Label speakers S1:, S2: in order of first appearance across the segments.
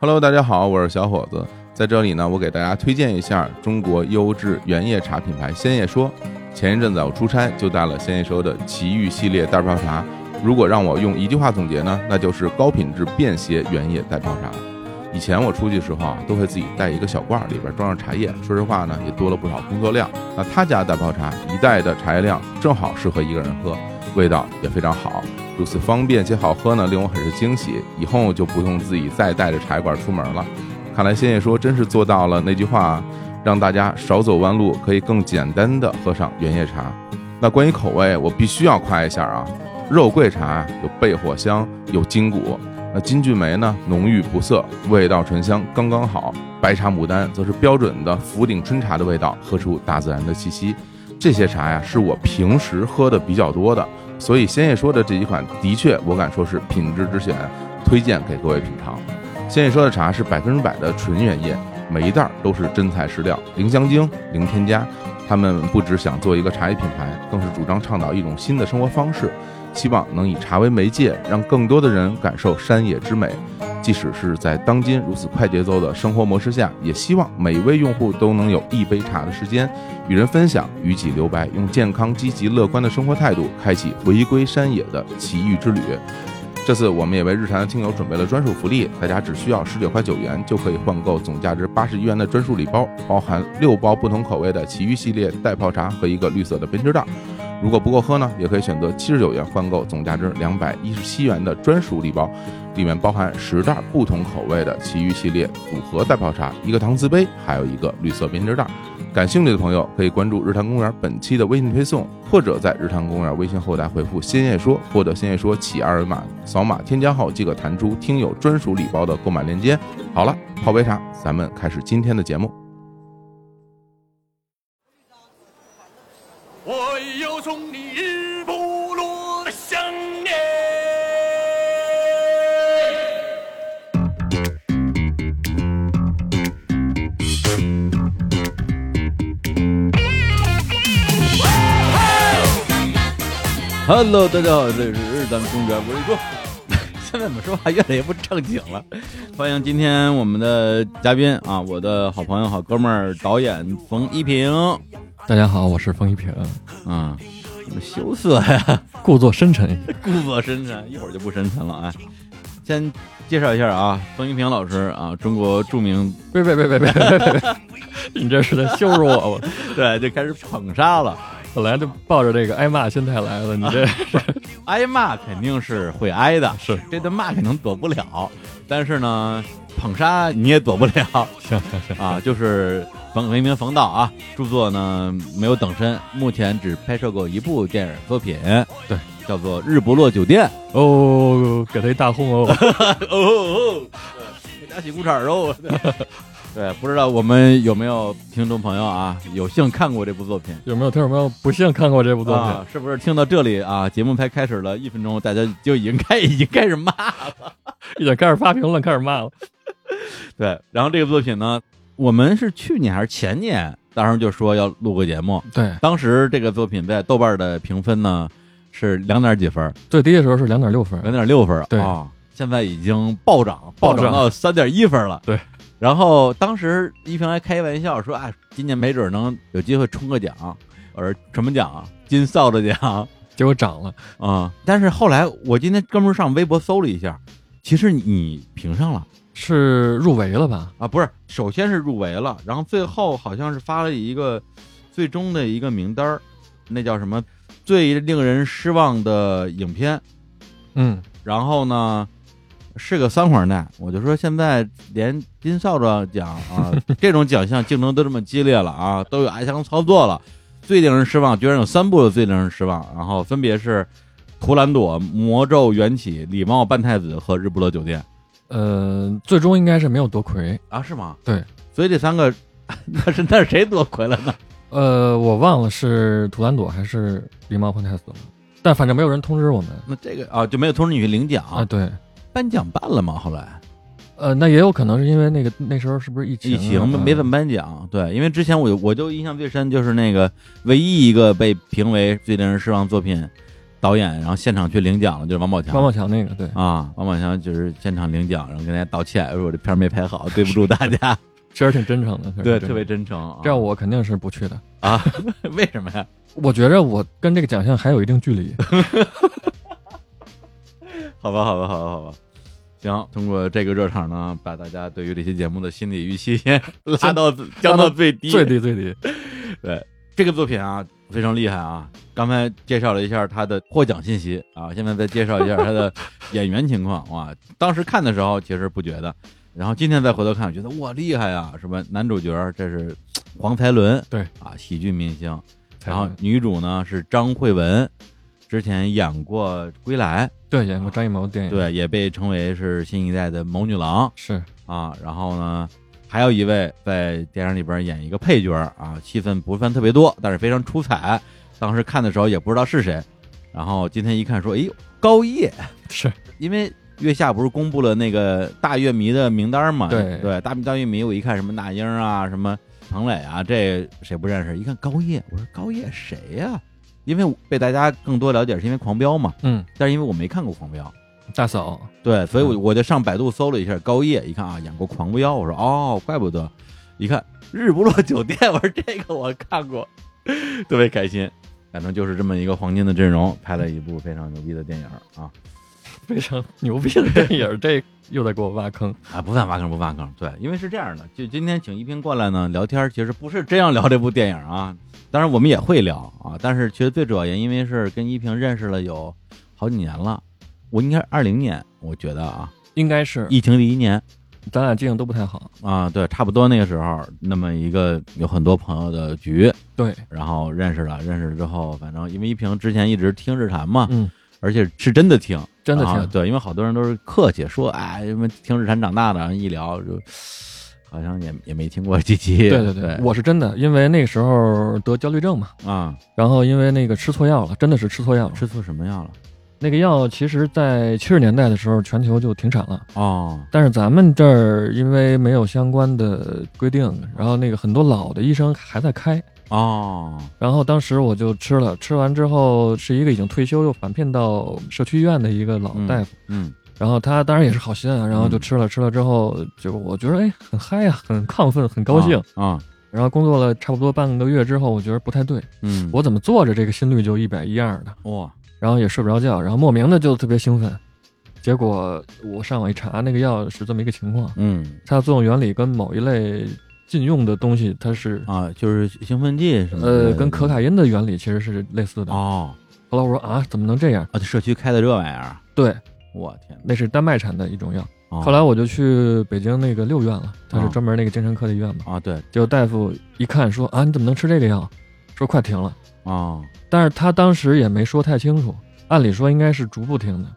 S1: Hello，大家好，我是小伙子，在这里呢，我给大家推荐一下中国优质原叶茶品牌鲜叶说。前一阵子我出差，就带了鲜叶说的奇遇系列袋泡茶。如果让我用一句话总结呢，那就是高品质便携原叶袋泡茶。以前我出去时候啊，都会自己带一个小罐儿，里边装上茶叶。说实话呢，也多了不少工作量。那他家袋泡茶一袋的茶叶量正好适合一个人喝，味道也非常好。如此方便且好喝呢，令我很是惊喜。以后就不用自己再带着茶叶罐出门了。看来仙叶说真是做到了那句话、啊，让大家少走弯路，可以更简单的喝上原叶茶。那关于口味，我必须要夸一下啊，肉桂茶有焙火香，有筋骨。那金骏眉呢，浓郁不涩，味道醇香刚刚好。白茶牡丹则是标准的福鼎春茶的味道，喝出大自然的气息。这些茶呀，是我平时喝的比较多的，所以仙叶说的这几款的确，我敢说是品质之选，推荐给各位品尝。仙叶说的茶是百分之百的纯原叶，每一袋儿都是真材实料，零香精、零添加。他们不只想做一个茶叶品牌，更是主张倡导一种新的生活方式，希望能以茶为媒介，让更多的人感受山野之美。即使是在当今如此快节奏的生活模式下，也希望每位用户都能有一杯茶的时间，与人分享，与己留白，用健康、积极、乐观的生活态度，开启回归山野的奇遇之旅。这次我们也为日坛的听友准备了专属福利，大家只需要十九块九元就可以换购总价值八十一元的专属礼包，包含六包不同口味的奇遇系列袋泡茶和一个绿色的编织袋。如果不够喝呢，也可以选择七十九元换购总价值两百一十七元的专属礼包，里面包含十袋不同口味的奇遇系列组合袋泡茶，一个搪瓷杯，还有一个绿色编织袋。感兴趣的朋友可以关注日坛公园本期的微信推送，或者在日坛公园微信后台回复“鲜叶说”或者“鲜叶说”起二维码，扫码添加后即可弹出听友专属礼包的购买链接。好了，泡杯茶，咱们开始今天的节目。
S2: 我要送你日不落的想念。
S3: Hello，大家好，这里是日坛公园，我是说， 现在怎么说话越来越不正经了？欢迎今天我们的嘉宾啊，我的好朋友、好哥们儿、导演冯一平
S4: 大家好，我是冯一平，
S3: 啊，怎么羞涩呀？
S4: 故作深沉一点。
S3: 故作深沉，一会儿就不深沉了啊。先介绍一下啊，冯一平老师啊，中国著名
S4: 别别别别别别别别！你这是在羞辱我！我
S3: 对，就开始捧杀了。
S4: 本来就抱着这个挨骂心态来的，你这
S3: 挨骂肯定是会挨的，
S4: 是
S3: 这顿骂肯定躲不了，但是呢，捧杀你也躲不 了。
S4: 行行行，
S3: 啊，就是冯为名冯导啊，著作呢没有等身，目前只拍摄过一部电影作品，
S4: 对，
S3: 叫做《日不落酒 店
S4: 哦，给他一大轰哦！》。
S3: 哦哦，给大家起鼓掌哦。 对，不知道我们有没有听众朋友啊，有幸看过这部作品。
S4: 有没有听众朋友不幸看过这部作品？
S3: 啊，是不是听到这里啊？节目才开始了一分钟，大家就已经开已经开始骂
S4: 已经开始发评论，开始骂了。
S3: 对，然后这个作品呢，我们是去年还是前年，当时就说要录个节目。
S4: 对，
S3: 当时这个作品在豆瓣的评分呢是两点几分，
S4: 最低的时候是两点六分，
S3: 两点六分。
S4: 对
S3: 啊现在已经暴涨，
S4: 暴
S3: 涨
S4: 涨
S3: 到三点一分了。
S4: 对。
S3: 然后当时一平还开玩笑说：“啊，今年没准能有机会冲个奖。”我说：“什么奖？金扫帚奖
S4: 结果涨了。
S3: 啊！”但是后来我今天专门上微博搜了一下，其实你评上了。
S4: 是入围了吧？
S3: 啊，不是，首先是入围了，然后最后好像是发了一个最终的一个名单儿，那叫什么最令人失望的影片。
S4: 嗯，
S3: 然后呢，是个三环带，我就说现在连金扫帚奖啊 这种奖项竞争都这么激烈了啊，都有暗箱操作了。最令人失望，居然有三部最令人失望，然后分别是《图兰朵》《魔咒缘起》《礼貌半太子》和《日不落酒店》。
S4: 呃，最终应该是没有夺魁。
S3: 啊，是吗？
S4: 对，
S3: 所以这三个， 那是那是谁夺回来 呢？
S4: 呃，我忘了是图兰朵还是狸猫换太子了，但反正没有人通知我们
S3: 那这个啊，就没有通知你去领奖，
S4: 啊。对，
S3: 颁奖办了吗？后来
S4: 呃，那也有可能是因为那个那时候是不是疫情啊？
S3: 疫情没怎么颁奖，对，因为之前我就我就印象最深就是那个唯一一个被评为最令人失望作品，导演，然后现场去领奖了，就是王宝强。
S4: 王宝强那个对，
S3: 啊，王宝强就是现场领奖，然后跟大家道歉，说我这片儿没拍好，对不住大 家。
S4: 确实挺真诚的，确实
S3: 对，
S4: 挺
S3: 特别真诚啊。
S4: 这样我肯定是不去的。
S3: 啊，为什么呀？
S4: 我觉着我跟这个奖项还有一定 距离，
S3: 好吧，好吧，好吧，好吧。行，通过这个热场呢，把大家对于这期节目的心理预期先 拉到降到最低。
S4: 最低最低。
S3: 对这个作品啊，非常厉害啊。刚才介绍了一下他的获奖信息啊，现在再介绍一下他的演员情况哇。当时看的时候其实不觉得，然后今天再回头看，我觉得哇厉害啊，什么男主角这是黄才伦，
S4: 对
S3: 啊，喜剧明星，
S4: 才
S3: 然后
S4: 能
S3: 女主呢是张慧雯，之前演过《归来》，
S4: 对演过张艺谋的电影，
S3: 对，也被称为是新一代的谋女郎
S4: 是
S3: 啊。然后呢，还有一位在电影里边演一个配角儿啊，戏份不算特别多，但是非常出彩。当时看的时候也不知道是谁，然后今天一看说，哎，高叶，
S4: 是
S3: 因为月下不是公布了那个大乐迷的名单嘛？
S4: 对
S3: 对，大大乐迷，我一看什么那英啊，什么彭磊啊，这谁不认识？一看高叶，我说高叶谁呀、因为我被大家更多了解是因为《狂飙》嘛，
S4: 嗯
S3: 但是因为我没看过《狂飙》。
S4: 大嫂，
S3: 对，所以我
S4: 嗯
S3: 我就上百度搜了一下高叶，一看啊，演过《狂飙》，我说哦，怪不得。一看《日不落酒店》，我说啊这个我看过， 特别开心。反正就是这么一个黄金的阵容，拍了一部非常牛逼的电影啊
S4: 非常牛逼的电影，这又在给我挖坑。
S3: 啊！不犯挖坑不犯坑，对，因为是这样的，就今天请一平过来呢聊天，其实不是真要聊这部电影啊，当然我们也会聊啊，但是其实最主要原因为是跟一平认识了有好几年了，我应该二零年，我觉得啊，
S4: 应该是
S3: 疫情第一年，
S4: 咱俩记性都不太好，
S3: 啊，对，差不多那个时候，那么一个有很多朋友的局，
S4: 对，
S3: 然后认识了，认识了之后，反正因为一平之前一直听日谈嘛，
S4: 嗯，
S3: 而且是真的听，
S4: 真的
S3: 然后
S4: 挺
S3: 对，因为好多人都是客气说，哎，什么听日谈长大的，然后一聊就好像也也没听过几期，
S4: 对对
S3: 对，
S4: 我是真的，因为那时候得焦虑症嘛，
S3: 啊，
S4: 然后因为那个吃错药了，真的是吃错药了。
S3: 吃错什么药了？
S4: 那个药其实，在七十年代的时候，全球就停产了，
S3: 哦，
S4: 但是咱们这儿因为没有相关的规定，然后那个很多老的医生还在开。
S3: 哦，
S4: 然后当时我就吃了，吃完之后是一个已经退休又返聘到社区医院的一个老大夫，
S3: 嗯，
S4: 然后他当然也是好心啊，然后就吃了，吃了之后就我觉得哎很嗨呀、很亢奋，很高兴。
S3: 啊，啊
S4: 然后工作了差不多半个月之后，我觉得不太对，
S3: 嗯，
S4: 我怎么坐着这个心率就一百一二的，
S3: 哇，
S4: 然后也睡不着觉，然后莫名的就特别兴奋。结果我上网一查，那个药是这么一个情况，
S3: 嗯
S4: 它的作用原理跟某一类禁用的东西，它是
S3: 啊，就是兴奋剂什么的，
S4: 呃跟可卡因的原理其实是类似的。
S3: 哦，
S4: 后来我说啊，怎么能这样？
S3: 啊，这社区开的这玩意儿，
S4: 对，
S3: 我天哪！
S4: 那是丹麦产的一种药。
S3: 哦
S4: 后来我就去北京那个六院了，它是专门那个精神科的医院嘛。
S3: 啊，对
S4: 结果大夫一看说啊，你怎么能吃这个药？说快停了。
S3: 啊，
S4: 但是他当时也没说太清楚，按理说应该是逐步停的，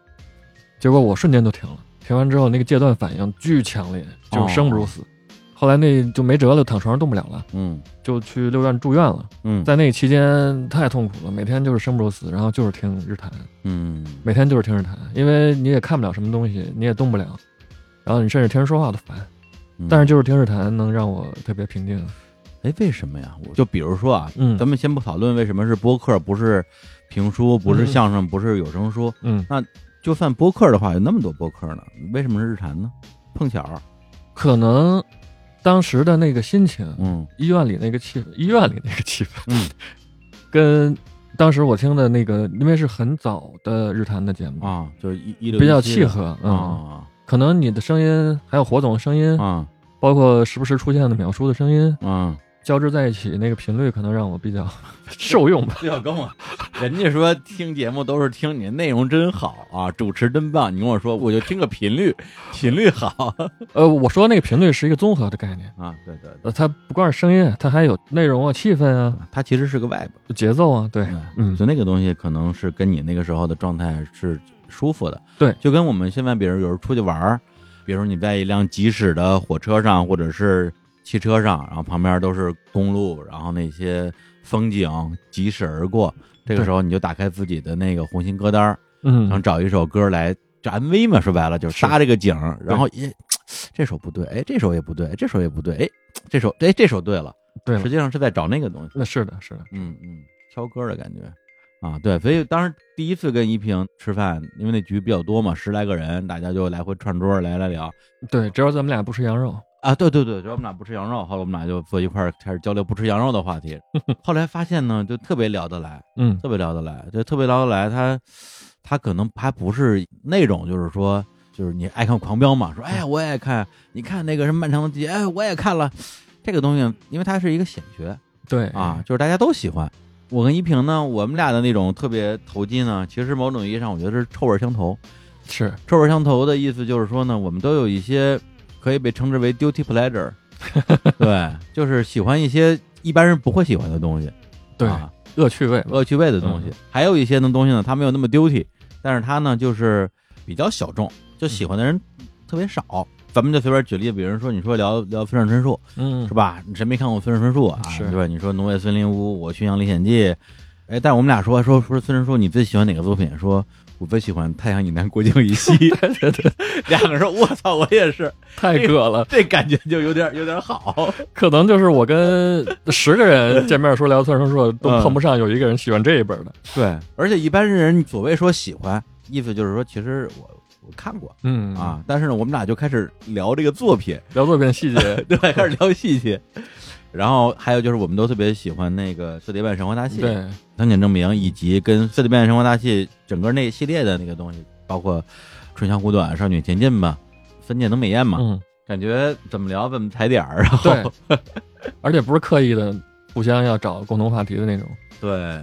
S4: 结果我瞬间就停了。停完之后，那个戒断反应巨强烈，就是生不如死。后来那就没辙了，躺床上动不了了，
S3: 嗯
S4: 就去六院住院了。
S3: 嗯
S4: 在那期间太痛苦了，每天就是生不如死，然后就是听日坛，
S3: 嗯
S4: 每天就是听日坛，因为你也看不了什么东西，你也动不了，然后你甚至听人说话都烦。
S3: 嗯，
S4: 但是就是听日坛能让我特别平静。
S3: 哎，为什么呀？我就比如说啊，
S4: 嗯
S3: 咱们先不讨论为什么是播客，不是评书，不是
S4: 嗯
S3: 相声，不是有声书，
S4: 嗯，
S3: 就算播客的话，有那么多播客呢，为什么是日坛呢？碰巧儿，
S4: 可能当时的那个心情，
S3: 嗯
S4: 医院里那个气氛，医院里那个气氛，
S3: 嗯，
S4: 跟当时我听的那个，因为是很早的日坛的节目，
S3: 啊，就是一一六
S4: 比较
S3: 一七
S4: 契
S3: 的
S4: 合，嗯，
S3: 啊
S4: 可能你的声音，还有火总的声音，
S3: 啊
S4: 包括时不时出现的秒叔的声音
S3: 啊！
S4: 交织在一起，那个频率可能让我比较受用 吧。
S3: 不要跟我，人家说听节目都是听你的内容真好啊，主持真棒，你跟我说我就听个频率，频率好
S4: 呃，我说那个频率是一个综合的概念，
S3: 啊，对对对，
S4: 呃，它不光是声音，它还有内容啊、气氛啊、
S3: 嗯它其实是个外部。
S4: 节奏啊，对，
S3: 嗯，
S4: 嗯
S3: 就那个东西可能是跟你那个时候的状态是舒服的，
S4: 对
S3: 就跟我们现在，比如有时候出去玩儿，比如你在一辆疾驶的火车上或者是汽车上，然后旁边都是公路，然后那些风景疾驶而过，这个
S4: 对
S3: 时候你就打开自己的那个红心歌单儿，然后
S4: 嗯，
S3: 找一首歌来。这 MV 嘛，说白了就是
S4: 是
S3: 搭这个景儿，然后也这首不对，哎，这首也不对，哎这首也不对，哎，这首哎这首对了，
S4: 对了
S3: 实际上是在找那个东西。
S4: 那是的，是的，
S3: 嗯，嗯，挑歌的感觉。啊，对，所以当时第一次跟依萍吃饭，因为那局比较多嘛，十来个人，大家就来回串桌来来聊
S4: 对，只要咱们俩不吃羊肉，
S3: 啊，对对对，主要我们俩不吃羊肉，后来我们俩就坐一块儿开始交流不吃羊肉的话题， 后来发现呢，就特别聊得来，
S4: 嗯，
S3: 特别聊得来，就特别聊得来，他他可能还不是那种就是说。就是你爱看《狂飙》嘛，说哎呀我也看，你看那个什么《漫长的季节》，哎我也看了，这个东西，因为它是一个显学，
S4: 对
S3: 啊，，就是大家都喜欢。我跟依萍呢，我们俩的那种特别投机呢，其实某种意义上我觉得是臭味相投。
S4: 是
S3: 臭味相投的意思就是说呢，我们都有一些可以被称之为 duty pleasure，对，就是喜欢一些一般人不会喜欢的东西，
S4: 对
S3: 啊、
S4: 恶趣味嘛，
S3: 恶趣味的东西。还有一些呢东西呢，它没有那么 duty，但是它呢就是比较小众，就喜欢的人特别少。咱们就随便举例，比如说你说聊聊村上春树，
S4: 嗯
S3: 是，吧？你谁没看过《村上春树》啊？
S4: 是
S3: 对吧？你说《挪威森林屋》，我《巡洋历险记》，哎，但是我们俩说说说村上说你最喜欢哪个作品？说我最喜欢《太阳以南，国境以西》。对对 对，两个人说，我操，我也是，
S4: 太葛了。
S3: 这感觉就有点有点好。
S4: 可能就是我跟十个人见面说聊村上春树，都
S3: 嗯
S4: 碰不上有一个人喜欢这一本的。
S3: 对，而且一般人所谓说喜欢，意思就是说其实我我看过
S4: 嗯，
S3: 啊，但是呢，我们俩就开始聊这个作品，
S4: 聊作品细 节，
S3: 对，开始聊细节。然后还有就是，我们都特别喜欢那个《四叠半神话大戏》，
S4: 对，
S3: 三井证明以及跟《四里变生活大戏》整个那系列的那个东西，包括《春香护短》《少女前进》吧，《分界能美艳》嘛，
S4: 嗯，
S3: 感觉怎么聊怎么踩点儿，然后
S4: 对，啊而且不是刻意的，互相要找共同话题的那种。
S3: 对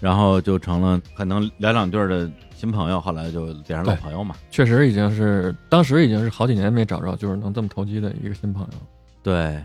S3: 然后就成了可能聊两句儿的新朋友，后来就变成老
S4: 对
S3: 朋友嘛。
S4: 确实已经是当时已经是好几年没找着，就是能这么投机的一个新朋友。
S3: 对，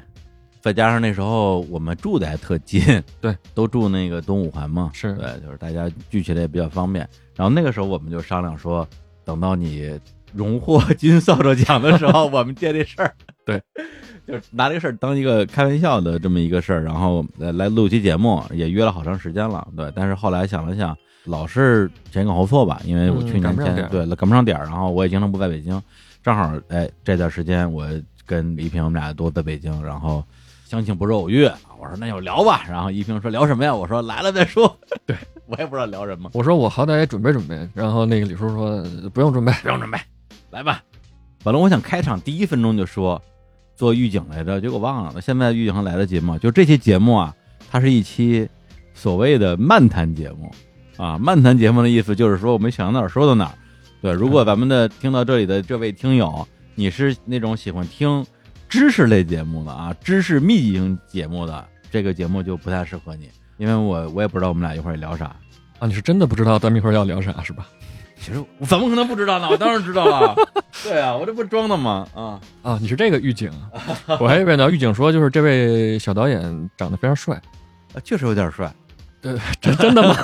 S3: 再加上那时候我们住的还特近，
S4: 对，
S3: 都住那个东五环嘛，
S4: 是
S3: 对，就是大家聚起来也比较方便。然后那个时候我们就商量说，等到你荣获金扫帚奖的时候，我们借这事儿，
S4: 对，
S3: 就是拿这个事儿当一个开玩笑的这么一个事儿，然后来来录期节目，也约了好长时间了，对。但是后来想了想，老是前赶后错吧，因为我
S4: 嗯
S3: 去
S4: 赶
S3: 年
S4: 不上
S3: 前、
S4: 点儿
S3: 对赶不上点儿，然后我也经常不在北京，正好哎这段时间我跟李平我们俩都在北京，然后相敬不如偶遇。我说那就聊吧，然后一平说聊什么呀？我说来了再说。
S4: 对
S3: 我也不知道聊什么，
S4: 我说我好歹也准备准备，然后那个李叔说呃不用准备，
S3: 不用准备，来吧。本来我想开场第一分钟就说做预警来着，结果忘了。现在预警还来得及吗？就这期节目啊，它是一期所谓的漫谈节目啊。漫谈节目的意思就是说我们想到哪儿说到哪儿。对，如果咱们的听到这里的这位听友，你是那种喜欢听知识类节目的啊，知识密集型节目的，这个节目就不太适合你，因为我我也不知道我们俩一会儿聊啥。
S4: 啊，你是真的不知道咱们一会儿要聊啥是吧？
S3: 其实我怎么可能不知道呢？我当然知道了。 对啊，我这不装的吗？啊，
S4: 啊，你是这个预警，我还以为呢。预警说就是这位小导演长得非常帅，
S3: 呃确实有点帅。
S4: 真呃真的吗？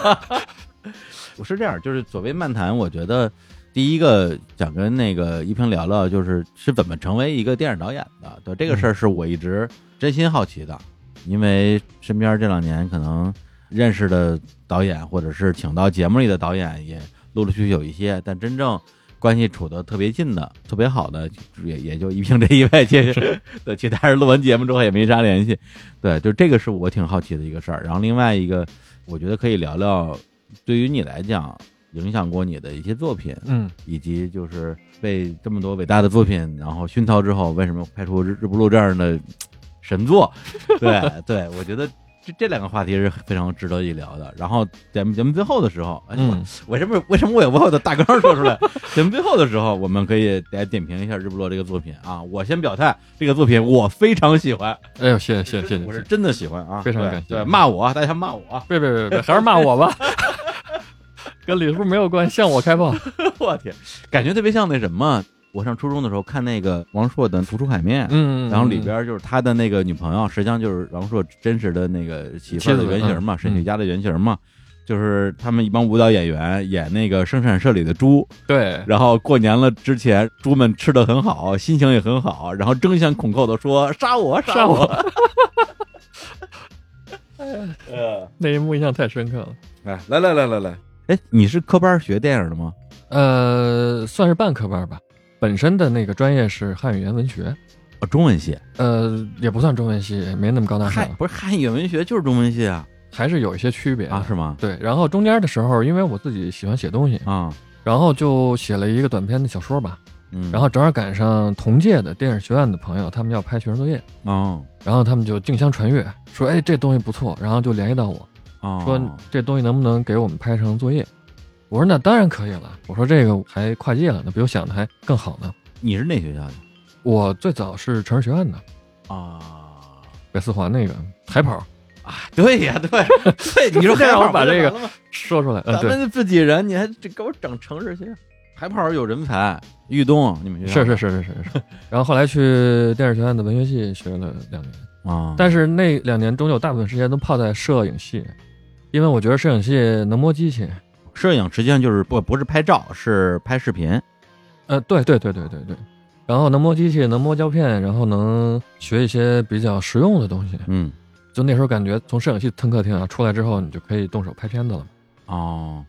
S3: 我是这样，就是所谓漫谈，我觉得第一个想跟那个一平聊聊，就是是怎么成为一个电影导演的。对这个事儿，是我一直真心好奇的，因为身边这两年可能认识的导演，或者是请到节目里的导演，也陆陆续续有一些，但真正。关系处的特别近的、特别好的，也 也就一平这一位，其实对其他人录完节目之后也没啥联系，对，就这个是我挺好奇的一个事儿。然后另外一个，我觉得可以聊聊对于你来讲影响过你的一些作品，
S4: 嗯，
S3: 以及就是被这么多伟大的作品然后熏陶之后，为什么拍出日日不落这样的神作？对对，我觉得这这两个话题是非常值得一聊的。然后咱们节目最后的时候，哎，
S4: 嗯
S3: 我为什么为什么我也把我的大纲说出来？ 节目最后的时候，我们可以来点评一下日不落这个作品啊。我先表态，这个作品我非常喜欢，
S4: 哎呦，谢谢谢谢谢谢
S3: 我是
S4: 谢谢，
S3: 真的喜欢啊，
S4: 非常
S3: 对
S4: 感谢
S3: 对，骂我，大家骂我，
S4: 别别别别，还是骂我吧， 跟李叔没有关系，向我开炮。
S3: 我天，感觉特别像那什么，我上初中的时候看那个王朔的《浮出海面》。
S4: 嗯，
S3: 然后里边就是他的那个女朋友，实际上就是王朔真实的那个媳妇儿的原型嘛，
S4: 妻子嗯
S3: 沈雪佳的原型嘛，就是他们一帮舞蹈演员演那个生产社里的 猪，
S4: 对，
S3: 然后过年了之前，猪们吃的很好，心情也很好，然后争先恐后的说杀我杀
S4: 杀我
S3: 我，呃，
S4: 那一幕印象太深刻了。
S1: 哎，来来来来来，
S3: 哎，你是科班学电影的吗？
S4: 呃，算是半科班吧，本身的那个专业是汉语言文学，
S3: 哦，中文系，
S4: 呃，也不算中文系，没那么高大
S3: 汉
S4: 上。
S3: 不是汉语文学就是中文系啊，
S4: 还是有一些区别的
S3: 啊？是吗？
S4: 对，然后中间的时候，因为我自己喜欢写东西，
S3: 啊，
S4: 然后就写了一个短篇的小说吧。
S3: 嗯，
S4: 然后正好赶上同届的电影学院的朋友，他们要拍学生作业，
S3: 哦
S4: 然后他们就竞相传阅，说：“哎，这东西不错。”然后就联系到我
S3: 哦，
S4: 说：“这东西能不能给我们拍成作业？”我说：“那当然可以了。”我说：“这个还跨界了，那比我想的还更好呢。
S3: 你是哪学校的”
S4: 我最早是城市学院的
S3: 啊？
S4: 北四环那个海跑
S3: 对呀，对对，你说
S4: 这
S3: 还
S4: 让
S3: 好
S4: 我把这个
S3: 个
S4: 说出来，呃，
S3: 咱
S4: 对，
S3: 们自己人，你还这给我整城市学校？海跑有人才，豫东你们学校
S4: 是是是是是是。然后后来去电视学院的文学系学了两年，
S3: 啊，
S4: 但是那两年中有大部分时间都泡在摄影系，因为我觉得摄影系能摸机器。
S3: 摄影实际上就是不不是拍照，是拍视频
S4: 呃，对对对对对对，然后能摸机器，能摸胶片，然后能学一些比较实用的东西。
S3: 嗯
S4: 就那时候感觉从摄影系蹭课厅啊出来之后，你就可以动手拍片子了。
S3: 哦。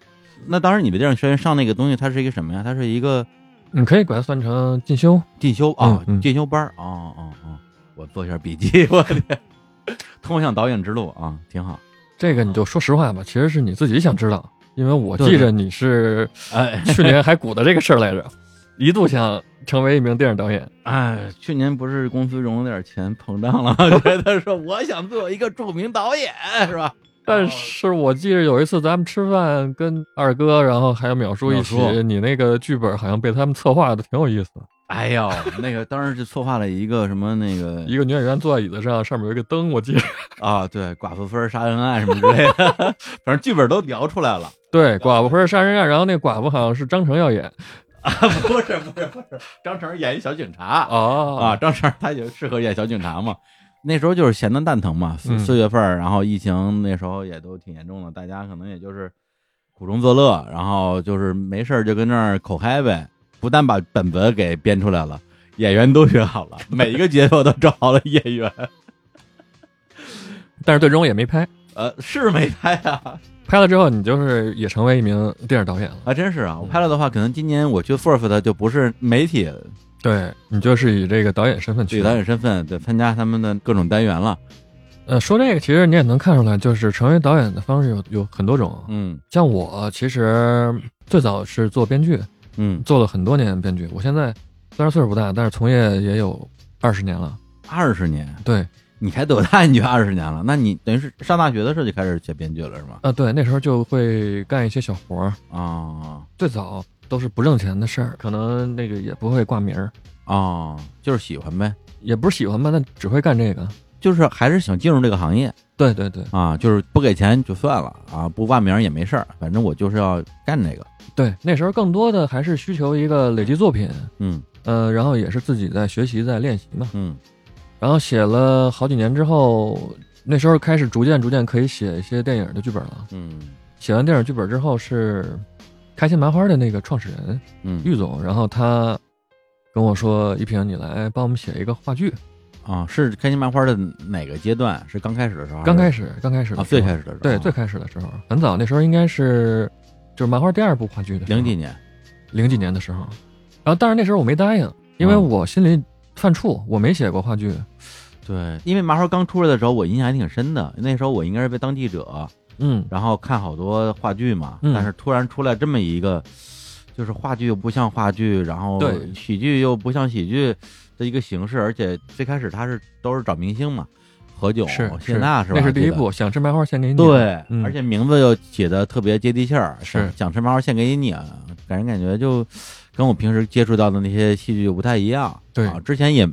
S3: 那当时你们电影学院上那个东西，它是一个什么呀？它是一个
S4: 你可以把它算成进修，
S3: 进修啊，
S4: 嗯嗯
S3: 进修班儿啊啊啊！我做一下笔记，我的 天，通向导演之路啊，挺好。
S4: 这个你就说实话吧，其实是你自己想知道，因为我
S3: 对
S4: 记
S3: 对
S4: 着 你是
S3: 哎
S4: 去年还鼓捣这个事儿来着，一度想成为一名电影导演。
S3: 哎，去年不是公司融了点钱膨胀了吗， 觉得说我想做一个著名导演，是吧？
S4: 但是我记着有一次咱们吃饭跟二哥，然后还有淼叔一起
S3: 淼叔，
S4: 你那个剧本好像被他们策划的挺有意思的。
S3: 哎呦，那个当时是策划了 一个什么那个
S4: 一个女演员坐在椅子上，上面有一个灯，我记着。
S3: 啊，对，寡妇分儿杀人案什么之类 的，反正剧本都聊出来了。
S4: 对，寡妇不是杀人案，然后那寡妇好像是张成要演。
S3: 不是不是不是，张成演一小警察
S4: 哦
S3: 啊，，张成他就适合演小警察嘛。那时候就是闲的蛋疼嘛，四
S4: 嗯
S3: 四月份儿，然后疫情那时候也都挺严重的，大家可能也就是苦中作乐，然后就是没事儿就跟那儿口嗨呗。不但把本子给编出来了，演员都学好了，每一个节目都找好了演员。
S4: 但是最终也没拍。
S3: 呃，是没拍啊，
S4: 拍了之后，你就是也成为一名电影导演了。
S3: 还真是啊。我拍
S4: 嗯
S3: 了的话，可能今年我去 Forf 的就不是媒体
S4: 对你就是以这个导演身份
S3: 取
S4: 去
S3: 导
S4: 的。
S3: 演身份，对，参加他们的各种单元了。
S4: 呃，说这个其实你也能看出来，就是成为导演的方式有有很多种。
S3: 嗯
S4: 像我其实最早是做编剧，
S3: 嗯，
S4: 做了很多年编剧。我现在虽然岁数不大，但是从业也有二十年了。
S3: 二十年，
S4: 对，
S3: 你才多大你就二十年了？那你等于是上大学的时候就开始写编剧了是吗？
S4: 啊，对，那时候就会干一些小活儿，
S3: 哦
S4: 最早都是不挣钱的事儿，可能那个也不会挂名儿，
S3: 哦，就是喜欢呗，
S4: 也不是喜欢吧，但只会干这个。
S3: 就是还是想进入这个行业
S4: 对对对
S3: 啊，就是不给钱就算了啊，不挂名儿也没事儿，反正我就是要干这个。
S4: 对，那时候更多的还是需求一个累积作品，
S3: 嗯
S4: 呃，然后也是自己在学习在练习嘛。
S3: 嗯
S4: 然后写了好几年之后，那时候开始逐渐逐渐可以写一些电影的剧本了。
S3: 嗯
S4: 写完电影剧本之后是开心麻花的那个创始人
S3: 嗯
S4: 玉总，然后他跟我说：“一平，你来帮我们写一个话剧。
S3: 啊，是开心麻花的哪个阶段？是刚开始的时候还”是？
S4: 刚开始，刚开始的
S3: 啊，
S4: 时候
S3: 最开始的时候，
S4: 对最开始的时候，很早那时候应该是就是麻花第二部话剧的时候
S3: 零几年
S4: 零几年的时候，然后但是那时候我没答应，因为
S3: 嗯
S4: 我心里犯怵，我没写过话剧。
S3: 对，因为麻花刚出来的时候，我印象还挺深的。那时候我应该是被当记者，
S4: 嗯，
S3: 然后看好多话剧嘛，
S4: 嗯
S3: 但是突然出来这么一个，就是话剧又不像话剧，然后
S4: 对
S3: 喜剧又不像喜剧的一个形式，而且最开始他是都是找明星嘛，何炅、
S4: 是
S3: 谢娜
S4: 是
S3: 吧？
S4: 那是第一
S3: 我记得
S4: 部，想吃麻花献给你。
S3: 对，
S4: 嗯
S3: 而且名字又起的特别接地气儿，
S4: 是
S3: 想想吃麻花献给你啊，给人感觉就跟我平时接触到的那些戏剧就不太一样。
S4: 对
S3: 啊，之前也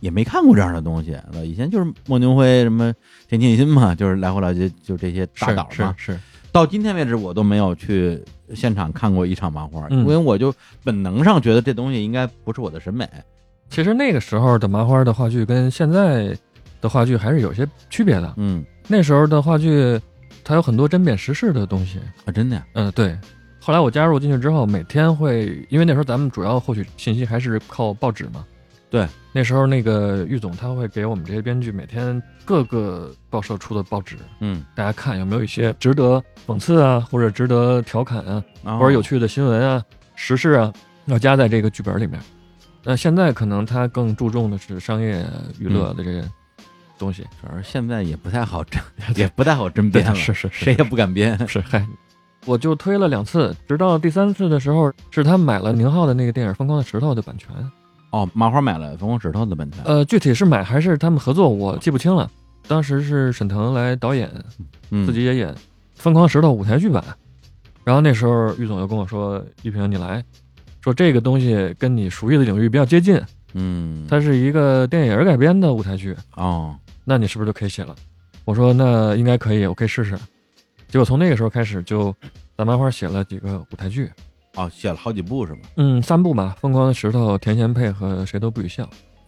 S3: 也没看过这样的东西，以前就是莫宁辉什么田沁鑫嘛，就是来回来就就这些大
S4: 是
S3: 导
S4: 是
S3: 嘛。
S4: 是，
S3: 到今天为止，我都没有去现场看过一场麻花，
S4: 嗯
S3: 因为我就本能上觉得这东西应该不是我的审美。
S4: 其实那个时候的麻花的话剧跟现在的话剧还是有些区别的。
S3: 嗯，
S4: 那时候的话剧，它有很多针砭时事的东西。
S3: 啊，真的呀，
S4: 嗯、对。后来我加入进去之后，每天会，因为那时候咱们主要获取信息还是靠报纸嘛。
S3: 对，
S4: 那时候那个玉总他会给我们这些编剧每天各个报社出的报纸，
S3: 嗯，
S4: 大家看有没有一些值得讽刺啊，或者值得调侃啊，
S3: 啊
S4: 或者有趣的新闻啊、时事啊，要加在这个剧嗯本里面。那现在可能他更注重的是商业娱乐的这些东西。
S3: 主要是现在也不太好争， 也不太好争辩了，
S4: 啊是是是
S3: 谁也不敢编。
S4: 是，嗨，我就推了两次，直到第三次的时候，是他买了宁浩的那个电影《疯狂的石头》的版权，
S3: 哦，麻花买了《疯狂石头》的版权，
S4: 呃，具体是买还是他们合作，我记不清了。当时是沈腾来导演，
S3: 嗯
S4: 自己也演《疯狂石头》舞台剧版。然后那时候玉总又跟我说：“玉萍，你来说这个东西跟你熟悉的领域比较接近，
S3: 嗯，
S4: 它是一个电影改编的舞台剧，
S3: 哦，
S4: 那你是不是就可以写了？”我说：“那应该可以，我可以试试。”结果从那个时候开始，就在漫画写了几个舞台剧，
S3: 哦，写了好几部是吧？
S4: 嗯，三部嘛，《疯狂的石头》《田贤配》和《谁都不许笑》。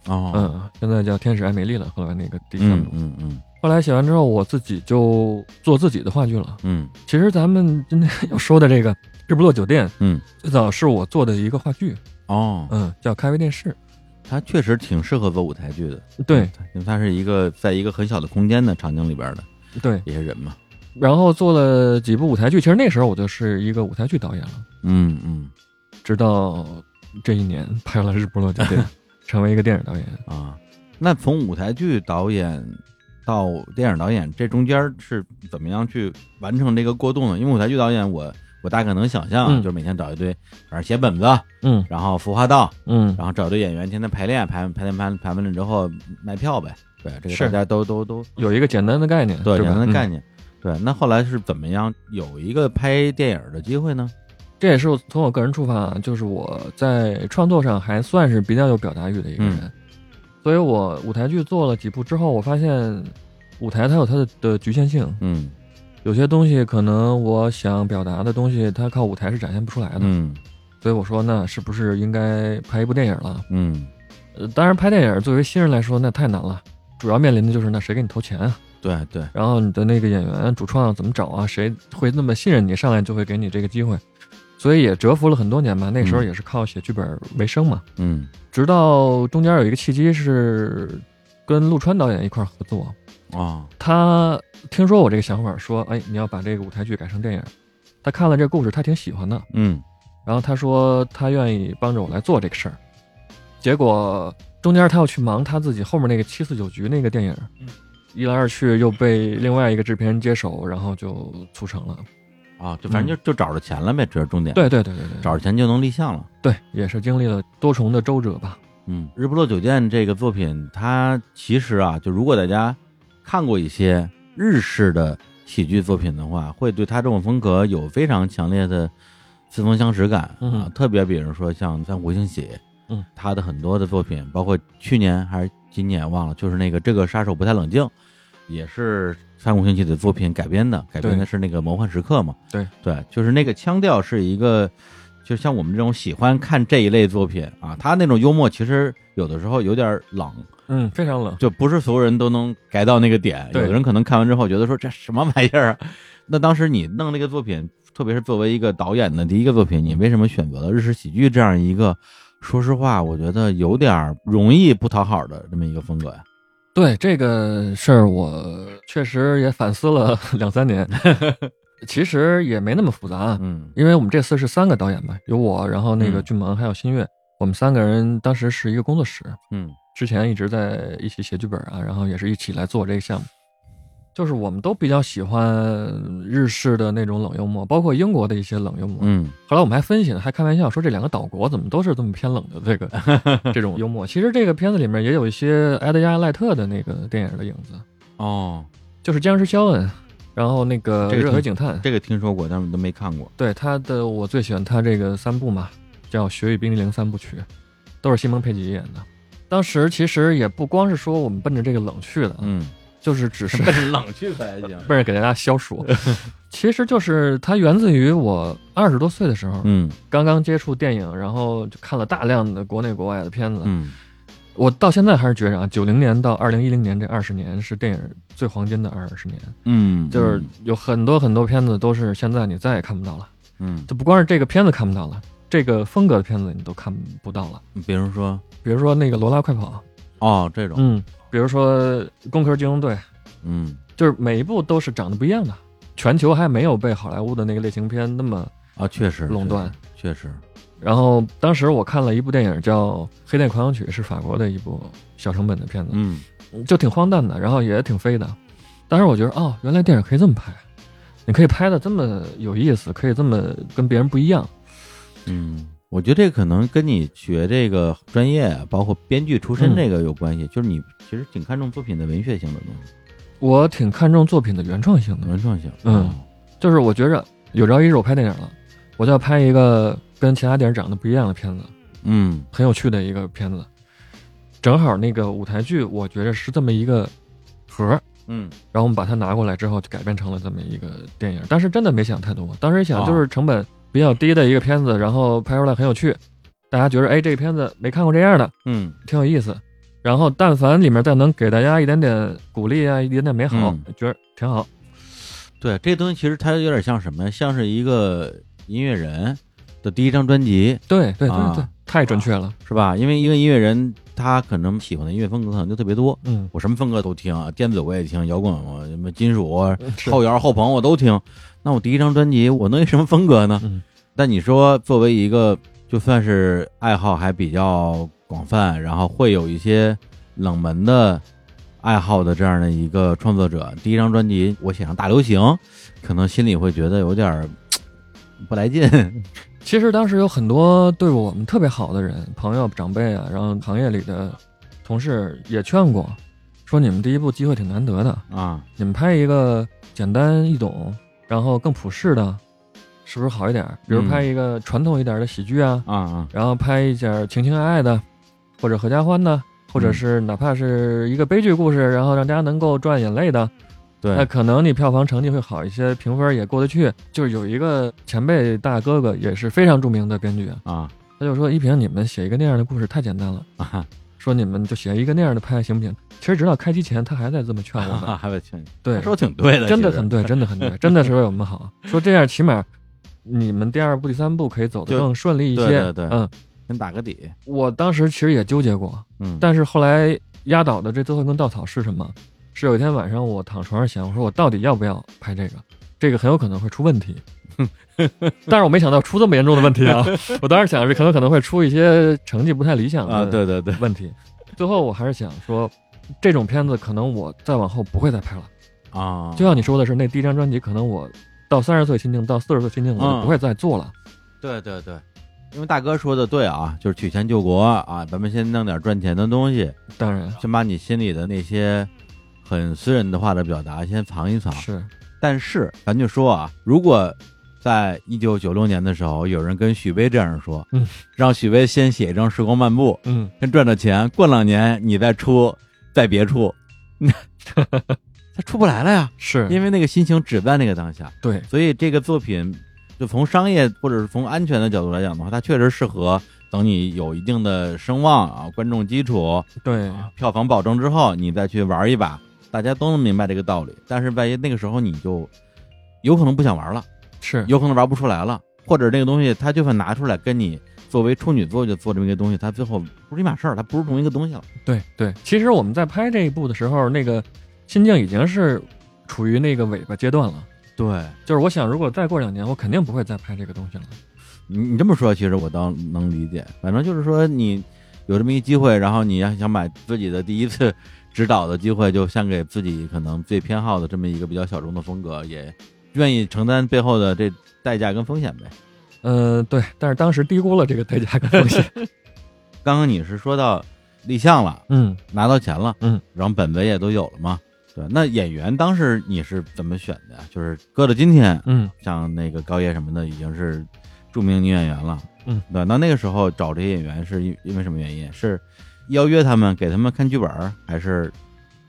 S3: 哦，
S4: 嗯，现在叫《天使艾美丽》了，后来那个第三
S3: 嗯
S4: 部。
S3: 嗯嗯
S4: 后来写完之后，我自己就做自己的话剧了。
S3: 嗯
S4: 其实咱们今天要说的这个《日不落酒店》，
S3: 嗯，
S4: 最早是我做的一个话剧，
S3: 哦，
S4: 嗯，叫《开胃电视
S3: 它确实挺适合做舞台剧的，》。
S4: 对
S3: 因为它是一个在一个很小的空间的场景里边的
S4: 嗯对，
S3: 一些人嘛。
S4: 然后做了几部舞台剧。其实那时候我就是一个舞台剧导演了，
S3: 嗯嗯
S4: 直到这一年拍了《日不落酒 店》，成为一个电影导演。
S3: 啊，那从舞台剧导演到电影导演，这中间是怎么样去完成这个过渡呢？因为舞台剧导演我，我大概能想象啊，
S4: 嗯
S3: 就是每天找一堆，反正写本子，
S4: 嗯
S3: 然后服化道，
S4: 嗯，
S3: 然后找一堆演员天天排练，排排练排排完了之后卖票呗。对，这个
S4: 是
S3: 大家都都都
S4: 有一个简单的概念，
S3: 对
S4: 吧
S3: 简单的概
S4: 嗯
S3: 念。对，那后来是怎么样有一个拍电影的机会呢？
S4: 这也是我从我个人出发，啊就是我在创作上还算是比较有表达欲的一个人，所以我舞台剧做了几部之后，我发现舞台它有它的的局限性，
S3: 嗯
S4: 有些东西可能我想表达的东西，它靠舞台是展现不出来的，
S3: 嗯
S4: 所以我说那是不是应该拍一部电影了？
S3: 嗯，
S4: 呃，当然拍电影作为新人来说那太难了，主要面临的就是那谁给你投钱啊？
S3: 对对，
S4: 然后你的那个演员主创怎么找啊？谁会那么信任你，上来就会给你这个机会？所以也蛰伏了很多年嘛。那时候
S3: 嗯
S4: 也是靠写剧本为生嘛。
S3: 嗯
S4: 直到中间有一个契机是跟陆川导演一块儿合作，
S3: 哦，
S4: 他听说我这个想法，说：“哎，你要把这个舞台剧改成电影。”他看了这个故事，他挺喜欢的，
S3: 嗯
S4: 然后他说他愿意帮着我来做这个事儿。结果中间他要去忙他自己后面那个七四九局那个电影，一来二去又被另外一个制片人接手，然后就促成了。
S3: 啊，就反正就就找着钱了呗，这是重点。，
S4: 对对对对对，
S3: 找着钱就能立项了。
S4: 对也是经历了多重的周折吧。
S3: 嗯，《日不落酒店》这个作品，它其实啊，就如果大家看过一些日式的喜剧作品的话，会对它这种风格有非常强烈的似曾相识感、
S4: 嗯
S3: 啊。特别比如说像像胡星喜，
S4: 嗯，
S3: 他的很多的作品，包括去年还是今年忘了，就是那个《这个杀手不太冷静》，也是三国兴起的作品改编的，改编的
S4: 对
S3: 是那个《魔幻时刻》嘛。
S4: 对
S3: 对，就是那个腔调是一个，就像我们这种喜欢看这一类作品啊，他那种幽默其实有的时候有点冷，
S4: 嗯，非常冷。
S3: 就不是所有人都能改到那个点。有
S4: 对
S3: 的人可能看完之后觉得说这什么玩意儿啊？那当时你弄这个作品，特别是作为一个导演的第一个作品，你为什么选择了日式喜剧这样一个？说实话，我觉得有点儿容易不讨好的这么一个风格呀。
S4: 对这个事儿，我确实也反思了 两三年。其实也没那么复杂啊，
S3: 嗯
S4: 因为我们这次是三个导演嘛，有我，然后那个
S3: 嗯
S4: 俊萌还有新月，我们三个人当时是一个工作室，
S3: 嗯
S4: 之前一直在一起写剧本啊，然后也是一起来做这个项目。就是我们都比较喜欢日式的那种冷幽默，包括英国的一些冷幽默。
S3: 嗯
S4: 后来我们还分析呢，还开玩笑说这两个岛国怎么都是这么偏冷的 这个这种幽默。其实这个片子里面也有一些埃德加·赖特的那个电影的影子，
S3: 哦，
S4: 就是僵尸肖恩，然后那个
S3: 这个
S4: 热
S3: 挺
S4: 河警探，
S3: 这个听说过，但是都没看过。
S4: 对他的，我最喜欢他这个三部嘛，叫《雪与冰激凌》三部曲，都是西蒙佩吉演的。当时其实也不光是说我们奔着这个冷去的，啊
S3: 嗯，
S4: 就是只 是
S3: 奔着冷去才行。
S4: 奔着给大家消 暑，其实就是它源自于我二十多岁的时候，
S3: 嗯
S4: 刚刚接触电影，然后就看了大量的国内国外的片子。
S3: 嗯
S4: 我到现在还是觉着啊，九零年到二零一零年这二十年是电影最黄金的二十年，
S3: 嗯，
S4: 就是有很多很多片子都是现在你再也看不到了。
S3: 嗯，
S4: 就不光是这个片子看不到了，这个风格的片子你都看不到了。
S3: 嗯比如说
S4: 比如说那个《罗拉快跑》，
S3: 哦，这种，
S4: 嗯，比如说《工科机动队》，
S3: 嗯
S4: 就是每一部都是长得不一样的。全球还没有被好莱坞的那个类型片那么。
S3: 啊，确实
S4: 垄断，
S3: 确实，
S4: 然后当时我看了一部电影叫《黑带狂想曲》，是法国的一部小成本的片子。
S3: 嗯
S4: 就挺荒诞的，然后也挺飞的。当时我觉得，哦，原来电影可以这么拍，你可以拍的这么有意思，可以这么跟别人不一样。
S3: 嗯，我觉得这可能跟你学这个专业，包括编剧出身
S4: 嗯
S3: 这个有关系。就是你其实挺看重作品的文学性的东西，
S4: 我挺看重作品的原创性的，
S3: 文创性。
S4: 嗯就是我觉着有朝一日我拍电影了，我就要拍一个跟其他电影长得不一样的片子，
S3: 嗯
S4: 很有趣的一个片子。正好那个舞台剧，我觉着是这么一个盒儿，
S3: 嗯
S4: 然后我们把它拿过来之后，就改编成了这么一个电影。当时真的没想太多，当时想
S3: 哦
S4: 就是成本比较低的一个片子，然后拍出来很有趣，大家觉得哎这个片子没看过这样的，
S3: 嗯
S4: 挺有意思。然后但凡里面再能给大家一点点鼓励啊，一点点美好，
S3: 嗯
S4: 觉得挺好。
S3: 对，这东西其实它有点像什么呀？像是一个音乐人的第一张专辑，
S4: 对对对对，
S3: 啊
S4: 太准确了。
S3: 是吧？因为因为音乐人他可能喜欢的音乐风格可能就特别多，
S4: 嗯，
S3: 我什么风格都听，啊，电子我也听，摇滚我什么金属、啊
S4: 是
S3: 后摇、后朋我都听。那我第一张专辑我能有什么风格呢？
S4: 嗯
S3: 但你说作为一个就算是爱好还比较广泛，然后会有一些冷门的爱好的这样的一个创作者，第一张专辑我写上大流行，可能心里会觉得有点儿不来劲。
S4: 其实当时有很多对我们特别好的人，朋友、长辈啊，然后行业里的同事也劝过，说你们第一部机会挺难得的，
S3: 啊，
S4: 你们拍一个简单易懂，然后更普世的，是不是好一点？比如
S3: 嗯
S4: 拍一个传统一点的喜剧啊，
S3: 啊啊，
S4: 然后拍一点情情爱爱的，或者合家欢的，或者
S3: 嗯
S4: 是哪怕是一个悲剧故事，然后让大家能够赚眼泪的，那
S3: 对，
S4: 可能你票房成绩会好一些，评分也过得去。就是有一个前辈大哥哥也是非常著名的编剧啊，
S3: 啊
S4: 他就说：“一平，你们写一个那样的故事太简单了，
S3: 啊，
S4: 说你们就写一个那样的拍行不行？”其实直到开机前，他还在这么劝我 呢。
S3: 还有请，
S4: 对，
S3: 说挺对的，
S4: 真的
S3: 其实
S4: 很对，真的很对，真的是为我们好。说这样起码你们第二步、第三步可以走得
S3: 就
S4: 更顺利一些。
S3: 对对对
S4: 嗯，
S3: 先打个底，
S4: 我当时其实也纠结过，
S3: 嗯，
S4: 但是后来压倒的这最后一根稻草是什么？是有一天晚上我躺床上想，我说我到底要不要拍这个？这个很有可能会出 问题。但是我没想到出这么严重的问题啊！我当时想是可能可能会出一些成绩不太理想
S3: 啊，
S4: 的
S3: 对对对，
S4: 问题。最后我还是想说，这种片子可能我再往后不会再拍了。
S3: 啊，
S4: 就像你说的是，那第一张专辑可能我到三十岁心境，到四十岁心境，我就不会再做了。
S3: 对对对，因为大哥说的对啊，就是取钱救国啊，咱们先弄点赚钱的东西，
S4: 当然
S3: 先把你心里的那些很私人的话的表达先藏一藏。
S4: 是，
S3: 但是咱就说啊，如果在一九九六年的时候，有人跟许巍这样说，
S4: 嗯，
S3: 让许巍先写一张《时光漫步》，
S4: 嗯，
S3: 先赚着钱，过两年你再出，再别 出，他出不来了呀，
S4: 是
S3: 因为那个心情只在那个当下。
S4: 对，
S3: 所以这个作品，就从商业或者是从安全的角度来讲的话，它确实适合等你有一定的声望啊、观众基础、
S4: 对，
S3: 票房保证之后，你再去玩一把，大家都能明白这个道理。但是万一那个时候你就有可能不想玩了，
S4: 是，
S3: 有可能玩不出来了，或者这个东西它就算拿出来跟你作为处女座就做这么一个东西，它最后不是一码事儿，它不是同一个东西了。
S4: 对对，其实我们在拍这一部的时候，那个心境已经是处于那个尾巴阶段了。
S3: 对
S4: 就是我想，如果再过两年，我肯定不会再拍这个东西了。
S3: 你，你这么说，其实我倒能理解。反正就是说你有这么一机会，然后你要想把自己的第一次指导的机会，就献给自己可能最偏好的这么一个比较小众的风格，也愿意承担背后的这代价跟风险呗。
S4: 呃，对，但是当时低估了这个代价跟风险。
S3: 刚刚你是说到立项了，
S4: 嗯，
S3: 拿到钱了，
S4: 嗯，
S3: 然后本子也都有了嘛。对，那演员当时你是怎么选的呀？就是搁到今天，
S4: 嗯，
S3: 像那个高叶什么的，已经是著名女演员了。
S4: 嗯，
S3: 对。那那个时候找这些演员是因因为什么原因？是邀约他们，给他们看剧本儿，还是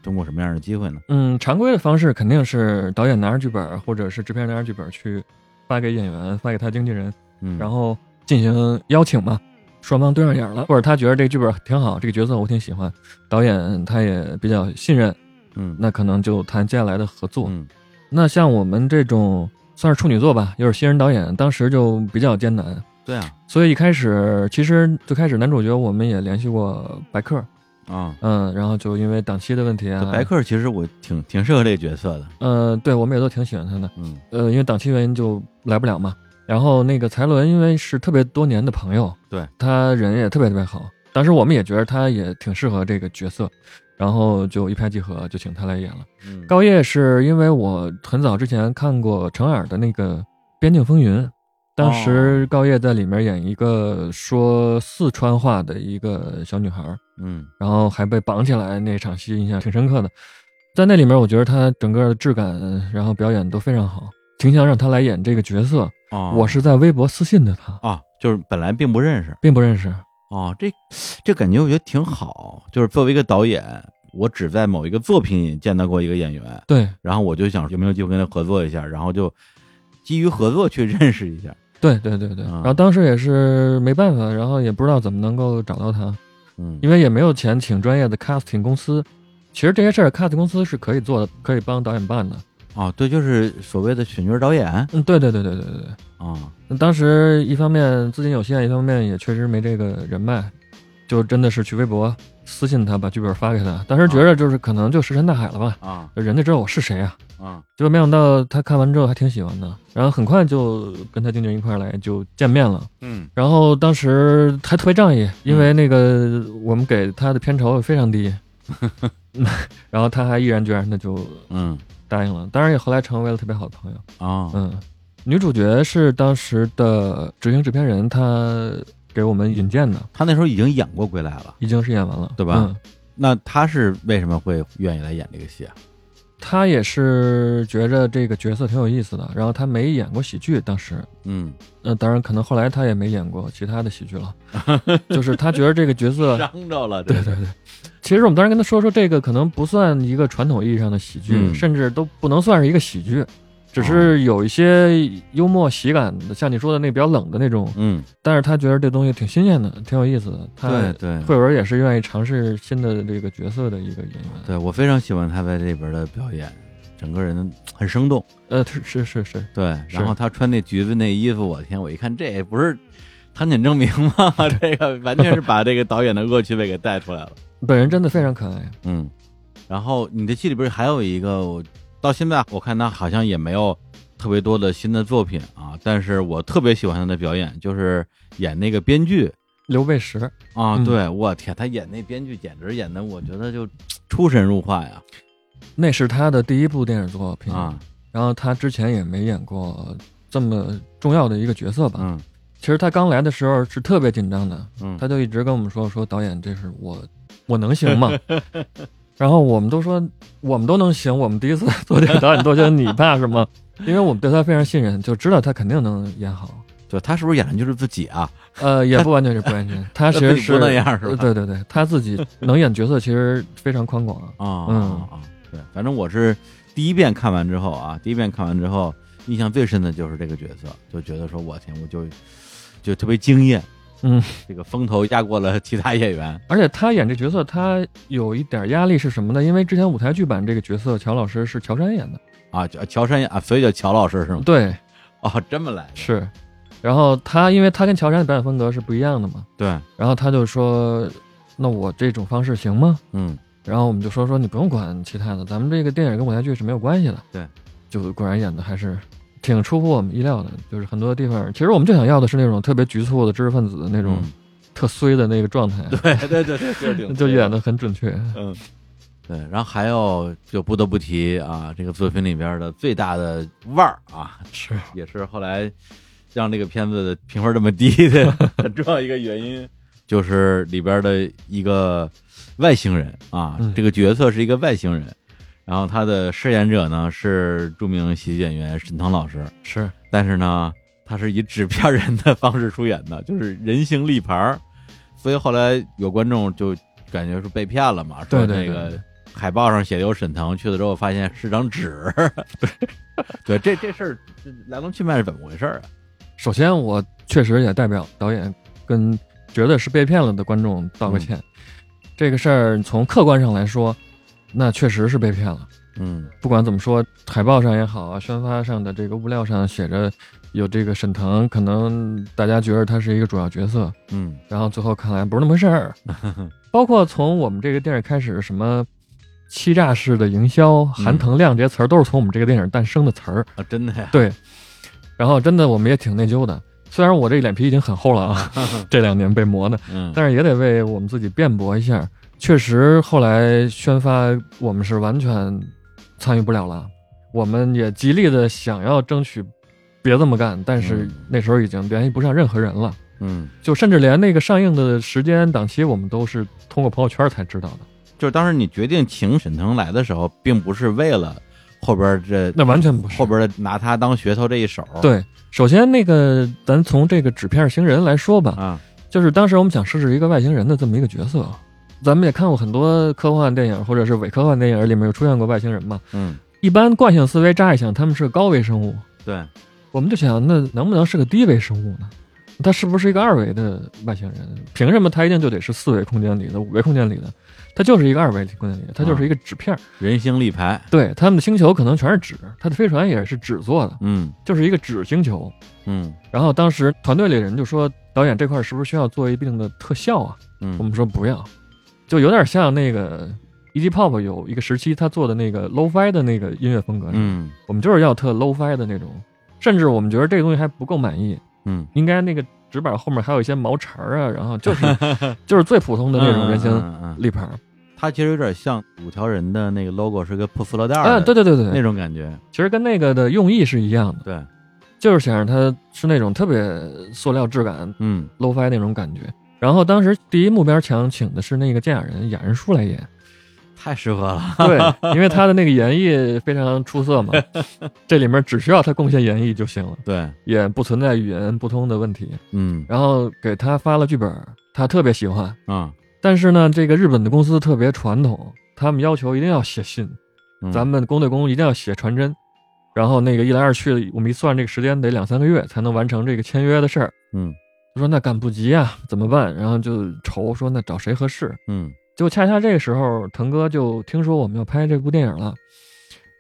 S3: 通过什么样的机会呢？
S4: 嗯，常规的方式肯定是导演拿着剧本，或者是制片人拿着剧本去发给演员，发给他经纪人，
S3: 嗯，
S4: 然后进行邀请嘛。双方对上眼了，或者他觉得这个剧本挺好，这个角色我挺喜欢，导演他也比较信任，
S3: 嗯，
S4: 那可能就谈接下来的合作。
S3: 嗯
S4: 那像我们这种算是处女座吧，又是新人导演，当时就比较艰难。
S3: 对啊
S4: 所以一开始，其实最开始男主角我们也联系过白客，
S3: 啊。
S4: 嗯，然后就因为档期的问题啊，
S3: 白，客其实我挺挺适合这个角色的，
S4: 呃，对我们也都挺喜欢他的，
S3: 嗯
S4: 呃，因为档期原因就来不了嘛。然后那个才伦，因为是特别多年的朋友，
S3: 对
S4: 他人也特别特别好，当时我们也觉得他也挺适合这个角色，然后就一拍即合，就请他来演了。
S3: 嗯
S4: 高叶是因为我很早之前看过程耳的那个《边境风云》，当时高叶在里面演一个说四川话的一个小女孩，
S3: 嗯
S4: 然后还被绑起来那场戏，印象挺深刻的。在那里面，我觉得她整个的质感，然后表演都非常好，挺想让她来演这个角色。
S3: 啊，
S4: 我是在微博私信的她，
S3: 啊，就是本来并不认识
S4: 并不认识。
S3: 啊，这这感觉我觉得挺好，就是作为一个导演。我只在某一个作品里见到过一个演员，
S4: 对
S3: 然后我就想有没有机会跟他合作一下，然后就基于合作去 认识一下。
S4: 对对对对。
S3: 啊
S4: 然后当时也是没办法，然后也不知道怎么能够找到她，
S3: 嗯，
S4: 因为也没有钱请专业的 casting 公司。其实这些事儿，casting 公司是可以做的，可以帮导演办的。
S3: 哦，对，就是所谓的选角导演啊、
S4: 嗯，对对对对对对对。那当时一方面资金有限，一方面也确实没这个人脉，就真的是去微博私信他，把剧本发给他。当时觉着就是可能就石沉大海了吧，
S3: 啊
S4: 人家知道我是谁啊。
S3: 啊
S4: 结果没想到他看完之后还挺喜欢的，然后很快就跟他经纪人一块儿来就见面了。
S1: 嗯，
S4: 然后当时还特别仗义，因
S3: 嗯
S4: 为那个我们给他的片酬非常低， 然后他还毅然决然的就
S3: 嗯
S4: 答应了。当然也后来成为了特别好的朋友。
S3: 啊
S4: 嗯，女主角是当时的执行制片人，她给我们引荐的，
S3: 他那时候已经演过《归来》了，
S4: 已经是演完了，
S3: 对吧
S4: 嗯，
S3: 那他是为什么会愿意来演这个戏啊？
S4: 她也是觉着这个角色挺有意思的，然后她没演过喜剧，当时。
S3: 嗯，
S4: 那、当然，可能后来她也没演过其他的喜 剧了，就是她觉得这个角色，
S3: 伤着了，
S4: 对对对。其实我们当时跟她说说，这个可能不算一个传统意义上的喜剧，
S3: 嗯哦
S4: 甚至都不能算是一个喜剧，只是有一些幽默喜感的，像你说的那比较冷的那种
S3: 嗯，
S4: 但是他觉得这东西挺新鲜的，挺有意思的。
S3: 对
S4: 他
S3: 对
S4: 慧文也是愿意尝试新的这个角色的一个演员。
S3: 对，我非常喜欢他在这里边的表演，整个人很生动。
S4: 呃，是是是是，
S3: 对，
S4: 是
S3: 然后他穿那橘子那衣服，我天，我一看这不是汤浅证明吗？ 这个完全是把这个导演的恶趣味给带出来了。
S4: 本人真的非常可爱。
S3: 嗯，然后你的戏里边还有一个，我到现在我看他好像也没有特别多的新的作品啊，但是我特别喜欢他的表演，就是演那个编剧
S4: 刘贝石，
S3: 啊，
S4: 嗯
S3: 对我天，他演那编剧简直演的，我觉得就出神入化呀
S4: 那是他的第一部电视作品，
S3: 啊，
S4: 然后他之前也没演过这么重要的一个角色吧。
S3: 嗯
S4: 其实他刚来的时候是特别紧张的，
S3: 嗯，
S4: 他就一直跟我们说说导演，这是我我能行吗？ 然后我们都说我们都能行，我们第一次做这个导演都觉得你怕 什么？因为我们对他非常信任，就知道他肯定能演好。
S3: 对他是不是演的就是自己啊？
S4: 呃，也不完全是不 完全，他其实
S3: 自己不
S4: 是
S3: 那样是吧
S4: 呃对对对，他自己能演角色其实非常宽广。
S3: 啊，
S4: 嗯
S3: 啊啊，对，反正我是第一遍看完之后啊，第一遍看完之后，印象最深的就是这个角色，就觉得说我天，我就就特别惊艳，
S4: 嗯，
S3: 这个风头压过了其他演员，
S4: 而且他演这角色，他有一点压力是什么呢？因为之前舞台剧版这个角色，乔老师是乔杉演的，
S3: 啊，乔乔杉啊，所以叫乔老师是吗？
S4: 对，
S3: 哦，这么来的
S4: 是。然后他，因为他跟乔杉的表演风格是不一样的嘛，
S3: 对，
S4: 然后他就说：“那我这种方式行吗
S3: 嗯，？”
S4: 然后我们就说：“说你不用管其他的，咱们这个电影跟舞台剧是没有关系的。”
S3: 对，
S4: 就果然演的还是挺出乎我们意料的，就是很多地方，其实我们就想要的是那种特别局促的知识分子的那
S3: 这
S4: 种、特衰的那个状态，
S3: 嗯对对对对，挺
S4: 就演的很准确。
S3: 嗯，对，然后还有就不得不提啊，这个作品里边的最大的腕儿啊，
S4: 是，
S3: 也是后来让这个片子的评分这么低的很重要一个原因，就是里边的一个外星人啊，
S4: 嗯
S3: 这个角色是一个外星人，然后他的饰演者呢是著名喜剧演员沈腾老师，
S4: 是，
S3: 但是呢，他是以纸片人的方式出演的， 就是人形立牌儿，所以后来有观众就感觉是被骗了嘛，说
S4: 对
S3: 那
S4: 对对
S3: 个海报上写的有沈腾，去了之后发现是张 纸，对，这这事儿这来龙去脉是怎么回事儿啊？
S4: 首先我确实也代表导演跟觉得是被骗了的观众道个歉。这个事儿从客观上来说，那确实是被骗了。
S3: 嗯
S4: 不管怎么说，海报上也好啊，宣发上的这个物料上写着有这个沈腾，可能大家觉得他是一个主要角色，
S3: 嗯
S4: 然后最后看来不是那么回事儿。包括从我们这个电影开始，什么欺诈式的营销、含腾量这些词儿，都是从我们这个电影诞生的词儿。
S3: 啊，真的呀，
S4: 对，然后真的我们也挺内疚的。虽然我这脸皮已经很厚了啊，这两年被磨的，
S3: 嗯
S4: 但是也得为我们自己辩驳一下。确实后来宣发我们是完全参与不了了，我们也极力的想要争取别这么干，但是
S3: 嗯
S4: 那时候已经联系不上任何人了，
S3: 嗯，
S4: 就甚至连那个上映的时间档期我们都是通过朋友圈才知道的，
S3: 就是当时你决定请沈腾来的时候，并不是为了后边这
S4: 那完全不是
S3: 后边的拿他当噱头这一手，
S4: 对，首先那个咱从这个纸片儿星人来说吧，
S3: 啊，
S4: 就是当时我们想设置一个外星人的这么一个角色，啊咱们也看过很多科幻电影或者是伪科幻电影里面有出现过外星人嘛。
S3: 嗯，
S4: 一般惯性思维乍一想他们是个高维生物，
S3: 对，
S4: 我们就想那能不能是个低维生物呢？它是不是一个二维的外星人？凭什么它一定就得是四维空间里的、五维空间里的？它就是一个二维空间里的，它就是一个纸片儿。
S3: 人星立牌，
S4: 对，他们的星球可能全是纸，它的飞船也是纸做的，
S3: 嗯
S4: 就是一个纸星球。
S3: 嗯
S4: 然后当时团队里人就说，导演这块儿是不是需要做一定的特效啊？我
S3: 嗯
S4: 们说不要，就有点像那个 E.G. Pop 有一个时期他做的那个 low-fi 的那个音乐风格，
S3: 嗯
S4: 我们就是要特 low-fi 的那种，甚至我们觉得这个东西还不够满意，
S3: 嗯，
S4: 应该那个纸板后面还有一些毛茬儿啊，然后就是就是最普通的那种
S3: 嗯
S4: 人形
S3: 嗯嗯嗯
S4: 立牌儿。
S3: 它其实有点像五条人的那个 logo 是个破塑料袋
S4: 啊，
S3: 儿
S4: 对
S3: 的
S4: 对对对
S3: 那
S4: 对，
S3: 种感觉，
S4: 其实跟那个的用意是一样的，
S3: 对，
S4: 就是想让它是那种特别塑料质感
S3: 嗯
S4: low-fi 那种感觉。然后当时第一目标墙请的是那个建雅人雅人叔来演，
S3: 太适合了，
S4: 对，因为他的那个演绎非常出色嘛，这里面只需要他贡献演绎就行了，
S3: 对，
S4: 也不存在语言不通的问题。
S3: 嗯
S4: 然后给他发了剧本，他特别喜欢，
S3: 啊，
S4: 但是呢，这个日本的公司特别传统，他们要求一定要写信，
S3: 嗯
S4: 咱们公对公一定要写传真。然后那个一来二去，我们一算这个时间得两三个月才能完成这个签约的事儿。
S3: 嗯
S4: 就说那赶不及啊，怎么办？然后就愁说那找谁合适？
S3: 嗯
S4: 就恰恰这个时候，腾哥就听说我们要拍这部电影了，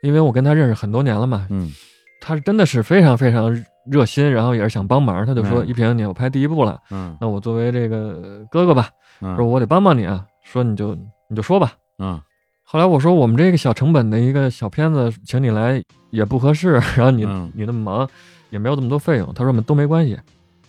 S4: 因为我跟他认识很多年了嘛，
S3: 嗯
S4: 他真的是非常非常热心，然后也是想帮忙，他就说：“
S3: 嗯
S4: 一平，你要拍第一部了，
S3: 嗯
S4: 那我作为这个哥哥吧，说
S3: 嗯
S4: 我得帮帮你啊，说你就你就说吧。
S3: 嗯”
S4: 后来我说：“我们这个小成本的一个小片子，请你来也不合适，然后你
S3: 嗯
S4: 你那么忙，也没有这么多费用。”他说：“我们都没关系。”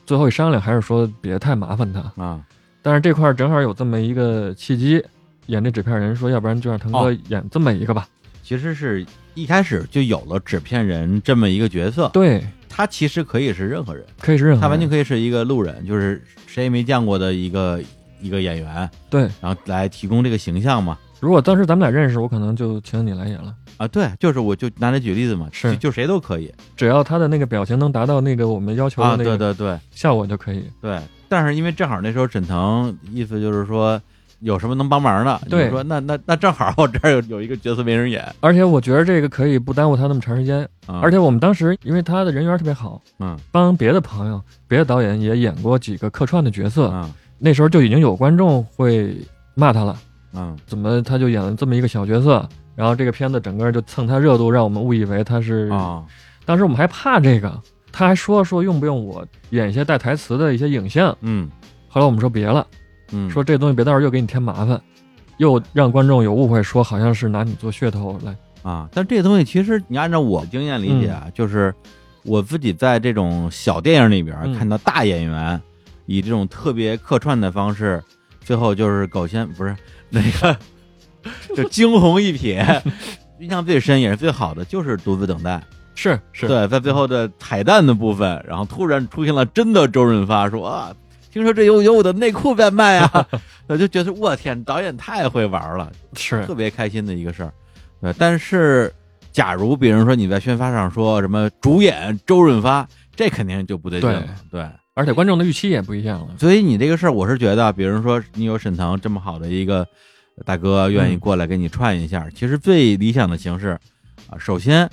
S4: 最后一商量，还是说别太麻烦他。
S3: 啊，
S4: 但是这块儿正好有这么一个契机，演这纸片人说，要不然就让腾哥
S3: 哦
S4: 演这么一个吧。
S3: 其实是一开始就有了纸片人这么一个角色，
S4: 对，
S3: 他其实可以是任何人，
S4: 可以是任何人
S3: 他完全可以是一个路人，就是谁也没见过的一个一个演员，
S4: 对。
S3: 然后来提供这个形象嘛。
S4: 如果当时咱们俩认识，我可能就请你来演了。
S3: 啊，对，就是我就拿这举例子嘛，
S4: 是
S3: 就就谁都可以
S4: 只要他的那个表情能达到那个我们要求
S3: 啊，
S4: 的那
S3: 对
S4: 个
S3: 对对
S4: 效果就可以。
S3: 对。但是因为正好那时候沈腾意思就是说有什么能帮忙的，
S4: 对
S3: 你说那那那正好我这儿有有一个角色没人演，
S4: 而且我觉得这个可以不耽误他那么长时间。
S3: 啊、
S4: 而且我们当时因为他的人缘特别好，
S3: 嗯
S4: 帮别的朋友、别的导演也演过几个客串的角色，
S3: 嗯
S4: 那时候就已经有观众会骂他了。
S3: 嗯
S4: 怎么他就演了这么一个小角色？然后这个片子整个就蹭他热度，让我们误以为他是。
S3: 啊
S4: 当时我们还怕这个，他还说说用不用我演一些带台词的一些影像。
S3: 嗯
S4: 后来我们说别了，
S3: 嗯，
S4: 说这东西别到时候又给你添麻烦，又让观众有误会，说好像是拿你做噱头来。
S3: 啊，但这东西其实你按照我经验理解啊，
S4: 嗯
S3: 就是我自己在这种小电影里边
S4: 嗯
S3: 看到大演员、以这种特别客串的方式，最后就是搞先不是那 个就惊鸿一瞥， 印象最深也是最好的就是《独自等待》。
S4: 是是，嗯
S3: 对，在最后的彩蛋的部分，然后突然出现了真的周润发说啊，听说这有有我的内裤在卖 啊，我就觉得我天，导演太会玩了。
S4: 是
S3: 特别开心的一个事儿。对，但是假如比如说你在宣发上说什么主演周润发，这肯定就不对劲了。对，
S4: 而且观众的预期也不一样了。
S3: 所以你这个事儿，我是觉得，比如说你有沈腾这么好的一个大哥愿意过来给你串一下，其实最理想的形式啊，首先。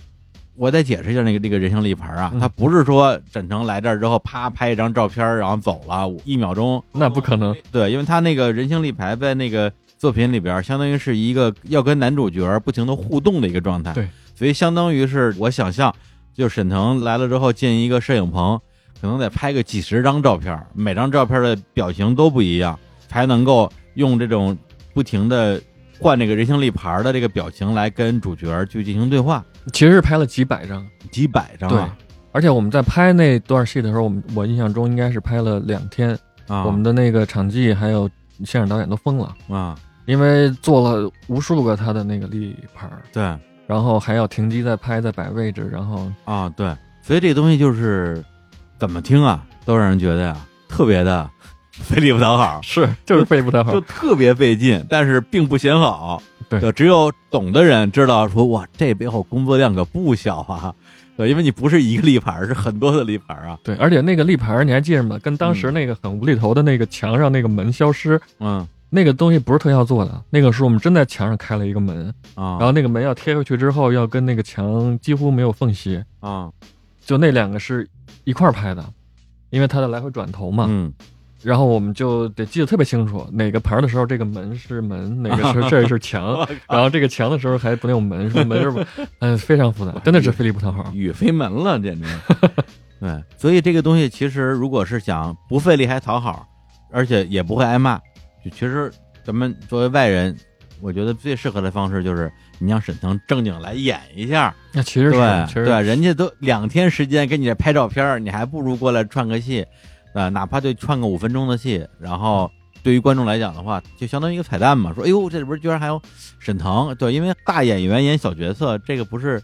S3: 我得解释一下那个那个人形立牌啊，
S4: 嗯
S3: 他不是说沈腾来这儿之后啪拍一张照片儿然后走了一秒钟，
S4: 那不可能，
S3: 对，因为他那个人形立牌在那个作品里边儿，相当于是一个要跟男主角儿不停的互动的一个状态。
S4: 对，
S3: 所以相当于是我想象，就沈腾来了之后进一个摄影棚，可能得拍个几十张照片儿，每张照片儿的表情都不一样，才能够用这种不停的换这个人形立牌儿的这个表情来跟主角儿去进行对话，
S4: 其实是拍了几百张。
S3: 几百张
S4: 对
S3: 啊。，
S4: 而且我们在拍那段戏的时候，我们我印象中应该是拍了两天，
S3: 啊，
S4: 我们的那个场记还有现场导演都疯了。
S3: 啊，
S4: 因为做了无数个他的那个立牌儿，
S3: 对
S4: 然后还要停机再拍再摆位置，然后
S3: 啊，对，所以这个东西就是怎么听啊，都让人觉得呀、特别的 费力不讨好，
S4: 是就是背不太好
S3: 就，特别费劲，但是并不显好。
S4: 对
S3: 就只有懂的人知道说，哇，这背后工作量可不小啊。对，因为你不是一个立牌儿，是很多的立牌儿啊。
S4: 对，而且那个立牌儿你还记着吗？跟当时那个很无厘头的那个墙上那个门消失，
S3: 嗯
S4: 那个东西不是特效做的，那个是我们真在墙上开了一个门，然
S3: 啊
S4: 后那个门要贴回去之后，要跟那个墙几乎没有缝隙，
S3: 啊
S4: 就那两个是一块儿拍的，因为它的来回转头嘛。
S3: 嗯
S4: 然后我们就得记得特别清楚，哪个牌儿的时候这个门是门，哪 个是这是墙，然后这个墙的时候还不能有门，什么门 是不？嗯，非常复杂，真的是费力不讨好。
S3: 雨飞门了，简直。 对，所以这个东西其实如果是想不费力还讨好，而且也不会挨骂，就其实咱们作为外人，我觉得最适合的方式就是你让沈腾正经来演一下，
S4: 那其实是，其
S3: 对
S4: 实
S3: 对，人家都两天时间给你这拍照片儿，你还不如过来串个戏，呃，哪怕就串个五分钟的戏，然后。对于观众来讲的话，就相当于一个彩蛋嘛。说，哎呦，这里边居然还有沈腾，对，因为大演员演小角色，这个不是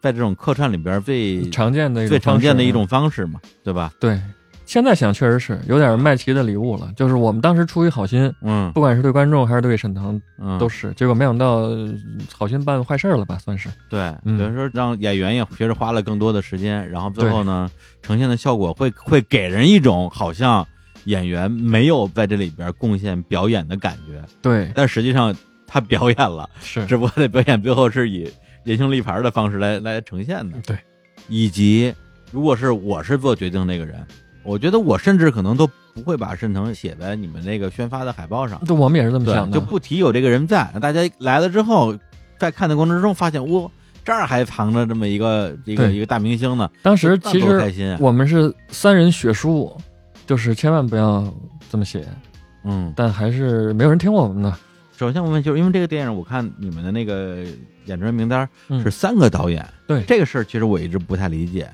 S3: 在这种客串里边最
S4: 常见的一种
S3: 最常见的
S4: 方式啊
S3: 一种方式嘛，对吧？
S4: 对。现在想确实是有点麦琪的礼物了，就是我们当时出于好心，
S3: 嗯
S4: 不管是对观众还是对沈腾
S3: 嗯，
S4: 都是，结果没想到呃好心办坏事儿了吧，算是。
S3: 对，
S4: 嗯
S3: 等于说让演员也确实花了更多的时间，然后最后呢，呈现的效果会会给人一种好像演员没有在这里边贡献表演的感觉，
S4: 对，
S3: 但实际上他表演了，
S4: 是
S3: 只不过这表演最后是以 人形立牌的方式来来呈现的，
S4: 对，
S3: 以及如果是我是做决定那个人，我觉得我甚至可能都不会把沈腾写在你们那个宣发的海报上。
S4: 对，我们也是这么想
S3: 对，
S4: 的，
S3: 就不提有这个人在。大家来了之后，在看的过程之中发现，哇，这儿还藏着这么一个一个
S4: 对
S3: 一个大明星呢。
S4: 当时
S3: 那
S4: 其
S3: 多开
S4: 实
S3: 心啊！
S4: 我们是三人血书，就是千万不要这么写，
S3: 嗯，
S4: 但还是没有人听我们的。
S3: 首先我问，就是因为这个电影，我看你们的那个演职人名单
S4: 嗯
S3: 是三个导演，
S4: 对
S3: 这个事儿，其实我一直不太理解。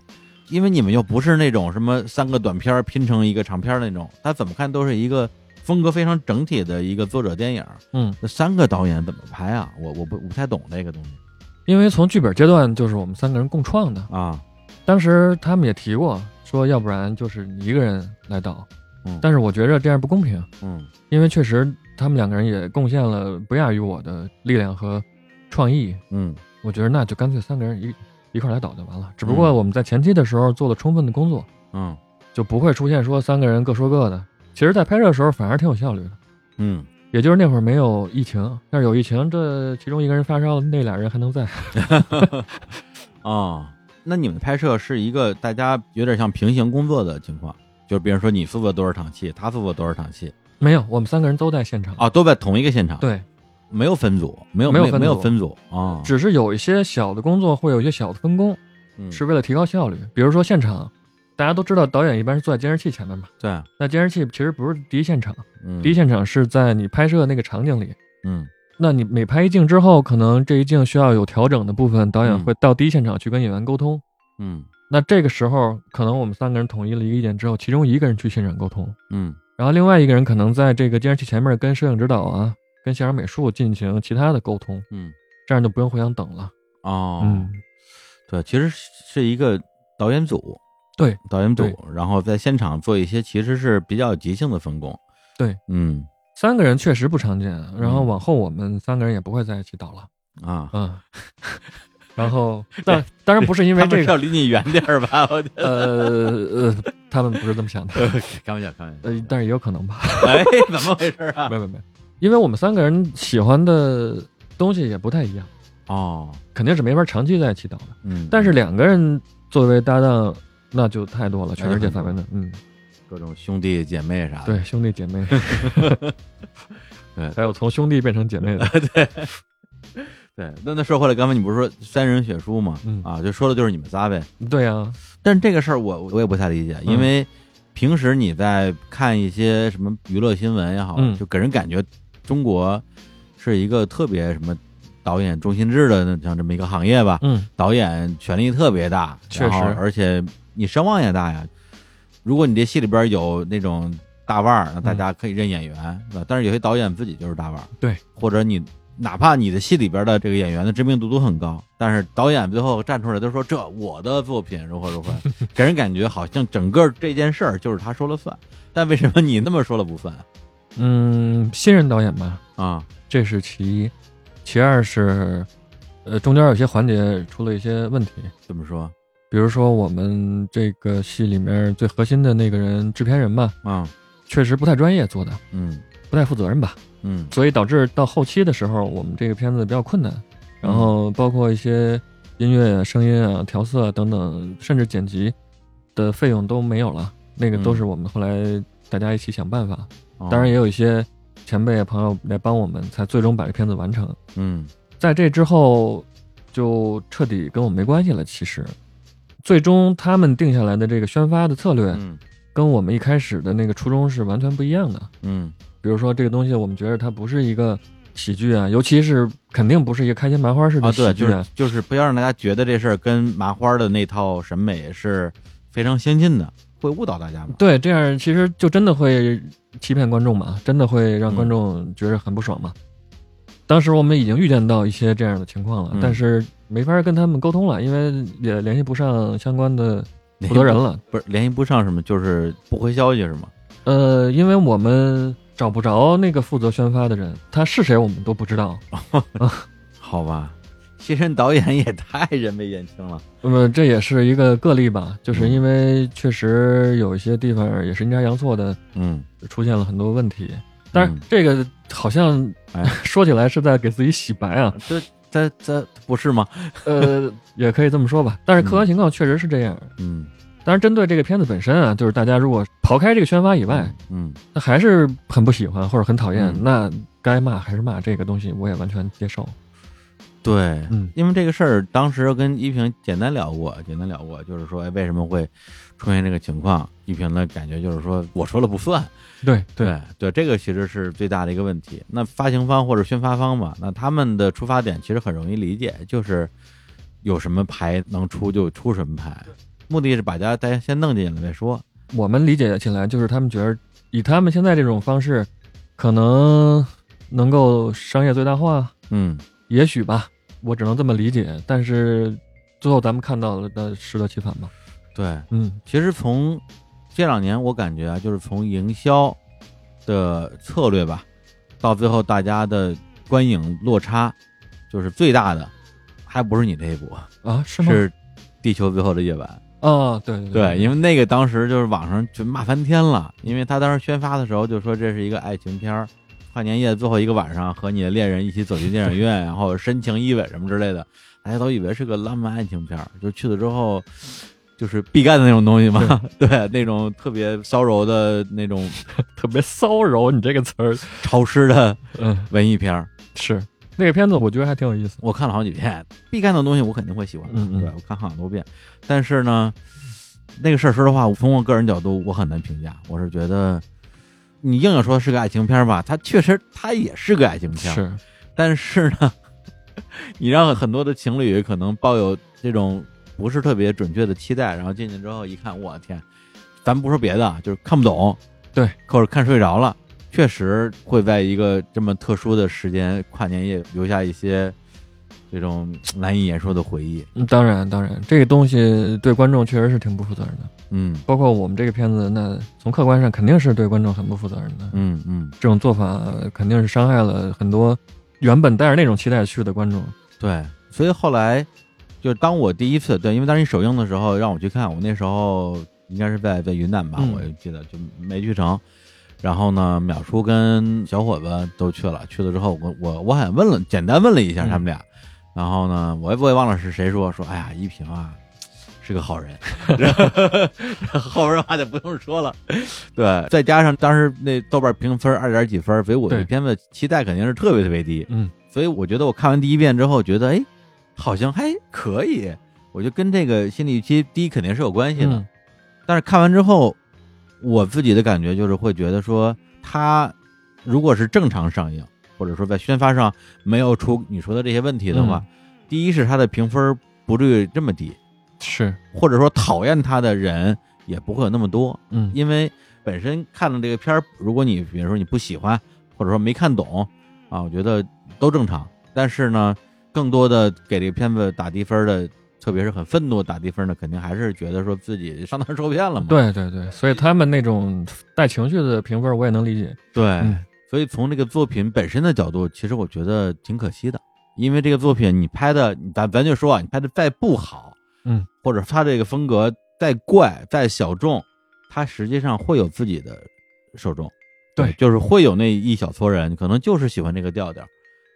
S3: 因为你们又不是那种什么三个短片儿拼成一个长片儿那种，它怎么看都是一个风格非常整体的一个作者电影。
S4: 嗯，
S3: 那三个导演怎么拍啊？我我不我不太懂这个东西
S4: 因为从剧本阶段就是我们三个人共创的，
S3: 啊。
S4: 当时他们也提过说，要不然就是你一个人来导，
S3: 嗯
S4: 但是我觉着这样不公平，
S3: 嗯
S4: 因为确实他们两个人也贡献了不亚于我的力量和创意，
S3: 嗯
S4: 我觉得那就干脆三个人一一块儿来导就完了。只不过我们在前期的时候做了充分的工作，
S3: 嗯
S4: 就不会出现说三个人各说各的。其实，在拍摄的时候反而挺有效率的。
S3: 嗯，
S4: 也就是那会儿没有疫情，要是有疫情，这其中一个人发烧，那俩人还能在。
S3: 啊、那你们拍摄是一个大家有点像平行工作的情况，就是比如说你负责多少场戏，他负责多少场戏，
S4: 没有，我们三个人都在现场。
S3: 啊，都在同一个现场，，
S4: 对，
S3: 没有分组，没有
S4: 没有
S3: 没
S4: 分
S3: 没
S4: 组
S3: 有分组啊，
S4: 只是有一些小的工作会有一些小的分工，
S3: 嗯
S4: 是为了提高效率。比如说现场，大家都知道导演一般是坐在监视器前面嘛，
S3: 对，
S4: 那监视器其实不是第一现场，
S3: 嗯，
S4: 第一现场是在你拍摄那个场景里，
S3: 嗯
S4: 那你每拍一镜之后，可能这一镜需要有调整的部分，导演会到第一现场去跟演员沟通。
S3: 嗯
S4: 那这个时候，可能我们三个人统一了一个意见之后，其中一个人去现场沟通，
S3: 嗯
S4: 然后另外一个人可能在这个监视器前面跟摄影指导啊、跟现场美术进行其他的沟通，
S3: 嗯，
S4: 这样就不用互相等了。
S3: 哦，
S4: 嗯，
S3: 对，其实是是一个导演组，
S4: 对，
S3: 导演组
S4: 对，
S3: 然后在现场做一些其实是比较即兴的分工，
S4: 对，
S3: 嗯
S4: 三个人确实不常见，然后
S3: 嗯
S4: 往后我们三个人也不会在一起导了。
S3: 啊。
S4: 嗯， 然后但当然不是因为
S3: 他们
S4: 这
S3: 是要
S4: 个，
S3: 离你远点儿吧，我觉得。
S4: 呃呃，他们不是这么想的，
S3: 开玩笑，开玩笑。
S4: 呃，但是也有可能吧。
S3: 哎，怎么回事啊？
S4: 没没没，因为我们三个人喜欢的东西也不太一样，
S3: 哦，
S4: 肯定是没法长期在一起导的。
S3: 嗯，
S4: 但是两个人作为搭档，那就太多了，全世界范围内，嗯，
S3: 各种兄弟姐妹啥的。
S4: 对，兄弟姐妹，
S3: 对
S4: 还有从兄弟变成姐妹的，
S3: 对，那那说回来，刚才你不是说三人血书吗？
S4: 嗯
S3: 啊，就说的就是你们仨呗。
S4: 对啊，
S3: 但是这个事儿我我也不太理解，
S4: 嗯
S3: 因为平时你在看一些什么娱乐新闻也好，
S4: 嗯
S3: 就给人感觉中国是一个特别什么导演中心制的像这么一个行业吧，
S4: 嗯，
S3: 导演权力特别大，
S4: 确实
S3: 然后而且你声望也大呀。如果你这戏里边有那种大腕儿，那大家可以认演员，对吧？但是有些导演自己就是大腕儿，
S4: 嗯对，
S3: 或者你哪怕你的戏里边的这个演员的知名度都很高，但是导演最后站出来都说这我的作品如何 如何，给人感觉好像整个这件事儿就是他说了算，但为什么你那么说了不算
S4: 嗯，新人导演吧，
S3: 啊？
S4: 这是其一，其二是，呃，中间有些环节出了一些问题，
S3: 怎么说？
S4: 比如说我们这个戏里面最核心的那个人，制片人吧，
S3: 啊，
S4: 确实不太专业做的，
S3: 嗯
S4: 不太负责任吧，
S3: 嗯
S4: 所以导致到后期的时候，我们这个片子比较困难，然后包括一些音乐、声音啊、调色等等，甚至剪辑的费用都没有了，那个都是我们后来大家一起想办法，
S3: 哦
S4: 当然也有一些前辈朋友来帮我们，才最终把这片子完成。
S3: 嗯
S4: 在这之后，就彻底跟我没关系了。其实，最终他们定下来的这个宣发的策略，
S3: 嗯
S4: 跟我们一开始的那个初衷是完全不一样的。
S3: 嗯
S4: 比如说，这个东西我们觉得它不是一个喜剧啊，尤其是肯定不是一个开心麻花式
S3: 啊，对，
S4: 的喜
S3: 就
S4: 剧啊。
S3: 是就是不要让大家觉得这事儿跟麻花的那套审美是非常相近的，会误导大家嘛。
S4: 对，这样其实就真的会欺骗观众嘛，真的会让观
S3: 嗯
S4: 众觉得很不爽嘛。当时我们已经预见到一些这样的情况了，
S3: 嗯
S4: 但是没法跟他们沟通了，因为也联系不上相关的负责人了。
S3: 不是联系不上什么，就是不回消息是吗？
S4: 呃，因为我们找不着那个负责宣发的人，他是谁我们都不知道。
S3: 好吧，新人导演也太人微言轻了。
S4: 那么这也是一个个例吧，就是因为确实有一些地方也是阴差阳错的
S3: 嗯，
S4: 出现了很多问题。但是
S3: 嗯
S4: 这个好像
S3: 哎
S4: 说起来是在给自己洗白啊，
S3: 这这这不是吗？
S4: 呃， 也可以这么说吧。但是客观情况确实是这样。
S3: 嗯，
S4: 当然，针对这个片子本身啊，就是大家如果刨开这个宣发以外，
S3: 嗯，
S4: 那还是很不喜欢或者很讨厌
S3: 嗯，
S4: 那该骂还是骂，这个东西我也完全接受。
S3: 对，
S4: 嗯
S3: 因为这个事儿，当时跟依萍简单聊过，简单聊过，就是说，哎，为什么会出现这个情况？依萍的感觉就是说，我说了不算。
S4: 对对，
S3: 对对，这个其实是最大的一个问题。那发行方或者宣发方嘛，那他们的出发点其实很容易理解，就是有什么牌能出就出什么牌，目的是把大家大家先弄进来再说。
S4: 我们理解起来就是他们觉得以他们现在这种方式，可能能够商业最大化，
S3: 嗯
S4: 也许吧，我只能这么理解。但是最后咱们看到了，那适得其反吧。，
S3: 对，
S4: 嗯
S3: 其实从这两年我感觉啊，就是从营销的策略吧，到最后大家的观影落差，就是最大的，还不是你这一部，
S4: 啊，是吗？
S3: 是《地球最后的夜晚》。
S4: 啊，对对
S3: 对，因为那个当时就是网上就骂翻天了，因为他当时宣发的时候就说这是一个爱情片儿，跨年夜最后一个晚上和你的恋人一起走进电影院，然后深情依偎什么之类的，大家都以为是个浪漫爱情片儿，就去了之后。就是必干的那种东西嘛， 对，那种特别骚柔的那种
S4: 特别骚扰你这个词儿，
S3: 潮湿的
S4: 嗯，
S3: 文艺片儿，
S4: 是那个片子，我觉得还挺有意思。
S3: 我看了好几遍。必干的东西我肯定会喜欢的，
S4: 嗯嗯
S3: 对我看好多遍。但是呢，那个事儿说实话，从我个人角度，我很难评价。我是觉得，你硬要说是个爱情片儿吧，它确实它也是个爱情片儿，
S4: 是，
S3: 但是呢，你让很多的情侣可能抱有这种不是特别准确的期待，然后进去之后一看，我天，咱不说别的啊，就是看不懂，
S4: 对，
S3: 或者看睡着了，确实会在一个这么特殊的时间跨年夜留下一些这种嗯难以言说的回忆。
S4: 嗯当然当然，这个东西对观众确实是挺不负责任的。
S3: 嗯
S4: 包括我们这个片子，那从客观上肯定是对观众很不负责任的。
S3: 嗯嗯，
S4: 这种做法呃肯定是伤害了很多原本带着那种期待去的观众。
S3: 对，所以后来就是当我第一次对，因为当时你首映的时候让我去看，我那时候应该是在在云南吧，
S4: 嗯
S3: 我记得就没去成。然后呢，淼叔跟小伙子都去了，去了之后我我我好像问了，简单问了一下
S4: 嗯
S3: 他们俩，然后呢，我也我也忘了是谁说说，哎呀，依萍啊。是个好人， 然后然后 后边话就不用说了。对，再加上当时那豆瓣评分二点几分，所以我对
S4: 对
S3: 片子期待肯定是特别特别低。
S4: 嗯，
S3: 所以我觉得我看完第一遍之后，觉得哎，好像还可以。我觉得跟这个心理预期低肯定是有关系的。
S4: 嗯，
S3: 但是看完之后，我自己的感觉就是会觉得说，它如果是正常上映，或者说在宣发上没有出你说的这些问题的话，
S4: 嗯
S3: 第一是它的评分不至于这么低，
S4: 是，
S3: 或者说讨厌它的人也不会有那么多，
S4: 嗯
S3: 因为本身看了这个片儿，如果你比如说你不喜欢，或者说没看懂啊，我觉得都正常。但是呢，更多的给这个片子打低分的，特别是很愤怒地打低分的，肯定还是觉得说自己上当受骗了嘛。
S4: 对对对，所以他们那种带情绪的评分我也能理解。
S3: 对，
S4: 嗯
S3: 所以从这个作品本身的角度，其实我觉得挺可惜的，因为这个作品你拍的，你咱咱就说啊，你拍的再不好，
S4: 嗯，
S3: 或者他这个风格再怪再小众，他实际上会有自己的受众，
S4: 对
S3: 就是会有那一小撮人，可能就是喜欢这个调调。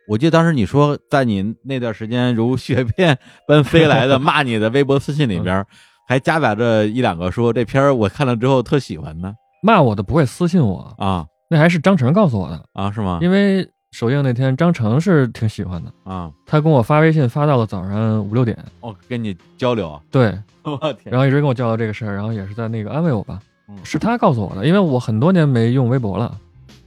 S3: 我记得当时你说，在你那段时间如雪片般飞来 的骂你的微博私信里
S4: 嗯
S3: 边，还夹杂着一两个说这片儿我看了之后特喜欢呢
S4: 骂我的不会私信我，
S3: 啊
S4: 那还是张成告诉我的，
S3: 啊是吗？
S4: 因为首映那天张成是挺喜欢的，
S3: 啊，
S4: 他跟我发微信发到了早上五六点，
S3: 我、哦跟你交流啊，
S4: 对，
S3: 我天，
S4: 然后一直跟我交流这个事儿，然后也是在那个安慰我吧
S3: 嗯，
S4: 是他告诉我的，因为我很多年没用微博了，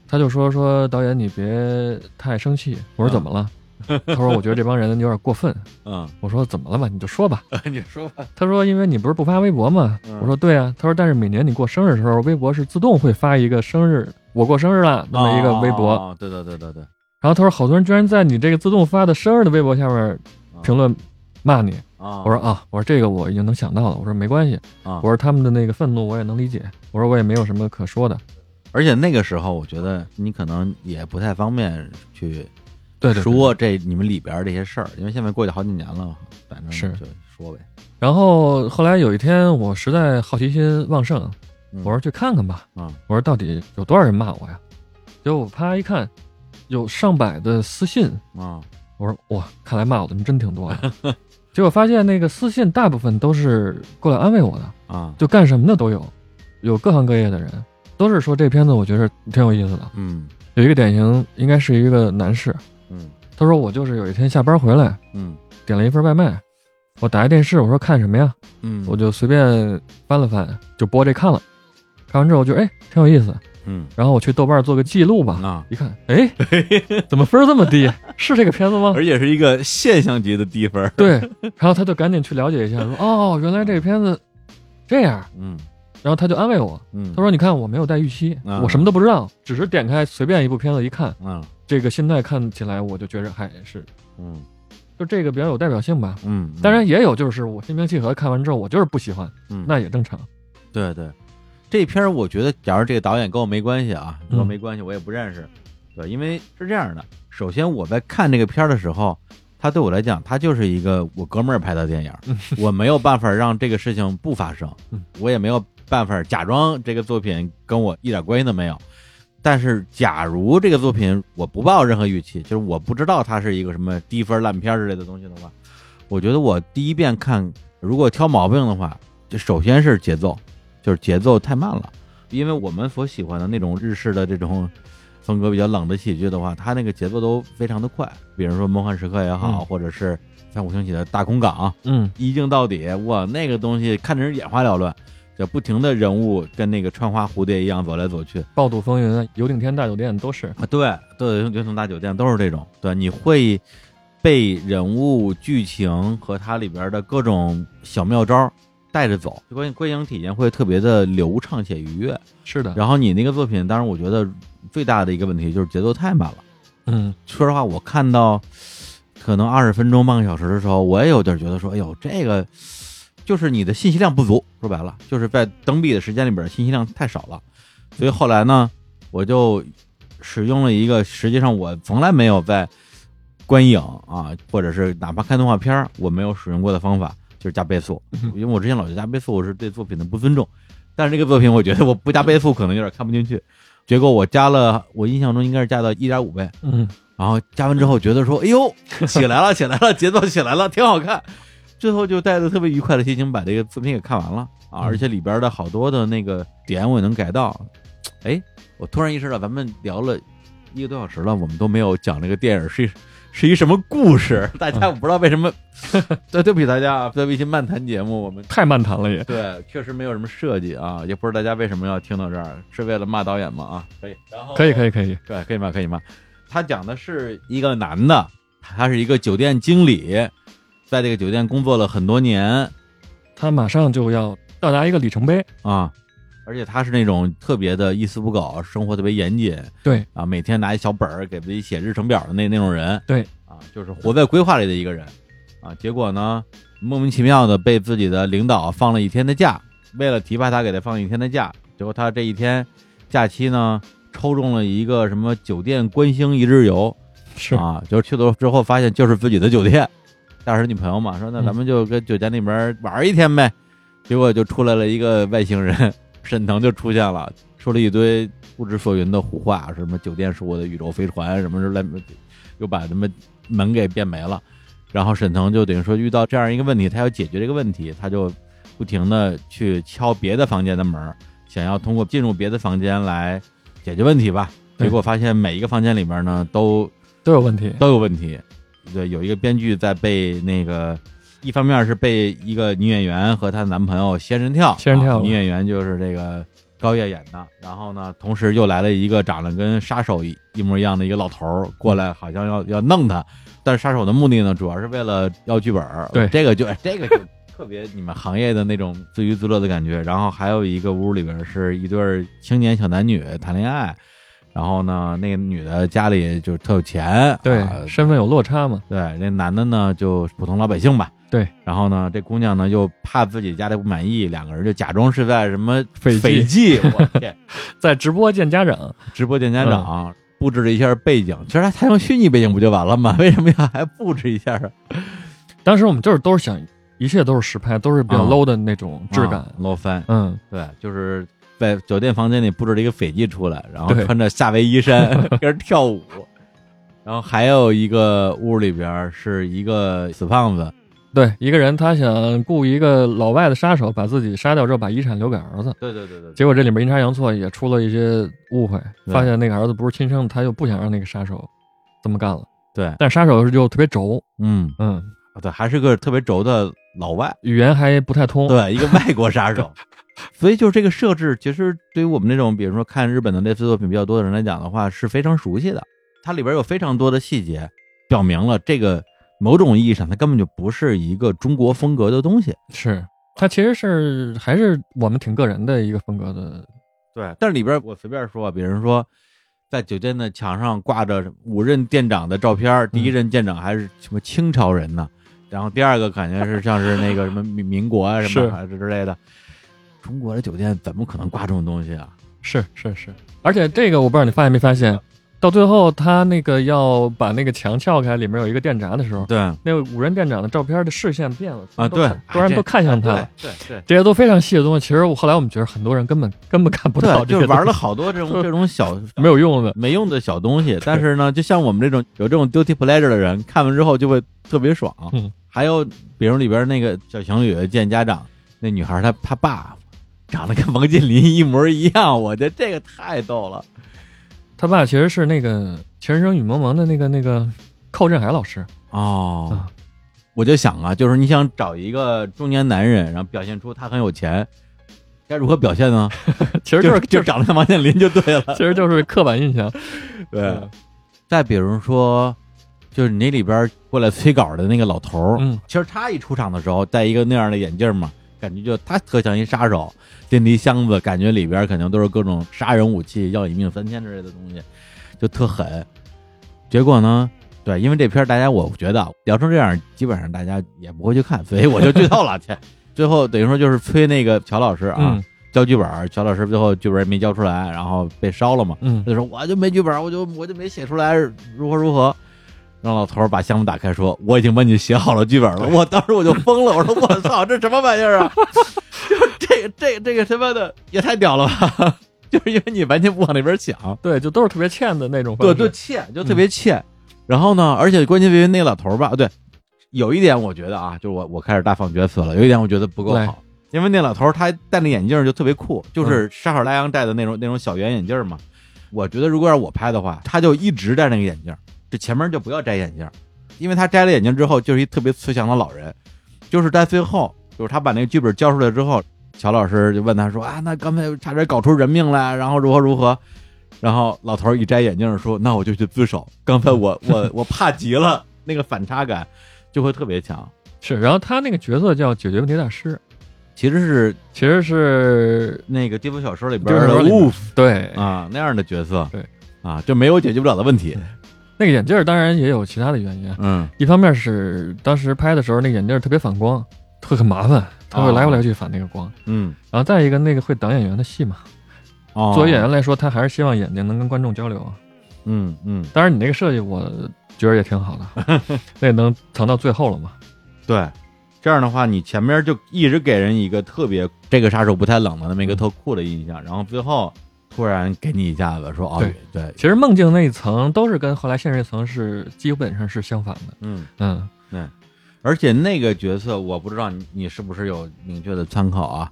S4: 他就说说导演你别太生气，我说
S3: 嗯
S4: 怎么了？ 他说我觉得这帮人有点过分，
S3: 嗯，
S4: 我说怎么了吧，你就说吧。
S3: 你说吧，
S4: 他说因为你不是不发微博吗
S3: 嗯？
S4: 我说对啊。他说但是每年你过生日的时候，微博是自动会发一个生日我过生日了那么一个微博，
S3: 哦，对对对对对，
S4: 然后他说好多人居然在你这个自动发的生日的微博下面
S3: 嗯
S4: 评论骂你。
S3: 啊，
S4: 我说啊，我说这个我已经能想到了。我说没关系，
S3: 啊
S4: 我说他们的那个愤怒我也能理解。我说我也没有什么可说的。
S3: 而且那个时候我觉得你可能也不太方便去
S4: 对对对
S3: 说这你们里边这些事儿，因为现在过去好几年了，反正
S4: 是
S3: 就说呗，
S4: 然后后来有一天，我实在好奇心旺盛，啊
S3: 嗯
S4: 我说去看看吧。
S3: 啊
S4: 我说到底有多少人骂我呀？结果我啪一看，有上百的私信。
S3: 啊
S4: 我说哇，看来骂我的人真挺多 的。结果发现那个私信大部分都是过来安慰我的，
S3: 啊，
S4: 就干什么的都有，有各行各业的人，都是说这片子我觉得挺有意思的。
S3: 嗯
S4: 有一个典型应该是一个男士，
S3: 嗯
S4: 他说我就是有一天下班回来
S3: 嗯
S4: 点了一份外卖，我打开电视我说看什么呀，
S3: 嗯，
S4: 我就随便翻了翻就播这看了，看完之后我觉得哎挺有意思，
S3: 嗯
S4: 然后我去豆瓣做个记录吧，
S3: 啊，
S4: 一看哎怎么分儿这么低？啊是这个片子吗？
S3: 而且是一个现象级的低分儿，
S4: 对，然后他就赶紧去了解一下，说哦原来这个片子这样，
S3: 嗯
S4: 然后他就安慰我，
S3: 嗯，
S4: 他说你看我没有带预期，
S3: 啊
S4: 我什么都不知道，只是点开随便一部片子一看，
S3: 嗯
S4: 这个心态看起来我就觉着还是
S3: 嗯
S4: 就这个比较有代表性吧。
S3: 嗯，
S4: 当然也有，就是我心平气和看完之后，我就是不喜欢，
S3: 嗯
S4: 那也正常。
S3: 对对，这片儿我觉得，假如这个导演跟我没关系啊，跟我
S4: 嗯
S3: 没关系，我也不认识，对，因为是这样的，首先我在看这个片儿的时候，他对我来讲，他就是一个我哥们儿拍的电影儿，我没有办法让这个事情不发生
S4: 嗯，
S3: 我也没有办法假装这个作品跟我一点关系都没有。但是，假如这个作品我不抱任何预期，就是我不知道它是一个什么低分烂片儿之类的东西的话，我觉得我第一遍看，如果挑毛病的话，这首先是节奏，就是节奏太慢了，因为我们所喜欢的那种日式的这种风格比较冷的喜剧的话，它那个节奏都非常的快，比如说《梦幻时刻》也好，
S4: 嗯
S3: 或者是像五星起的《大空港》，
S4: 嗯，
S3: 一镜到底，哇，那个东西看着人眼花缭乱，就不停的人物跟那个穿花蝴蝶一样走来走去
S4: 暴赌风云、游顶天大酒店都是，
S3: 啊，对，对，云城大酒店都是这种，对，你会被人物剧情和它里边的各种小妙招带着走，观观影体验会特别的流畅且愉悦。
S4: 是的，
S3: 然后你那个作品，当然我觉得最大的一个问题就是节奏太慢了。
S4: 嗯，
S3: 说实话，我看到可能二十分钟、半个小时的时候，我也有点觉得说，哎呦，这个就是你的信息量不足。说白了，就是在登闭的时间里边，信息量太少了。所以后来呢，我就使用了一个实际上我从来没有在观影啊，或者是哪怕看动画片儿，我没有使用过的方法，就是加倍速。因为我之前老觉得加倍速我是对作品的不尊重，但是这个作品我觉得我不加倍速可能有点看不进去。结果我加了，我印象中应该是加到一点五倍，
S4: 嗯，
S3: 然后加完之后觉得说，哎呦，起来了，起来了，节奏起来了，挺好看。最后就带着特别愉快的心情把这个作品给看完了啊，
S4: 嗯
S3: 而且里边的好多的那个点我也能改到。哎，我突然意识到，咱们聊了一个多小时了，我们都没有讲这个电影是一是一什么故 事，大家我不知道为什么， 对对不起大家，啊，在微信漫谈节目我 们
S4: 太漫谈了也。
S3: 对，确实没有什么设计啊，也不知道大家为什么要听到这儿，是为了骂导演吗？啊，可以，然后
S4: 可以，
S3: 以，
S4: 可以，可以，
S3: 对，可以骂，可以骂。他讲的是一个男的，他是一个酒店经理，在这个酒店工作了很多年
S4: 他马上就要到达一个里程碑，
S3: 啊，而而且他是那种特别的一丝不苟，生活特别严谨
S4: 对
S3: 啊，每天拿一小本儿给自己写日程表的那那种人，
S4: 对
S3: 啊，就是活在规划里的一个人啊。结果呢，莫名其妙的被自己的领导放了一天的假，为了提拔他，给他放一天的假，结果他这一天假期呢，抽中了一个什么酒店观星一日游，
S4: 是
S3: 啊，就是去了之后发现就是自己的酒店，当时女朋友嘛，说
S4: 嗯
S3: 那咱们就跟酒店那边玩一天呗，结果就出来了一个外星人，沈腾就出现了，说了一堆不知所云的胡话，什么酒店是我的宇宙飞船，什么之类的，又把他们门给变没了，然后沈腾就等于说遇到这样一个问题，他要解决这个问题，他就不停的去敲别的房间的门儿，想要通过进入别的房间来解决问题吧。
S4: 对
S3: 结果发现每一个房间里面呢，都
S4: 都有问题。
S3: 都有问题。对，有一个编剧在被那个，一方面是被一个女演员和她男朋友仙人跳，
S4: 仙人
S3: 啊
S4: 跳了
S3: 女演员就是这个高叶演的。然后呢，同时又来了一个长得跟杀手一一模一样的一个老头儿过来，好像要要弄他。但是杀手的目的呢，主要是为了要剧本儿。
S4: 对
S3: 这个就哎这个就 特别你们行业的那种自娱自乐的感觉。然后还有一个屋里边是一对儿青年小男女谈恋爱。然后呢，那个女的家里就是特有钱，
S4: 对
S3: 啊，
S4: 身份有落差嘛？
S3: 对，那男的呢就普通老百姓吧。
S4: 对，
S3: 然后呢，这姑娘呢又怕自己家里不满意，两个人就假装是在什么
S4: 斐济
S3: 斐济，我天，
S4: 在直播见家长，
S3: 直播见家长、
S4: 嗯
S3: 布置了一下背景，其实他他用虚拟背景不就完了吗？为 什么要还布置一下啊？
S4: 当时我们就是都是想，一切都是实拍，都是比较
S3: 啊
S4: low 的那种质感。
S3: 啊捞翻，
S4: 嗯，
S3: 对，就是在酒店房间里布置了一个斐济出来，然后
S4: 对
S3: 穿着夏威夷衫跟 人跳舞，然后还有一个屋里边是一个死胖子，
S4: 对，一个人他想雇一个老外的杀手，把自己杀掉之后，把遗产留给儿子。
S3: 对对对对
S4: 结果这里面阴差阳错也出了一些误会，
S3: 对
S4: 发现那个儿子不是亲生的，他又不想让那个杀手这么干了。
S3: 对，
S4: 但杀手就特别轴，
S3: 嗯，
S4: 嗯，
S3: 对，还是个特别轴的老外。
S4: 语言还不太通。
S3: 对，一个外国杀 手。所以就是这个设置，其实对于我们这种比如说看日本的类似作品比较多的人来讲的话，是非常熟悉的。它里边有非常多的细节，表明了这个某种意义上它根本就不是一个中国风格的东西。
S4: 是他其实是还是我们挺个人的一个风格的，
S3: 对，但是里边我随便说啊，比如说在酒店的墙上挂着五任店长的照片儿，第一
S4: 嗯
S3: 任店长还是什么清朝人呢，然后第二个感觉是像是那个什么民民国啊什
S4: 是
S3: 么啊之类的。中国的酒店怎么可能挂这种东西啊？
S4: 是是是。而且这个我不知道你发现没发现，到最后他那个要把那个墙撬开，里面有一个电闸的时候，
S3: 对啊，
S4: 那五人店长的照片的视线变了
S3: 啊
S4: 都
S3: 对
S4: 看多人
S3: 哎这
S4: 都看向他了。
S3: 对对
S4: 这些都非常细的东西，其实我后来我们觉得很多人根本根本看不到
S3: 对，
S4: 这
S3: 就
S4: 些
S3: 是
S4: 东西，
S3: 玩了好多这 种这种小
S4: 没有用的。
S3: 没用的小东 西，但是呢，就像我们这种有这种 duty pleasure 的人，看完之后就会特别爽。
S4: 嗯
S3: 还有，比如里边那个小情侣见家长，那女孩她她爸长得跟王健林一模一样，我觉得这个太逗了。
S4: 他爸其实是那个《情深深雨蒙蒙》的那个那个寇振海老师，
S3: 哦
S4: 啊，
S3: 我就想啊，就是你想找一个中年男人，然后表现出他很有钱，该如何表现呢？
S4: 其实
S3: 就
S4: 就是是
S3: 就长得像王健林就对了。
S4: 其实就是刻板印象。
S3: 对，再比如说，就是你那里边过来催稿的那个老头儿，
S4: 嗯，
S3: 其实他一出场的时候戴一个那样的眼镜嘛，感觉就他特像一杀手，电梯箱子感觉里边肯定都是各种杀人武器、要你命三千之类的东西，就特狠。结果呢，对，因为这片儿大家我觉得聊成这样，基本上大家也不会去看，所以我就剧透了。去，最后等于说就是催那个乔老师啊。
S4: 嗯
S3: 交剧本儿，乔老师最后剧本儿也没交出来，然后被烧了嘛。
S4: 嗯，
S3: 他就说我就没剧本，我就我就没写出来如何如何。让老头儿把箱子打开，说：“我已经帮你写好了剧本了。”我当时我就疯了，我说：“我操，这什么玩意儿啊！ 就是这这这个他妈的也太屌了吧！ 就是因为你完全不往那边想，
S4: 对，就都是特别欠的那种方
S3: 对，
S4: 式。
S3: 就欠，就特别欠。然后呢，而且关键因为那个老头儿吧，哦对，有一点我觉得啊，就是我我开始大放厥词了，有一点我觉得不够
S4: 来
S3: 好，因为那老头儿他戴那眼镜儿就特别酷，就是沙尔拉扬戴的那种那种小圆眼镜儿嘛。我觉得如果让我拍的话，他就一直戴那个眼镜儿，这前面就不要摘眼镜儿，因为他摘了眼镜之后就是一特别慈祥的老人，就是在最后，就是他把那个剧本交出来之后，乔老师就问他说啊，那刚才差点搞出人命来，然后如何如何。然后老头儿一摘眼镜儿说：“那我就去自首。刚才我我我怕极了，那个反差感就会特别强。
S4: 是，然后他那个角色叫解决问题大师，
S3: 其实是
S4: 其实是
S3: 那个地府小说里边
S4: 就是
S3: 的
S4: 说里面
S3: Wolf
S4: 对
S3: 啊那样的角色，
S4: 对
S3: 啊，就没有解决不了的问题，
S4: 那个眼镜儿，当然也有其他的原因啊，
S3: 嗯，
S4: 一方面是当时拍的时候那个眼镜儿特别反光，特很麻烦，它会来
S3: 啊
S4: 回来去反那个光。
S3: 嗯，
S4: 然后再一个，那个会挡演员的戏嘛。
S3: 哦
S4: 作为演员来说，他还是希望眼睛能跟观众交流啊。
S3: 嗯嗯，
S4: 当然，你那个设计我觉得也挺好的， 那也能藏到最后了嘛。
S3: 对，这样的话，你前面就一直给人一个特别这个杀手不太冷的那么一个特酷的印象，然后最后突然给你一下子说，哦
S4: 对，
S3: 对，
S4: 其实梦境那一层都是跟后来现实一层是基本上是相反的。
S3: 嗯，
S4: 嗯，
S3: 而且那个角色我不知道你你是不是有明确的参考啊？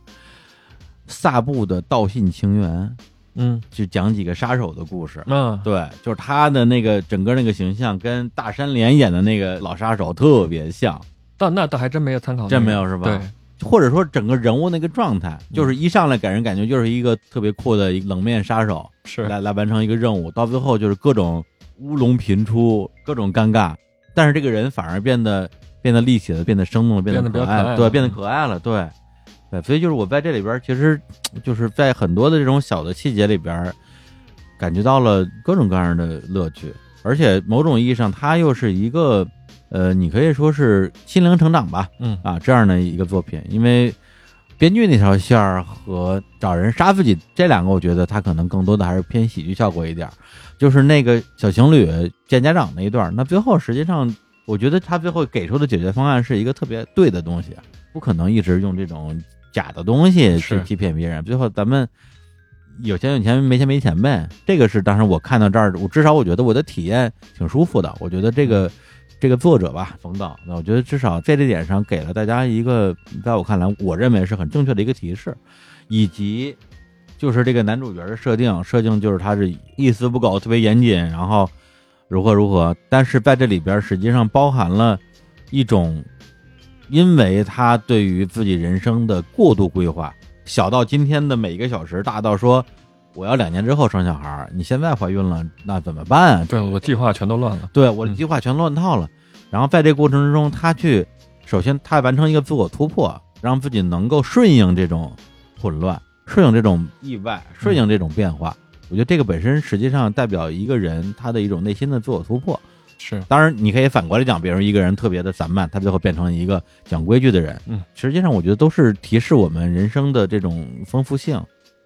S3: 萨布的《道信情缘
S4: 嗯》
S3: 就讲几个杀手的故事。
S4: 啊，
S3: 对，就是他的那个整个那个形象跟大山连演的那个老杀手特别像，
S4: 倒那倒还真没有参考那个，
S3: 真没有是吧
S4: 对，
S3: 或者说整个人物那个状态，就是一上来给人感觉就是一个特别酷的一个冷面杀手，
S4: 是
S3: 来来完成一个任务，到最后就是各种乌龙频出，各种尴尬，但是这个人反而变得变得立体了，变得生动了，得
S4: 变得比较
S3: 可爱
S4: 可爱
S3: 了，
S4: 了
S3: 对，变得可爱了，对，对，所以就是我在这里边儿，其实就是在很多的这种小的细节里边儿，感觉到了各种各样的乐趣，而且某种意义上，它又是一个呃，你可以说是心灵成长吧，
S4: 嗯
S3: 啊这样的一个作品，因为编剧那条线儿和找人杀自己这两个，我觉得它可能更多的还是偏喜剧效果一点儿。就是那个小情侣见家长那一段儿，那最后实际上，我觉得他最后给出的解决方案是一个特别对的东西，不可能一直用这种假的东西去
S4: 是
S3: 欺骗别人。最后咱们有钱有钱，没钱没钱呗。这个是当时我看到这儿，我至少我觉得我的体验挺舒服的。我觉得这个这个作者吧，冯导，那我觉得至少在这点上给了大家一个，在我看来，我认为是很正确的一个提示，以及就是这个男主角的设定，设定就是他是一丝不苟，特别严谨，然后如何如何。但是在这里边实际上包含了一种，因为他对于自己人生的过度规划，小到今天的每一个小时，大到说我要两年之后生小孩儿，你现在怀孕了，那怎么办啊？
S4: 对，我计划全都乱了。
S3: 对我的
S4: 嗯
S3: 计划全乱套了。然后在这个过程之中，他去首先他完成一个自我突破，让自己能够顺应这种混乱，顺应这种意外，顺应这种变化。我觉得这个本身实际上代表一个人他的一种内心的自我突破。
S4: 是
S3: 当然，你可以反过来讲，比如一个人特别的散漫，他最后变成一个讲规矩的人。
S4: 嗯，
S3: 实际上我觉得都是提示我们人生的这种丰富性，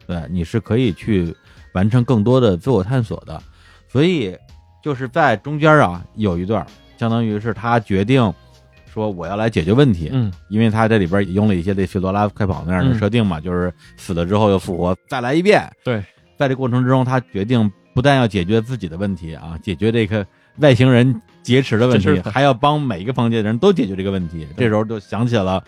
S3: 对，你是可以去完成更多的自我探索的。所以就是在中间啊，有一段相当于是他决定说我要来解决问题，
S4: 嗯，
S3: 因为他这里边也用了一些类似于罗拉快跑那样的
S4: 嗯
S3: 设定嘛，就是死了之后又复活，再来一遍。
S4: 对，
S3: 在这过程之中，他决定不但要解决自己的问题啊，解决这个外星人劫持的问
S4: 这
S3: 题
S4: 是，的
S3: 还要帮每一个房间的人都解决这个问题。这时候就想起了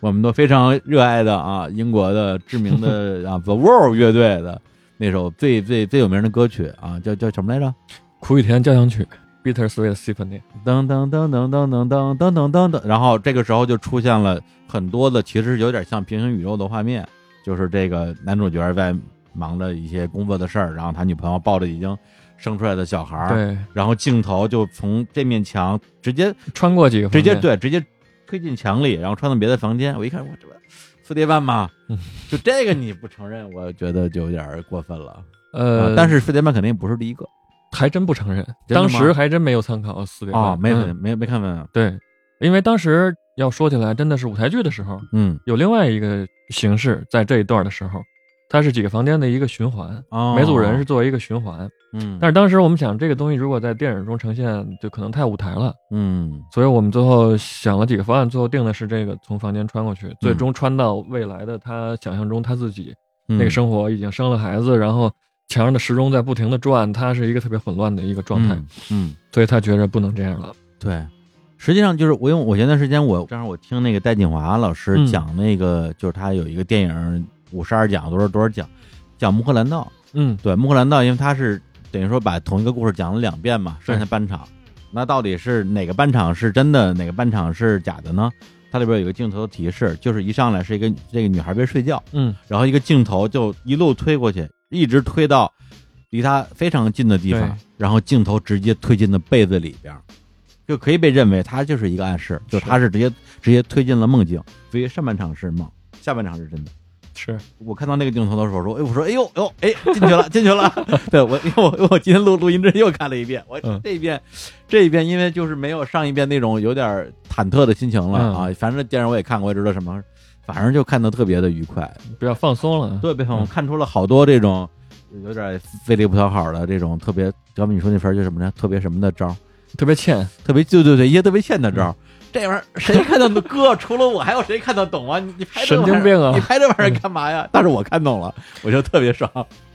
S3: 我们都非常热爱的啊，英国的知名的啊 The Wall 乐队的那首最最最有名的歌曲啊，叫叫什么来着？
S4: 苦雨甜交响曲，Bitter Sweet Symphony。
S3: 噔噔噔噔噔噔噔噔噔噔噔，然后这个时候就出现了很多的，其实有点像平行宇宙的画面，就是这个男主角在忙着一些工作的事儿，然后他女朋友抱着已经生出来的小孩儿，
S4: 对，
S3: 然后镜头就从这面墙直接
S4: 穿过几个，
S3: 直接，对直接推进墙里，然后穿到别的房间。我一看，我这不四叠半吗
S4: 嗯？
S3: 就这个你不承认，我觉得就有点儿过分了。
S4: 呃
S3: 啊，但是四叠半肯定不是第一个
S4: 还真不承认，
S3: 真的吗
S4: 当时还真没有参考四点
S3: 啊，没
S4: 有、
S3: 没没没看问，
S4: 嗯对，因为当时要说起来，真的是舞台剧的时候，
S3: 嗯
S4: 有另外一个形式，在这一段的时候，它是几个房间的一个循环，
S3: 哦，
S4: 每组人是作为一个循环。
S3: 嗯，
S4: 但是当时我们想，这个东西如果在电影中呈现，就可能太舞台了，
S3: 嗯。
S4: 所以我们最后想了几个方案，最后定的是这个从房间穿过去，
S3: 嗯
S4: 最终穿到未来的他想象中他自己、那
S3: 生
S4: 个生活，已经生了孩子，然后墙上的时钟在不停的转，他是一个特别混乱的一个状态。
S3: 嗯，嗯
S4: 所以他觉着不能这样了。
S3: 对。实际上就是我因为我前段时间我正好我听那个戴锦华老师
S4: 嗯
S3: 讲那个，就是他有一个电影五十二讲多少多少讲，讲穆赫兰道。
S4: 嗯，
S3: 对，穆赫兰道，因为他是等于说把同一个故事讲了两遍嘛，上下半场。那到底是哪个半场是真的，哪个半场是假的呢？它里边有一个镜头提示，就是一上来是一个这个女孩在睡觉，
S4: 嗯，
S3: 然后一个镜头就一路推过去，一直推到离她非常近的地
S4: 对
S3: 方，然后镜头直接推进到被子里边儿，就可以被认为它就是一个暗示，就是它是直接直接推进了梦境，所以上半场是梦，下半场是真的。
S4: 是
S3: 我看到那个镜头的时候，说，哎，我说，哎呦，哎呦，哎，进去 了，进去了。对我，因为我因为我今天录录音之前又看了一遍，我
S4: 嗯
S3: 这一遍，这一遍，因为就是没有上一遍那种有点忐忑的心情了
S4: 嗯
S3: 啊。反正电影我也看过，我也知道什么，反正就看得特别的愉快。
S4: 比较放松了。啊
S3: 对，被我看出了好多这种有点费力不讨好的这种特别，要不你说那词儿叫什么呢？特别什么的招儿，
S4: 特别欠，
S3: 特别对对对，一些特别欠的
S4: 嗯
S3: 招儿。这玩意儿谁看得懂？哥，除了我还有谁看得懂啊？你你拍这玩意儿
S4: 神经病啊
S3: 你拍这玩意儿干嘛呀？但是我看懂了，我就特别爽。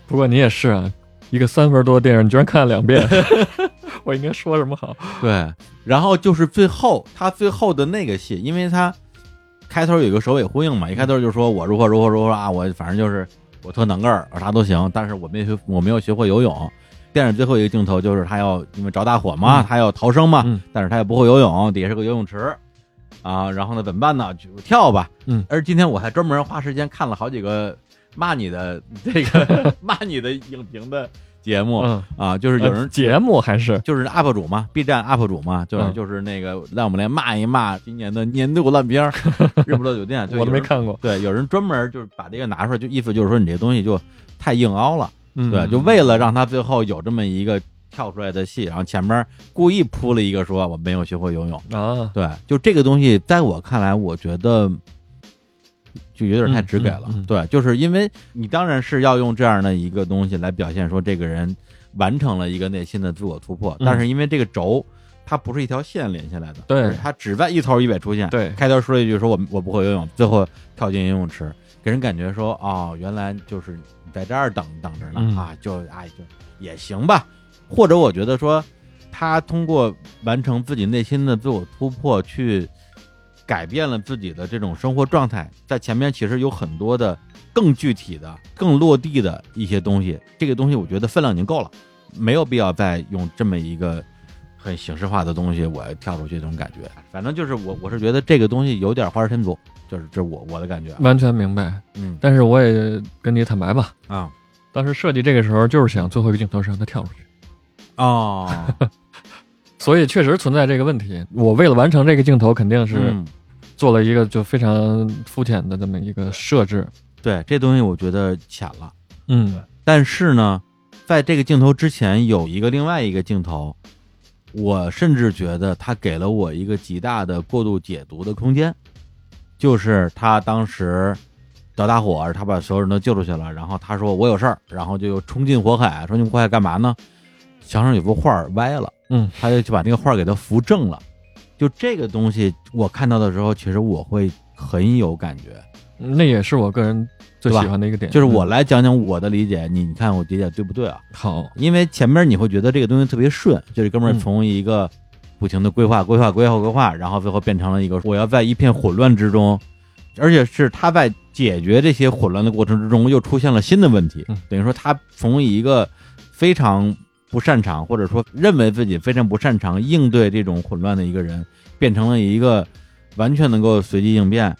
S4: 不过你也是啊，一个三分多的电影，你居然看了两遍， 我应该说什么好？
S3: 对，然后就是最后他最后的那个戏，因为他开头有个首尾呼应嘛，一开头就说我如何如何如何啊，我反正就是我特能个儿，我啥都行，但是我没学我没有学会游泳。电影最后一个镜头就是他要因为着大火嘛，
S4: 嗯
S3: 他要逃生嘛，
S4: 嗯
S3: 但是他也不会游泳，底下是个游泳池啊，然后呢怎么办呢？就跳吧。
S4: 嗯，
S3: 而今天我还专门花时间看了好几个骂你的这个 骂你的影评的节目、
S4: 嗯，
S3: 啊，就是有人、
S4: 呃节目还是
S3: 就是 UP 主嘛，B 站 UP 主嘛，就是、
S4: 嗯
S3: 就是那个让我们来骂一骂今年的年度烂片儿《日不落酒店》，就
S4: 我
S3: 有
S4: 都没
S3: 人。
S4: 看过。
S3: 对，有人专门就是把这个拿出来，就意思就是说你这东西就太硬凹了，
S4: 嗯，
S3: 对，就为了让他最后有这么一个跳出来的戏，然后前面故意铺了一个说我没有学会游泳，
S4: 啊，
S3: 对，就这个东西在我看来，我觉得就有点太直给了，
S4: 嗯嗯嗯
S3: 对，就是因为你当然是要用这样的一个东西来表现说这个人完成了一个内心的自我突破，
S4: 嗯
S3: 但是因为这个轴它不是一条线连下来的，
S4: 对
S3: 而它只在一头一尾出现，
S4: 对
S3: 开头说了一句说我我不会游泳，最后跳进游泳池，给人感觉说哦，原来就是你在这儿等等着呢、
S4: 嗯
S3: 啊，就哎就也行吧，或者我觉得说他通过完成自己内心的自我突破，去改变了自己的这种生活状态，在前面其实有很多的更具体的、更落地的一些东西，这个东西我觉得分量已经够了，没有必要再用这么一个。很形式化的东西，我跳出去这种感觉，反正就是我，我是觉得这个东西有点花式添足，就是这是我我的感觉啊，
S4: 完全明白。
S3: 嗯
S4: 但是我也跟你坦白吧，
S3: 啊
S4: 当时设计这个时候就是想最后一个镜头是让他跳出去，
S3: 哦，
S4: 所以确实存在这个问题。我为了完成这个镜头，肯定是
S3: 嗯
S4: 做了一个就非常肤浅的这么一个设置。
S3: 对这东西我觉得浅了。
S4: 嗯
S3: 但是呢，在这个镜头之前有一个另外一个镜头，我甚至觉得他给了我一个极大的过度解读的空间，就是他当时着大火，他把所有人都救出去了，然后他说我有事儿，然后就冲进火海，冲进火海干嘛呢？墙上有幅画儿歪了，
S4: 嗯，
S3: 他就去把那个画儿给它扶正了。就这个东西，我看到的时候，其实我会很有感觉。
S4: 那也是我个人最
S3: 对吧
S4: 喜欢的一个点，
S3: 就是我
S4: 嗯
S3: 来讲讲我的理解，你你看我理解对不对啊？
S4: 好，
S3: 因为前面你会觉得这个东西特别顺，就是哥们儿
S4: 嗯
S3: 从一个不停的规划、规划、规划、规划，然后最后变成了一个我要在一片混乱之中，而且是他在解决这些混乱的过程之中又出现了新的问题
S4: 嗯，
S3: 等于说他从一个非常不擅长或者说认为自己非常不擅长应对这种混乱的一个人，变成了一个完全能够随机应变，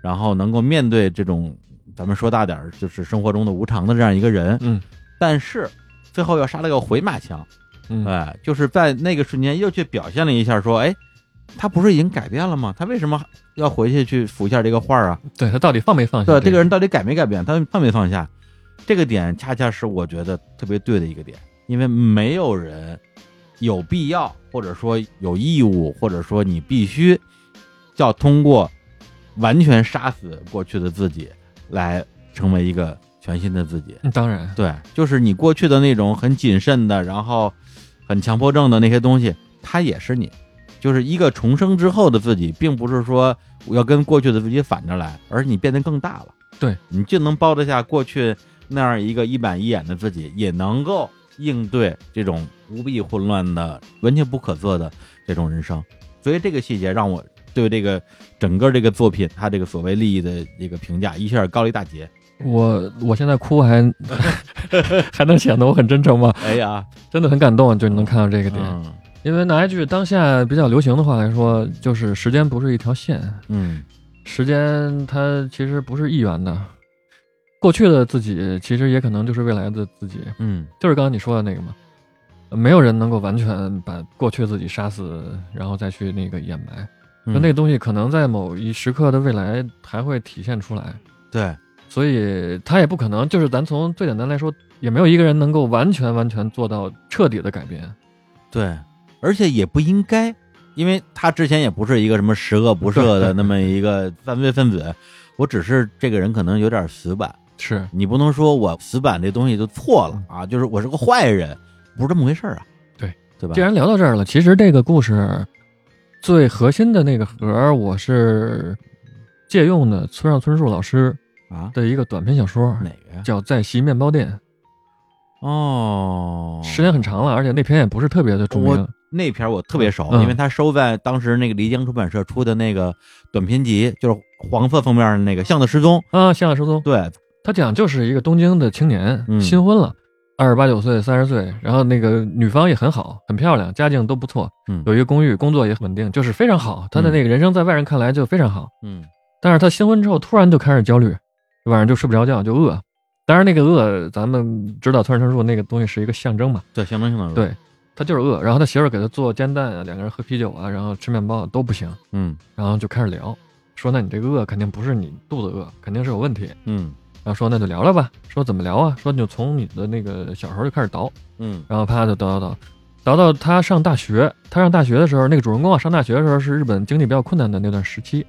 S3: 然后能够面对这种咱们说大点儿就是生活中的无常的这样一个人，
S4: 嗯
S3: 但是最后又杀了个回马枪，
S4: 嗯，
S3: 哎，就是在那个瞬间又去表现了一下，说，哎，他不是已经改变了吗？他为什么要回去去扶一下这个画儿啊？
S4: 对他到底放没放下？
S3: 对，这个人到底改没改变？他放没放下？这个点恰恰是我觉得特别对的一个点，因为没有人有必要，或者说有义务，或者说你必须要通过完全杀死过去的自己，来成为一个全新的自己。
S4: 嗯当然，
S3: 对，就是你过去的那种很谨慎的，然后很强迫症的那些东西，它也是你，就是一个重生之后的自己，并不是说我要跟过去的自己反着来，而是你变得更大了。
S4: 对，
S3: 你就能包得下过去那样一个一板一眼的自己，也能够应对这种无比混乱的、完全不可测的这种人生。所以这个细节让我对这个整个这个作品，它这个所谓利益的这个评价一下高了一大截。
S4: 我我现在哭还 还能显得我很真诚吗？
S3: 哎呀，
S4: 真的很感动，啊就你能看到这个点。
S3: 嗯
S4: 因为拿一句当下比较流行的话来说，就是时间不是一条线，
S3: 嗯。
S4: 时间它其实不是一元的。过去的自己其实也可能就是未来的自己，
S3: 嗯
S4: 就是刚刚你说的那个嘛。没有人能够完全把过去自己杀死，然后再去那个掩埋。
S3: 嗯
S4: 就那个东西可能在某一时刻的未来还会体现出来，
S3: 对，
S4: 所以它也不可能就是咱从最简单来说，也没有一个人能够完全完全做到彻底的改变。
S3: 对，而且也不应该，因为他之前也不是一个什么十恶不赦的那么一个犯罪分子，我只是这个人可能有点死板，
S4: 是，
S3: 你不能说我死板这东西就错了啊，就是我是个坏人，不是这么回事儿啊，
S4: 嗯对
S3: 对吧
S4: 既？然聊到这儿了，其实这个故事最核心的那个核儿，我是借用的村上春树老师
S3: 啊，
S4: 的一个短篇小说，
S3: 哪个呀？
S4: 叫《在席面包店
S3: 哦》，，
S4: 时间很长了，而且那篇也不是特别的著名
S3: 我。那篇我特别熟，
S4: 嗯
S3: 因为他收在当时那个漓江出版社出的那个短篇集，就是黄色封面的那个《巷子失踪》。
S4: 啊，向亚失踪，
S3: 对，
S4: 他讲就是一个东京的青年，
S3: 嗯
S4: 新婚了，二十八九岁、三十岁，然后那个女方也很好，很漂亮，家境都不错，
S3: 嗯
S4: 有一个公寓，工作也稳定，就是非常好。他的那个人生在外人看来就非常好，
S3: 嗯
S4: 但是他新婚之后突然就开始焦虑，晚上就睡不着觉，就饿。当然，那个饿，咱们知道村上春树那个东西是一个象征嘛，
S3: 对，象征性的
S4: 对他就是饿。然后他媳妇儿给他做煎蛋啊，两个人喝啤酒啊，然后吃面包啊都不行，
S3: 嗯
S4: 然后就开始聊，说那你这个饿肯定不是你肚子饿，肯定是有问题。
S3: 嗯
S4: 然后说那就聊聊吧，说怎么聊啊？说你就从你的那个小时候就开始倒，
S3: 嗯
S4: 然后啪就倒倒倒，倒到他上大学。他上大学的时候，那个主人公啊，上大学的时候是日本经济比较困难的那段时期，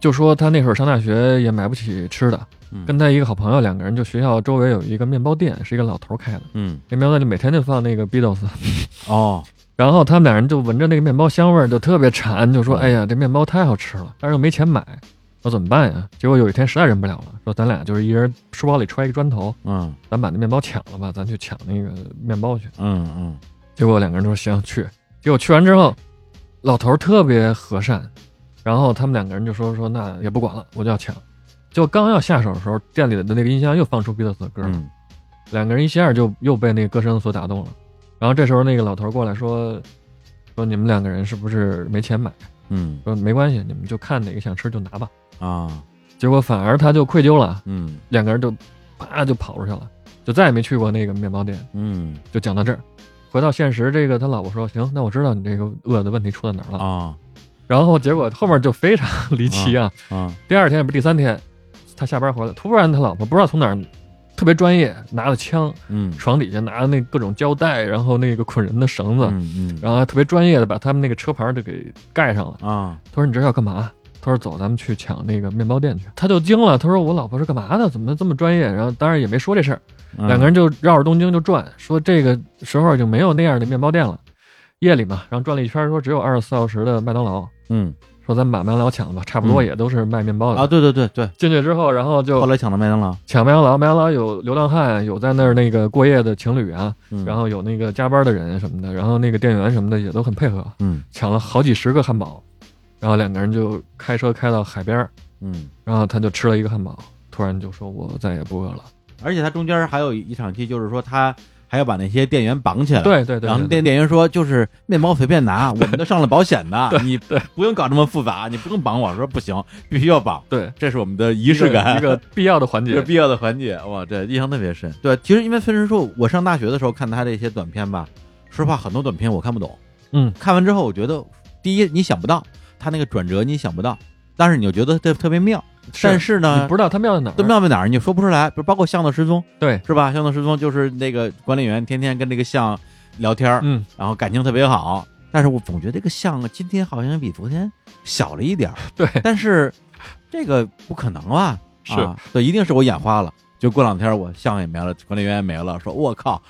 S4: 就说他那会儿上大学也买不起吃的，
S3: 嗯
S4: 跟他一个好朋友两个人就学校周围有一个面包店，是一个老头开的，
S3: 嗯
S4: 那面包店就每天就放那个 Beatles，
S3: 哦
S4: 然后他们俩人就闻着那个面包香味儿就特别馋，就说：“哎呀，这面包太好吃了，但是又没钱买，我怎么办呀？”结果有一天实在忍不了了，说：“咱俩就是一人书包里揣一个砖头，
S3: 嗯
S4: 咱把那面包抢了吧，咱去抢那个面包去。
S3: 嗯嗯”
S4: 结果两个人都说：“行，去。”结果去完之后，老头儿特别和善，然后他们两个人就说：“说那也不管了，我就要抢。”结果刚要下手的时候，店里的那个音箱又放出 Beatles 的歌，
S3: 嗯
S4: 两个人一下就又被那个歌声所打动了。然后这时候那个老头过来说：“说你们两个人是不是没钱买？
S3: 嗯
S4: 说没关系，你们就看哪个想吃就拿吧。
S3: 啊”
S4: 结果反而他就愧疚了，
S3: 嗯
S4: 两个人就啪就跑出去了，就再也没去过那个面包店。
S3: 嗯
S4: 就讲到这儿，回到现实，这个他老婆说：“行，那我知道你这个饿的问题出在哪儿了。
S3: 啊
S4: 然后结果后面就非常 离奇啊！
S3: 啊
S4: 第二天也不是第三天，他下班回来，突然他老婆不知道从哪儿特别专业拿了枪，
S3: 嗯
S4: 床底下拿那各种胶带，然后那个捆人的绳子，
S3: 嗯嗯
S4: 然后还特别专业的把他们那个车牌儿就给盖上了。
S3: 啊
S4: 他说：“你这是要干嘛？”他说：“走，咱们去抢那个面包店去。”他就惊了，他说：“我老婆是干嘛的？怎么这么专业？”然后当然也没说这事儿，
S3: 嗯
S4: 两个人就绕着东京就转，说这个时候就没有那样的面包店了。夜里嘛，然后转了一圈，说只有二十四小时的麦当劳，
S3: 嗯
S4: 说咱们把麦当劳抢了吧，差不多也都是卖面包的。
S3: 啊对对对对，
S4: 进去之后，然后
S3: 后
S4: 就
S3: 来抢的麦当劳，
S4: 抢麦当劳，麦当劳有流浪汉，有在那儿那个过夜的情侣啊，
S3: 嗯
S4: 然后有那个加班的人什么的，然后那个店员什么的也都很配合，
S3: 嗯
S4: 抢了好几十个汉堡，然后两个人就开车开到海边儿，
S3: 嗯，
S4: 然后他就吃了一个汉堡，突然就说：“我再也不饿了。
S3: 而且他中间还有一场戏，就是说他还要把那些店员绑起来。
S4: 对”对对
S3: 啊然后
S4: 对
S3: 店店员说：“就是面包随便拿，我们都上了保险的，你不用搞这么复杂，你不用绑我。”说不行，必须要绑，
S4: 对，
S3: 这是我们的仪
S4: 仪
S3: 式感，
S4: 一个必要的环
S3: 这是
S4: 节。
S3: 必要的环节。哇，这印象特别深。对，其实因为孙神树，我上大学的时候看他这些短片吧，说实话很多短片我看不懂。
S4: 嗯，
S3: 看完之后，我觉得第一你想不到他那个转折，你想不到，但是你就觉得这特别妙。但是呢，
S4: 你不知道他妙在哪儿，
S3: 都妙在哪儿，你说不出来。不是包括巷子失踪，
S4: 对，
S3: 是吧？巷子失踪就是那个管理员天天跟这个巷聊天儿，
S4: 嗯，
S3: 然后感情特别好。但是我总觉得这个巷啊今天好像比昨天小了一点儿，
S4: 对，
S3: 但是这个不可能啊，
S4: 是
S3: 啊对，一定是我眼花了。就过两天我巷也没了，管理员也没了，说我靠，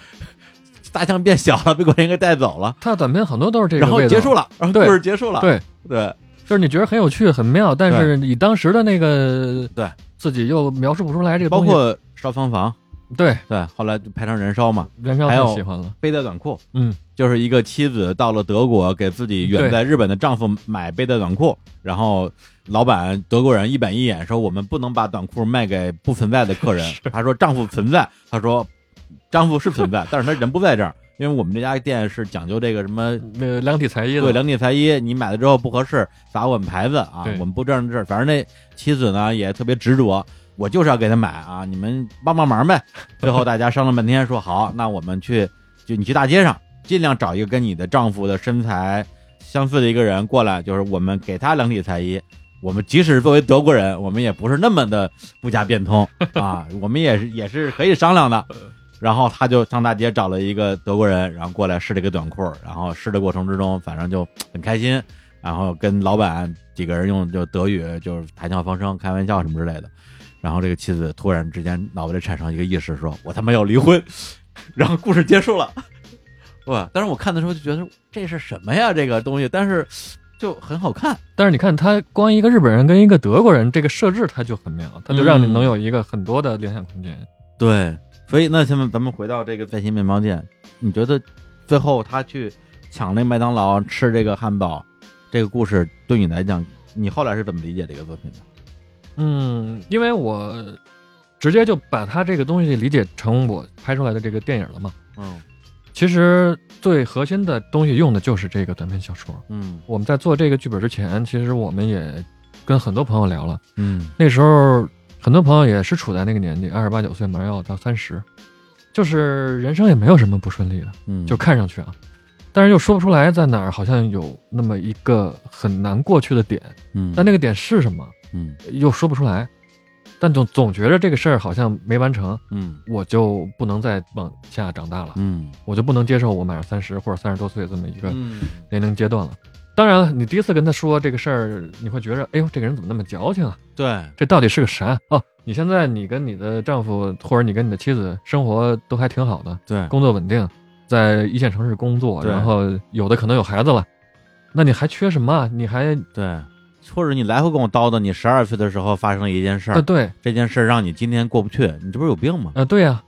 S3: 大象变小了，被管理员给带走了，
S4: 他的短片很多都是这个
S3: 然后
S4: 味道
S3: 结束，了，然后
S4: 对
S3: 故事结束了，
S4: 对
S3: 对
S4: 就是你觉得很有趣、很妙，但是你当时的那个
S3: 对
S4: 自己又描述不出来这个
S3: 包
S4: 东西，
S3: 括烧仓房，
S4: 对
S3: 对，后来就拍成燃烧嘛，
S4: 袁绍
S3: 还
S4: 太
S3: 有
S4: 喜欢了，
S3: 背带短裤，
S4: 嗯，
S3: 就是一个妻子到了德国，给自己远在日本的丈夫买背带短裤，然后老板德国人一板一眼说我们不能把短裤卖给不存在的客人，他说丈夫存在，他说丈夫是存在， 但是他人不在这儿，因为我们这家店是讲究这个什么。
S4: 那个量体裁衣
S3: 对，
S4: 的，
S3: 量体裁衣，你买了之后不合适，砸我们牌子啊
S4: 对！
S3: 我们不这样这事儿。反正那妻子呢也特别执着，我就是要给他买啊！你们帮帮忙呗。最后大家商量半天，说好，那我们去，就你去大街上，尽量找一个跟你的丈夫的身材、相似的一个人过来，就是我们给他量体裁衣。我们即使作为德国人，我们也不是那么的不加变通啊，我们也是也是可以商量的。然后他就上大街找了一个德国人，然后过来试了一个短裤，然后试的过程之中，反正就很开心，然后跟老板几个人用就德语就是谈笑风生、开玩笑什么之类的。然后这个妻子突然之间脑子里产生一个意识，说：“我他妈要离婚。”然后故事结束了。 哇！但是我看的时候就觉得这是什么呀？这个东西，但是就很好看。
S4: 但是你看，他光一个日本人跟一个德国人，这个设置他就很妙，他就让你能有一个很多的联想空间。
S3: 对，所以那现在咱们回到这个在新面包店，你觉得最后他去抢那麦当劳吃这个汉堡，这个故事对你来讲，你后来是怎么理解这个作品的？
S4: 嗯，因为我直接就把他这个东西理解成我拍出来的这个电影了嘛。
S3: 嗯
S4: 其实最核心的东西用的就是这个短篇小说。
S3: 嗯
S4: 我们在做这个剧本之前，其实我们也跟很多朋友聊了，
S3: 嗯
S4: 那时候很多朋友也是处在那个年纪，二十八九岁，马上要到三十，就是人生也没有什么不顺利的，
S3: 嗯，
S4: 就看上去啊，但是又说不出来在哪儿，好像有那么一个很难过去的点，
S3: 嗯
S4: 但那个点是什么
S3: 嗯
S4: 又说不出来，但总总觉着这个事儿好像没完成，
S3: 嗯
S4: 我就不能再往下长大了，
S3: 嗯
S4: 我就不能接受我马上三十或者三十多岁这么一个
S3: 嗯
S4: 年龄阶段了。当然了，你第一次跟他说这个事儿，你会觉着，哎呦，这个人怎么那么矫情啊？
S3: 对
S4: 这到底是个啥？哦，你现在你跟你的丈夫或者你跟你的妻子生活都还挺好的，
S3: 对
S4: 工作稳定，在一线城市工作，
S3: 对
S4: 然后有的可能有孩子了，那你还缺什么啊？你还
S3: 对，或者你来回跟我叨叨，你十二岁的时候发生了一件事
S4: 呃
S3: 儿，
S4: 对
S3: 这件事儿让你今天过不去，你这不是有病吗？
S4: 呃对呀、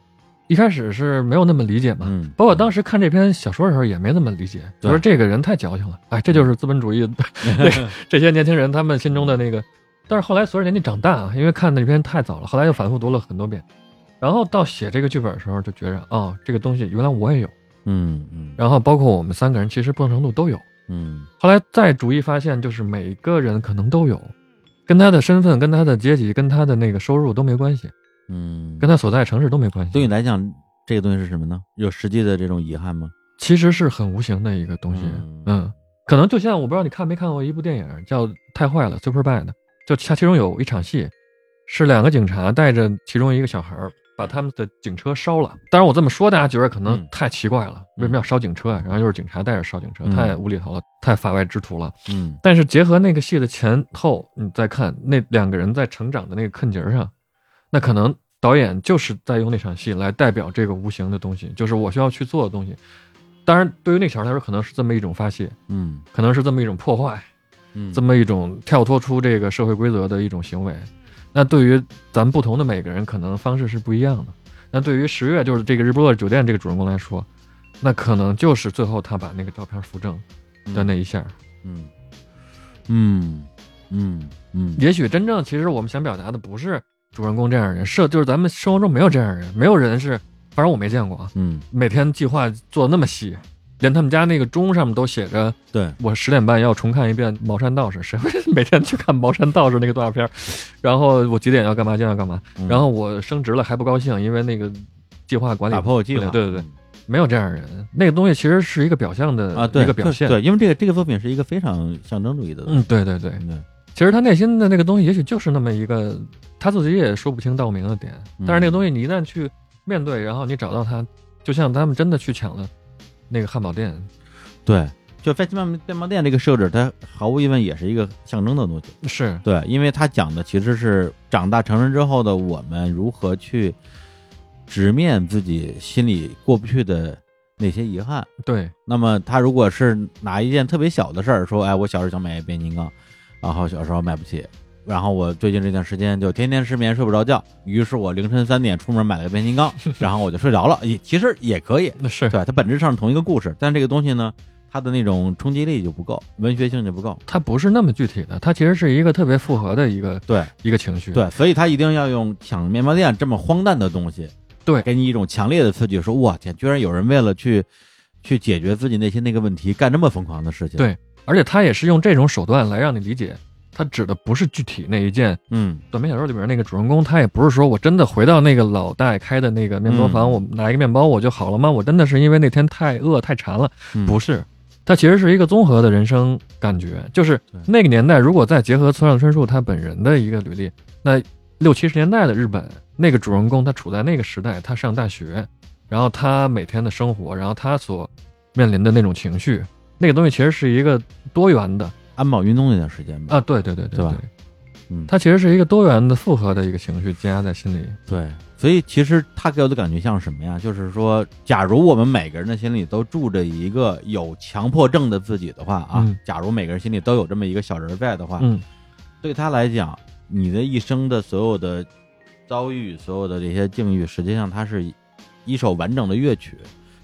S4: 一开始是没有那么理解嘛。
S3: 嗯，
S4: 包括呃当时看这篇小说的时候，也没那么理解，
S3: 对
S4: 觉得这个人太矫情了。哎，这就是资本主义那个这些年轻人他们心中的那个。但是后来随着年纪长大啊，因为看那篇太早了，后来又反复读了很多遍，然后到写这个剧本的时候就觉着，哦，这个东西原来我也有。
S3: 嗯嗯
S4: 然后包括我们三个人，其实不同程度都有。
S3: 嗯
S4: 后来再逐一发现，就是每个人可能都有，跟他的身份、跟他的阶级、跟他的那个收入都没关系，
S3: 嗯，
S4: 跟他所在城市都没关系。
S3: 对你来讲，这个东西是什么呢？有实际的这种遗憾吗？
S4: 其实是很无形的一个东西。
S3: 嗯
S4: 嗯，可能就像我不知道你看没看过一部电影叫《太坏了 Super Bad》，就它其中有一场戏是两个警察带着其中一个小孩儿把他们的警车烧了。当然我这么说，大家觉得可能
S3: 嗯
S4: 太奇怪了，为什么要烧警车啊？然后又是警察带着烧警车，
S3: 嗯
S4: 太无厘头了，太法外之徒了。
S3: 嗯
S4: 但是结合那个戏的前后，你再看那两个人在成长的那个坎节儿上，那可能导演就是在用那场戏来代表这个无形的东西，就是我需要去做的东西。当然，对于那个小孩来说，可能是这么一种发泄，
S3: 嗯
S4: 可能是这么一种破坏，
S3: 嗯，
S4: 这么一种跳脱出这个社会规则的一种行为。那对于咱们不同的每个人，可能方式是不一样的。那对于十月，就是这个日不落酒店这个主人公来说，那可能就是最后他把那个照片扶正的那一下，
S3: 嗯嗯嗯嗯
S4: 也许真正其实我们想表达的不是主人公这样的人，是就是咱们生活中没有这样的人，没有人是，反正我没见过啊。
S3: 嗯，
S4: 每天计划做得那么细，连他们家那个钟上面都写着
S3: 对，
S4: 我十点半要重看一遍《茅山道士》，谁会每天去看《茅山道士》那个动画片儿？然后我几点要干嘛，几点要干嘛？
S3: 嗯
S4: 然后我升职了还不高兴，因为那个计划管理
S3: 打破我计
S4: 不
S3: 划，
S4: 了对对对，没有这样的人，那个东西其实是一个表象的
S3: 嗯啊，对，
S4: 一个表现。
S3: 对，因为这个这个作品是一个非常象征主义的，
S4: 嗯，对对对。
S3: 对，
S4: 其实他内心的那个东西，也许就是那么一个他自己也说不清道明的点。
S3: 嗯
S4: 但是那个东西，你一旦去面对，然后你找到他，就像他们真的去抢了那个汉堡店，
S3: 对，就番茄面面包店这个设置，它毫无疑问也是一个象征的东西。
S4: 是
S3: 对，因为它讲的其实是长大成人之后的我们如何去直面自己心里过不去的那些遗憾。
S4: 对，
S3: 那么他如果是拿一件特别小的事儿说，哎，我小时候想买一变形金刚，然后小时候买不起，然后我最近这段时间就天天失眠，睡不着觉，于是我凌晨三点出门买了个变形金刚，然后我就睡着了，也其实也可以，
S4: 那是
S3: 对，它本质上是同一个故事，但这个东西呢，它的那种冲击力就不够，文学性就不够，
S4: 它不是那么具体的，它其实是一个特别复合的一个
S3: 对
S4: 一个情绪。
S3: 对，所以他一定要用抢面包店这么荒诞的东西，
S4: 对
S3: 给你一种强烈的刺激，说哇天，居然有人为了去去解决自己内心那个问题，干这么疯狂的事情，
S4: 对而且他也是用这种手段来让你理解，他指的不是具体那一件
S3: 嗯。
S4: 短篇小说里边那个主人公，他也不是说我真的回到那个老大爷开的那个面包房，
S3: 嗯
S4: 我拿一个面包我就好了吗？我真的是因为那天太饿太馋了，
S3: 嗯
S4: 不是。它其实是一个综合的人生感觉，就是
S3: 对
S4: 那个年代，如果再结合村上春树他本人的一个履历，那六七十年代的日本，那个主人公他处在那个时代，他上大学，然后他每天的生活，然后他所面临的那种情绪，那个东西其实是一个多元的
S3: 安保运动那段时间吧。
S4: 啊，对对对
S3: 对
S4: 对
S3: 吧
S4: 对，
S3: 嗯，
S4: 它其实是一个多元的复合的一个情绪积压在心里，
S3: 对，所以其实他给我的感觉像什么呀？就是说，假如我们每个人的心里都住着一个有强迫症的自己的话啊，
S4: 嗯
S3: 假如每个人心里都有这么一个小人儿在的话，
S4: 嗯
S3: 对他来讲，你的一生的所有的遭遇、所有的这些境遇，实际上它是一首完整的乐曲，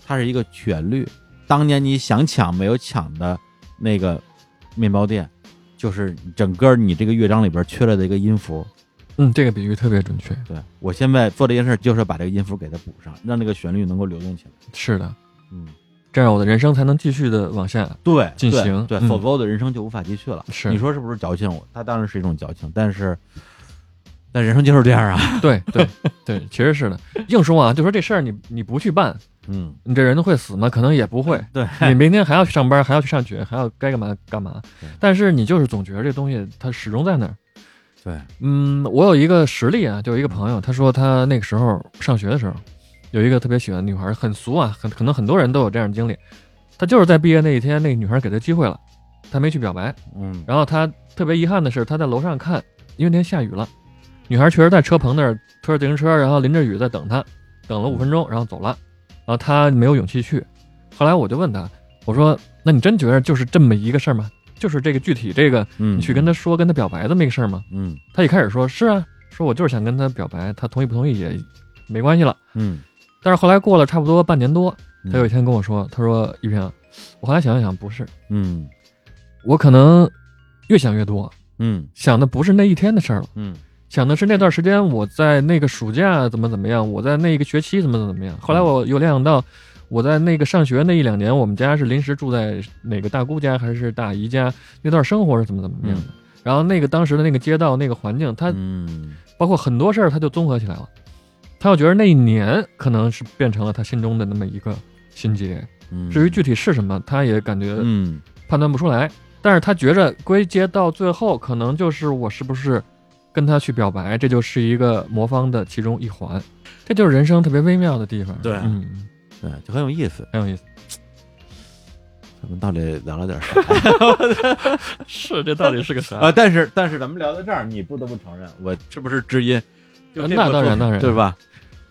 S3: 它是一个旋律。当年你想抢没有抢的那个面包店，就是整个你这个乐章里边缺了的一个音符。
S4: 嗯，这个比喻特别准确，
S3: 对我现在做这件事儿，就是把这个音符给它补上，让这个旋律能够流动起来。
S4: 是的，
S3: 嗯，
S4: 这样我的人生才能继续的往下，
S3: 对，
S4: 进
S3: 对
S4: 行
S3: 对，
S4: 嗯
S3: 否则我的人生就无法继续了。
S4: 是
S3: 你说是不是矫情？我它当然是一种矫情，但是，但人生就是这样啊。
S4: 对对对，其实是的，硬说啊，就说这事儿你你不去办，
S3: 嗯，
S4: 你这人会死吗？可能也不会，
S3: 对，
S4: 你明天还要去上班，还要去上学，还要该干嘛干嘛
S3: 对，
S4: 但是你就是总觉得这东西它始终在那儿。
S3: 对，
S4: 嗯，我有一个实例啊，就有一个朋友，他说他那个时候上学的时候，有一个特别喜欢的女孩，很俗啊，很可能很多人都有这样的经历。他就是在毕业那一天，那个女孩给他机会了，他没去表白。
S3: 嗯
S4: 然后他特别遗憾的是，他在楼上看，因为那天下雨了，女孩确实在车棚那儿推着自行车，然后淋着雨在等他，等了五分钟，然后走了。然后他没有勇气去。后来我就问他，我说：“那你真觉得就是这么一个事儿吗？就是这个具体这个
S3: 嗯，
S4: 你去跟他说、跟他表白这么一个事儿吗？”
S3: 嗯
S4: 他一开始说：“是啊，说我就是想跟他表白，他同意不同意也没关系了。
S3: 嗯”
S4: 但是后来过了差不多半年多，
S3: 嗯
S4: 他有一天跟我说：“他说玉萍啊，我后来想了想，不是，
S3: 嗯
S4: 我可能越想越多，
S3: 嗯
S4: 想的不是那一天的事儿了。”
S3: 嗯
S4: 想的是那段时间我在那个暑假怎么怎么样，我在那个学期怎么怎么样。后
S3: 嗯
S4: 来我又联想到，我在那个上学那一两年，我们家是临时住在哪个大姑家还是大姨家，那段生活是怎么怎么样的。然后那个当时的那个街道、那个环境，它
S3: 嗯
S4: 包括很多事儿，它就综合起来了。他又觉得那一年可能是变成了他心中的那么一个心结。
S3: 嗯，
S4: 至于具体是什么，他也感觉
S3: 嗯
S4: 判断不出来。但是他觉着归结到最后，可能就是我是不是跟他去表白，这就是一个魔方的其中一环，这就是人生特别微妙的地方。
S3: 对
S4: 嗯，
S3: 对，就很有意思。
S4: 很有意思。
S3: 咱们到底聊了点啥
S4: 是，这到底是个啥
S3: 啊？但是但是咱们聊到这儿，你不得不承认，我是不是知音？就这
S4: 呃
S3: 么
S4: 那当然
S3: 做
S4: 当然
S3: 对吧？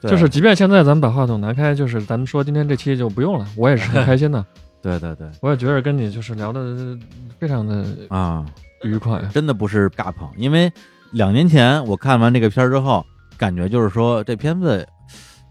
S3: 对
S4: 就是，即便现在咱们把话筒拿开，就是咱们说今天这期就不用了，我也是很开 心的，
S3: 对对对
S4: 我也觉得跟你就是聊的非常的
S3: 啊，
S4: 愉快。
S3: 真的不是尬捧，因为两年前我看完这个片儿之后，感觉就是说这片子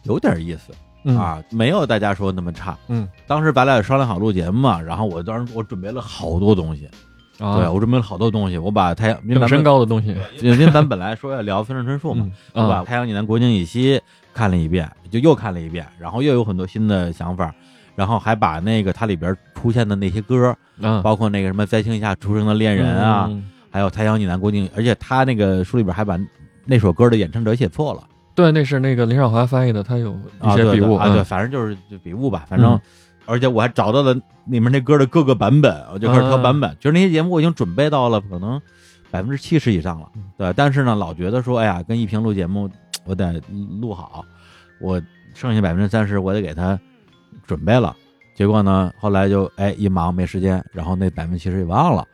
S3: 有点意思。
S4: 嗯，
S3: 啊，没有大家说那么差。
S4: 嗯，
S3: 当时咱俩也商量好录节目嘛，然后我当时我准备了好多东西，对
S4: 啊，
S3: 我准备了好多东西，我把太阳，因为
S4: 等
S3: 咱
S4: 身
S3: 们
S4: 高的东西，
S3: 因为咱本来说要聊村上春树嘛
S4: 嗯，
S3: 我把
S4: 啊
S3: 《太阳女篮国境以西》看了一遍，就又看了一遍，然后又有很多新的想法，然后还把那个它里边出现的那些歌，
S4: 啊，
S3: 包括那个什么在星下出生的恋人啊，
S4: 嗯
S3: 还有《太阳女篮国境》，而且他那个书里边还把那首歌的演唱者写错了。
S4: 对，那是那个林少华翻译的，他有一
S3: 啊，
S4: 些
S3: 对
S4: 笔
S3: 对
S4: 误
S3: 啊，对，
S4: 嗯
S3: 反正就是就笔误吧，反正
S4: 嗯，
S3: 而且我还找到了里面那歌的各个版本，我就开始挑版
S4: 嗯
S3: 本。就是那些节目我已经准备到了可能百分之七十以上了，
S4: 嗯
S3: 对，但是呢，老觉得说，哎呀，跟一平录节目，我得录好，我剩下百分之三十我得给他准备了。结果呢，后来就哎一忙没时间，然后那百分之七十也忘 了。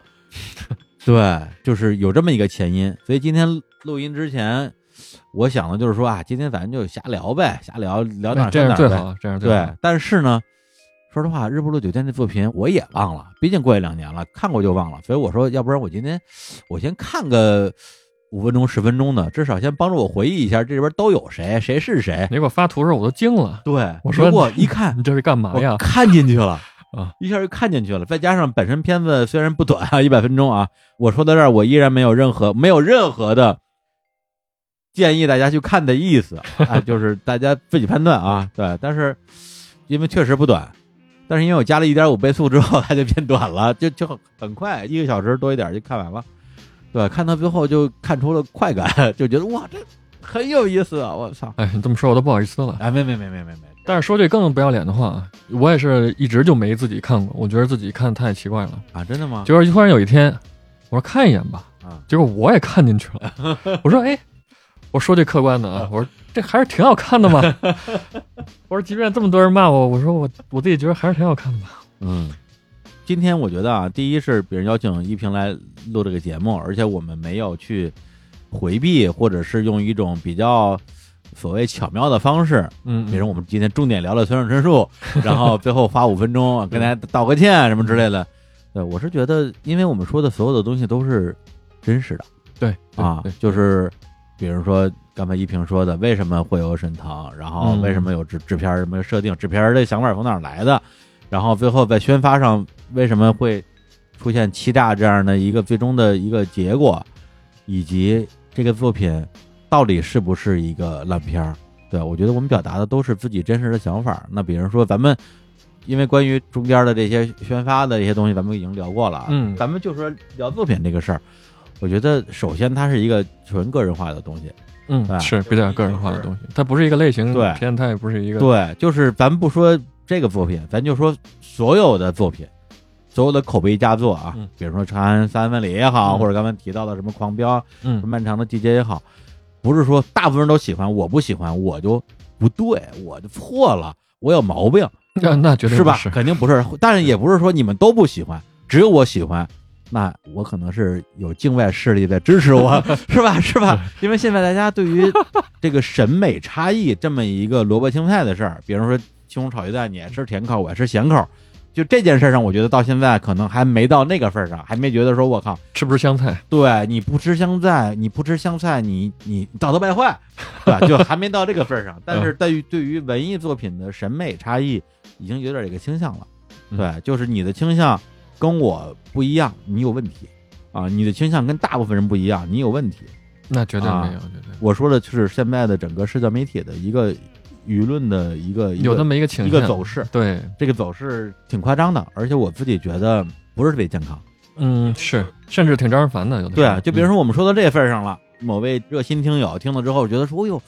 S3: 对，就是有这么一个前因，所以今天录音之前，我想的就是说啊，今天咱就瞎聊呗，瞎聊聊哪
S4: 那
S3: 儿
S4: 哎这
S3: 算哪儿
S4: 样最
S3: 呗
S4: 好，这样最
S3: 对
S4: 好。，
S3: 但是呢，说实话，日不落酒店那作品我也忘了，毕竟过去两年了，看过就忘了。所以我说，要不然我今天我先看个五分钟、十分钟的，至少先帮助我回忆一下这里边都有谁，谁是谁。
S4: 你给我发图的时候我都惊了，
S3: 对，
S4: 我说
S3: 结果一 看
S4: 你，这是干嘛呀
S3: 啊我？看进去了
S4: 啊，
S3: 一下就看进去了。再加上本身片子虽然不短啊，一百分钟啊，我说到这儿，我依然没有任何没有任何的建议大家去看的意思啊，就是大家自己判断啊。对，但是因为确实不短，但是因为我加了一点五倍速之后，它就变短了，就就很很快，一个小时多一点就看完了。对，看到最后就看出了快感，就觉得哇，这很有意思啊！我操！
S4: 哎，你这么说我都不好意思了。
S3: 啊，没没没没没没，
S4: 但是说句更不要脸的话啊，我也是一直就没自己看过，我觉得自己看太奇怪了。
S3: 啊，真的吗？
S4: 结果突然有一天，我说看一眼吧
S3: 啊，
S4: 结果我也看进去了。 我说哎，我说句客观的啊，我说这还是挺好看的 嘛。我说即便这么多人骂我，我说我我自己觉得还是挺好看的。
S3: 嗯，今天我觉得啊，第一是别人邀请依萍来录这个节目，而且我们没有去回避，或者是用一种比较所谓巧妙的方式，
S4: 嗯，
S3: 比如我们今天重点聊了村上春树，然后最后花五分钟跟大家道个歉什么之类的。对，我是觉得，因为我们说的所有的东西都是真实的
S4: 对对
S3: 啊
S4: 对，
S3: 就是比如说刚才依萍说的，为什么会有沈腾，然后
S4: 嗯
S3: 为什么有制制片儿什么设定，制片儿的想法从哪儿来的，然后最后在宣发上为什么会出现欺诈这样的一个最终的一个结果，以及这个作品到底是不是一个烂片儿。对，我觉得我们表达的都是自己真实的想法。那比如说，咱们因为关于中间的这些宣发的这些东西，咱们已经聊过了啊。
S4: 嗯
S3: 咱们就说聊作品这个事儿，我觉得首先它是一个纯个人化的东西。对
S4: 嗯是比较个人化的东西，它不是一个类型
S3: 对
S4: 片，它也不是一个
S3: 对，就是咱不说这个作品，咱就说所有的作品，所有的口碑佳作啊，
S4: 嗯
S3: 比如说《长安三万里》也好，
S4: 嗯
S3: 或者刚才提到的什么《狂飙》什
S4: 嗯
S3: 么漫长的季节也好，不是说大部分人都喜欢，我不喜欢，我就不对，我就错了，我有毛病，
S4: 那那绝对
S3: 是吧？
S4: 不
S3: 肯定不是，但是也不是说你们都不喜欢，只有我喜欢。那我可能是有境外势力在支持我，是吧？是吧？因为现在大家对于这个审美差异这么一个萝卜青菜的事儿，比如说青红炒鸡蛋，你爱吃甜口，我爱吃咸口，就这件事儿上，我觉得到现在可能还没到那个份儿上，还没觉得说我靠，
S4: 吃不吃香菜？
S3: 对，你不吃香菜，你不吃香菜，你你道德败坏， 对，就还没到这个份儿上。但
S4: 嗯
S3: 是对于对于文艺作品的审美差异，已经有点这个倾向了。
S4: 嗯
S3: 对，就是你的倾向跟我不一样，你有问题啊！你的倾向跟大部分人不一样，你有问题。
S4: 那绝对
S3: 啊
S4: 没有，绝对
S3: 我说的就是现在的整个社交媒体的一个舆论的一个一
S4: 有这
S3: 个
S4: 么一个倾
S3: 一
S4: 向，
S3: 个走势，
S4: 对，
S3: 这个走势挺夸张的，而且我自己觉得不是特别健康。
S4: 嗯是，甚至挺招人烦的，有的时
S3: 对
S4: 候
S3: 啊，就比如说我们说到这份儿上了，某位热心听友听了之后觉得说，哎呦，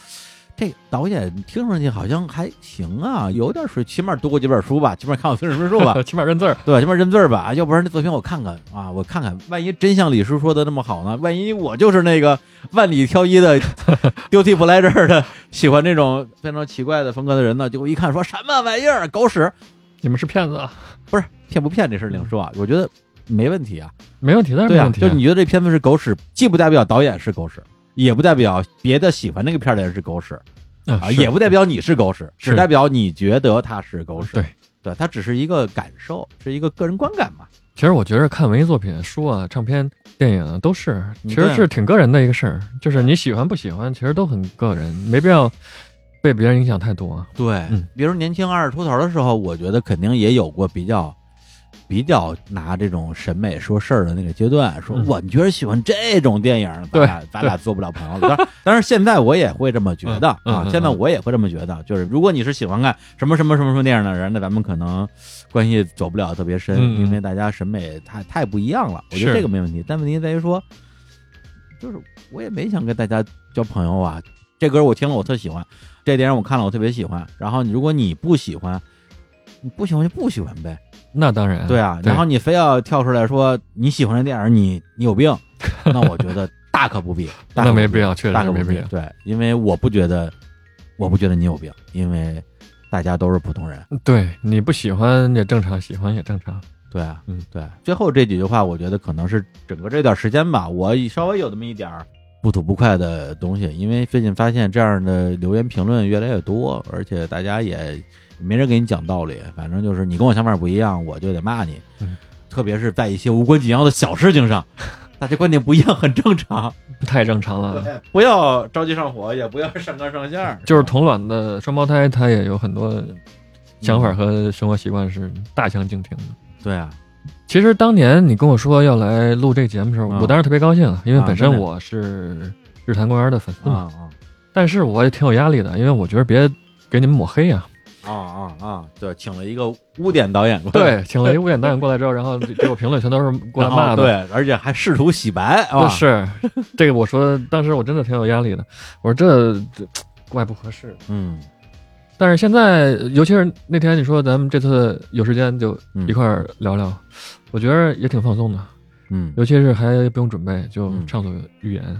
S3: 这个导演听上去好像还行啊，有点水，起码读过几本书吧，起码看过分数书 吧
S4: 嗯，起码认字儿，
S3: 对吧？起码认字儿吧，要不然这作品我看看啊，我看看，万一真像李叔说的那么好呢？万一我就是那个万里挑一的丢弃不来这儿的，喜欢这种非常奇怪的风格的人呢？结果一看说什么玩意儿，狗屎，
S4: 你们是骗子啊，
S3: 骗不骗这事儿另说啊，我觉得没问题啊。
S4: 没问题，当然
S3: 对
S4: 没
S3: 啊，
S4: 问题
S3: 就
S4: 啊，
S3: 是你觉得这片子是狗屎，既不代表导演是狗屎，也不代表别的喜欢那个片儿的人是狗屎啊，
S4: 啊
S3: 也不代表你是狗屎，只
S4: 是
S3: 代表你觉得它是狗屎。
S4: 对。
S3: 对，它只是一个感受，是一个个人观感嘛。
S4: 其实我觉得看文艺作品、书啊、唱片、电影啊，都是
S3: 嗯
S4: 其实是挺个人的一个事儿，就是你喜欢不喜欢，其实都很个人，没必要被别人影响太多啊。
S3: 对，
S4: 嗯
S3: 比如年轻二十出头的时候，我觉得肯定也有过比较。比较拿这种审美说事儿的那个阶段，说
S4: 嗯
S3: 哇，你居然喜欢这种电影，咱
S4: 对
S3: 俩咱俩做不了朋友了。当然， 当然现在我也会这么觉得
S4: 嗯嗯
S3: 啊
S4: 嗯，嗯
S3: 现在我也会这么觉得，就是如果你是喜欢看什么什么什么什么电影的人，那咱们可能关系走不了特别深，
S4: 嗯嗯
S3: 因为大家审美太太不一样了。我觉得
S4: 是
S3: 这个没问题，但问题在于说，就是我也没想跟大家交朋友啊。这歌我听了我特喜欢，这电影我看了我特别喜欢。然后你如果你不喜欢，你不喜欢就不喜欢呗，
S4: 那当然，
S3: 对啊。
S4: 嗯对
S3: 然后你非要跳出来说你喜欢这电影，你你有 病，那我觉得大可不必，大可
S4: 那
S3: 不
S4: 没
S3: 必
S4: 必要，确实
S3: 大
S4: 是
S3: 可不
S4: 没
S3: 必
S4: 必要。
S3: 对，因为我不觉得，我不觉得你有病，因为大家都是普通人。
S4: 对，你不喜欢也正常，喜欢也正常。
S3: 对啊，
S4: 嗯，
S3: 对。最后这几句话，我觉得可能是整个这段时间吧，我稍微有那么一点儿不吐不快的东西，因为最近发现这样的留言评论越来越多，而且大家也没人给你讲道理，反正就是你跟我想法不一样，我就得骂你，
S4: 嗯
S3: 特别是在一些无关紧要的小事情 上，大家观点不一样很正常，
S4: 太正常了。
S3: 不要着急上火，也不要上纲上线儿，
S4: 嗯就是同卵的双胞胎，他也有很多想
S3: 嗯
S4: 法和生活习惯是大相径庭的。
S3: 对啊，
S4: 其实当年你跟我说要来录这个节目的时候，
S3: 嗯
S4: 我当时特别高兴，因为
S3: 啊
S4: 本
S3: 真
S4: 身
S3: 的
S4: 我是日坛公园的粉丝
S3: 啊
S4: 嘛。
S3: 啊
S4: 但是我也挺有压力的，因为我觉得别给你们抹黑啊。
S3: 啊啊啊，对，请了一个污点导演过来。
S4: 对， 请了一个污点导演过来之后，然后给我评论全都是过
S3: 然
S4: 来
S3: 后
S4: 骂的。
S3: 哦对，而且还试图洗白啊，
S4: 不是， 这个我说，当时我真的挺有压力的。我说这这怪不合适。
S3: 嗯，
S4: 但是现在，尤其是那天你说咱们这次有时间就
S3: 嗯
S4: 一块儿聊聊，我觉得也挺放松的，
S3: 嗯，
S4: 尤其是还不用准备，就
S3: 嗯
S4: 畅所欲言。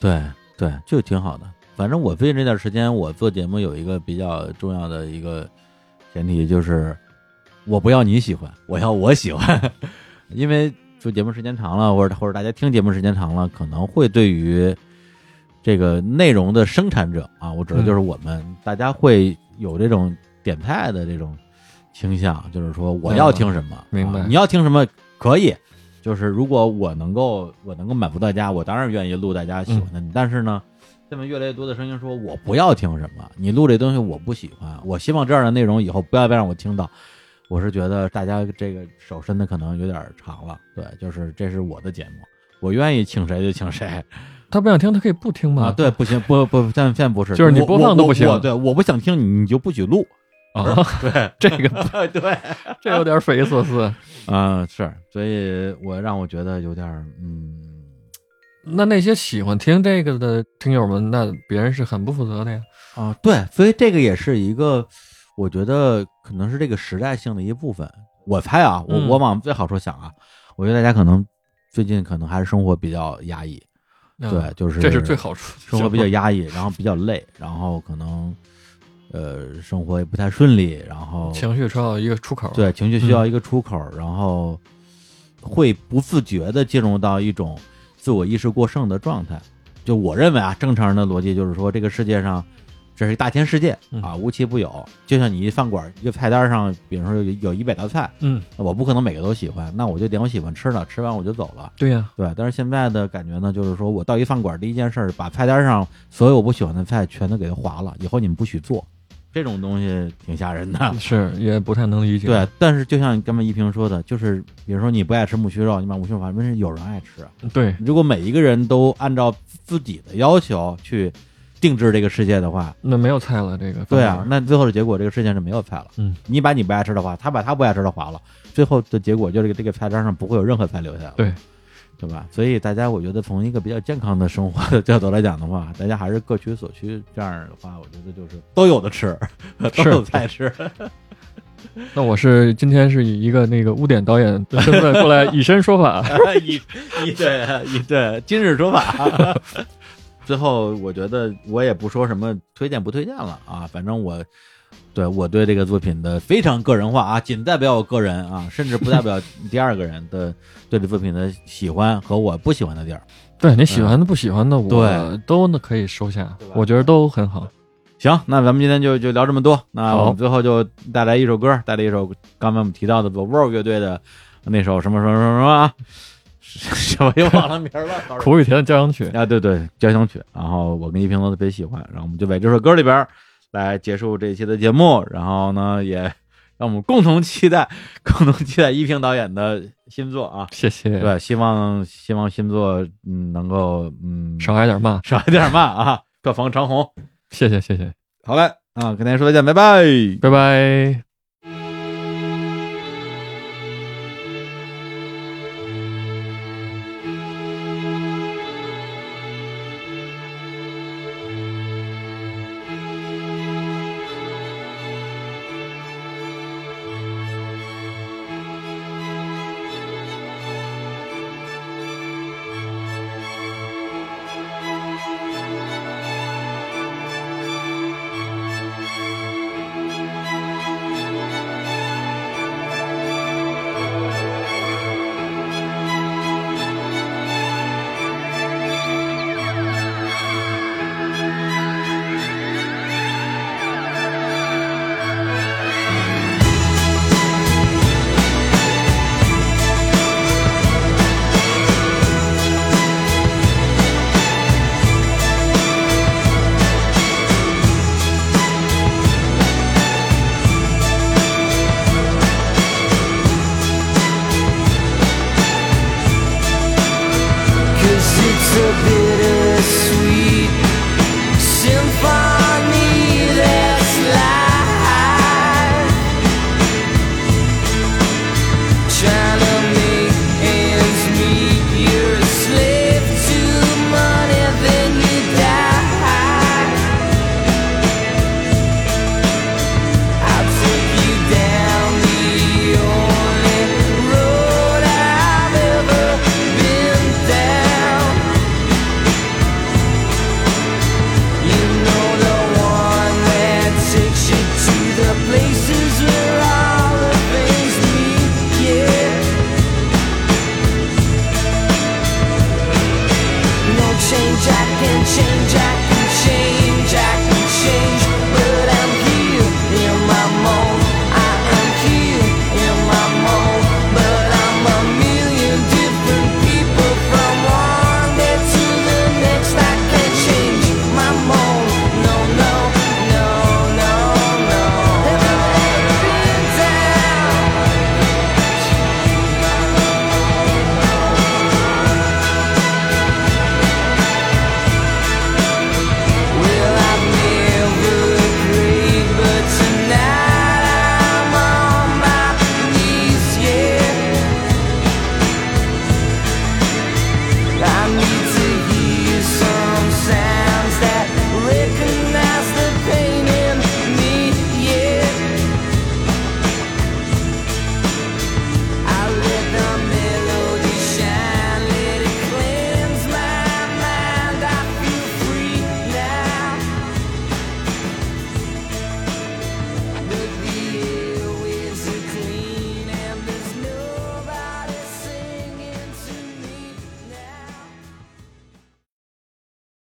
S3: 对对，就挺好的。反正我最近这段时间，我做节目有一个比较重要的一个前提，就是我不要你喜欢，我要我喜欢。 因为做节目时间长了，或者或者大家听节目时间长了，可能会对于这个内容的生产者啊，我指的就是
S4: 嗯
S3: 我们，大家会有这种点菜的这种倾向，就是说我
S4: 嗯
S3: 要听什么，
S4: 明白
S3: 啊你要听什么可以，就是如果我能够我能够满足大家，我当然愿意录大家喜欢
S4: 嗯
S3: 的。但是呢，现在越来越多的声音说我不要听什么，你录这东西我不喜欢，我希望这样的内容以后不要再让我听到。我是觉得大家这个手伸的可能有点长了，对，就是这是我的节目，我愿意请谁就请谁
S4: 他不想听，他可以不听嘛。
S3: 啊，对，不行，不不，现在现在不是，
S4: 嗯就是你
S3: 我
S4: 播放都
S3: 我
S4: 不行
S3: 我对，我不想听你，你就不许录，
S4: 啊， 对 这个
S3: 对，
S4: 这有点匪夷所思。
S3: 嗯，是，所以我让我觉得有点儿，嗯，
S4: 那那些喜欢听这个的听友们，那别人是很不负责的呀。
S3: 啊，对，所以这个也是一个，我觉得可能是这个时代性的一部分。我猜啊，我
S4: 嗯
S3: 我往最好处想啊，我觉得大家可能最近可能还是生活比较压抑，
S4: 啊
S3: 对，就是
S4: 这是最好处。
S3: 生活比较压抑，然后比较累，然后可能呃生活也不太顺利，然后
S4: 情绪找到一个出口。，嗯
S3: 对情绪需要一个出口，然后会不自觉的进入到一种自我意识过剩的状态。就我认为啊，正常人的逻辑就是说，这个世界上这是一大千世界
S4: 嗯
S3: 啊，无奇不有。就像你一饭馆一个菜单上，比如说有有一百道菜，
S4: 嗯，
S3: 我不可能每个都喜欢，那我就点我喜欢吃的，吃完我就走了。
S4: 对呀，
S3: 对，但是现在的感觉呢，就是说我到一饭馆，第一件事儿把菜单上所有我不喜欢的菜全都给它划了，以后你们不许做，这种东西挺吓人的。
S4: 是也不太能理解。
S3: 啊对，但是就像刚才一平说的，就是比如说你不爱吃木须肉，你把木须肉反正是有人爱吃。啊
S4: 对，
S3: 如果每一个人都按照自己的要求去定制这个世界的话，
S4: 那没有菜了，这个
S3: 对
S4: 饭
S3: 啊，
S4: 馆
S3: 那最后的结果这个世界是没有菜了。
S4: 嗯，
S3: 你把你不爱吃的划，他把他不爱吃的划了，最后的结果就是这个这个菜单上不会有任何菜留下来。
S4: 对。
S3: 对吧？所以大家，我觉得从一个比较健康的生活的角度来讲的话，大家还是各取所需。这样的话，我觉得就是都有的吃，都有菜吃。
S4: 那我是今天是以一个那个污点导演的身份过来以身说法。
S3: 以以对以对今日说法。 最后，我觉得我也不说什么推荐不推荐了啊，反正我对我对这个作品的非常个人化啊，仅代表我个人啊，甚至不代表第二个人的对这作品的喜欢和我不喜欢的地儿。
S4: 对你喜欢的不喜欢的，我
S3: 嗯对
S4: 都能可以收下
S3: 对吧，
S4: 我觉得都很好。
S3: 行，那咱们今天就就聊这么多。那我
S4: 好
S3: 们最后就带来一首歌，带来一首刚才我们提到的 The Wall 乐队的那首什么什么什么什么啊， 什么又忘了名儿了，sorry
S4: 苦雨田的交响曲，
S3: 啊，对对，交响曲。然后我跟一平都特别喜欢，然后我们就在这首歌里边儿来结束这一期的节目。然后呢，也让我们共同期待，共同期待一平导演的新作啊。
S4: 谢谢。，
S3: 对，希望希望新作嗯能够嗯
S4: 少挨点骂，
S3: 少一点骂啊，票房长虹。
S4: 谢谢谢谢，
S3: 好嘞，啊，跟大家说再见，拜拜。
S4: 拜拜。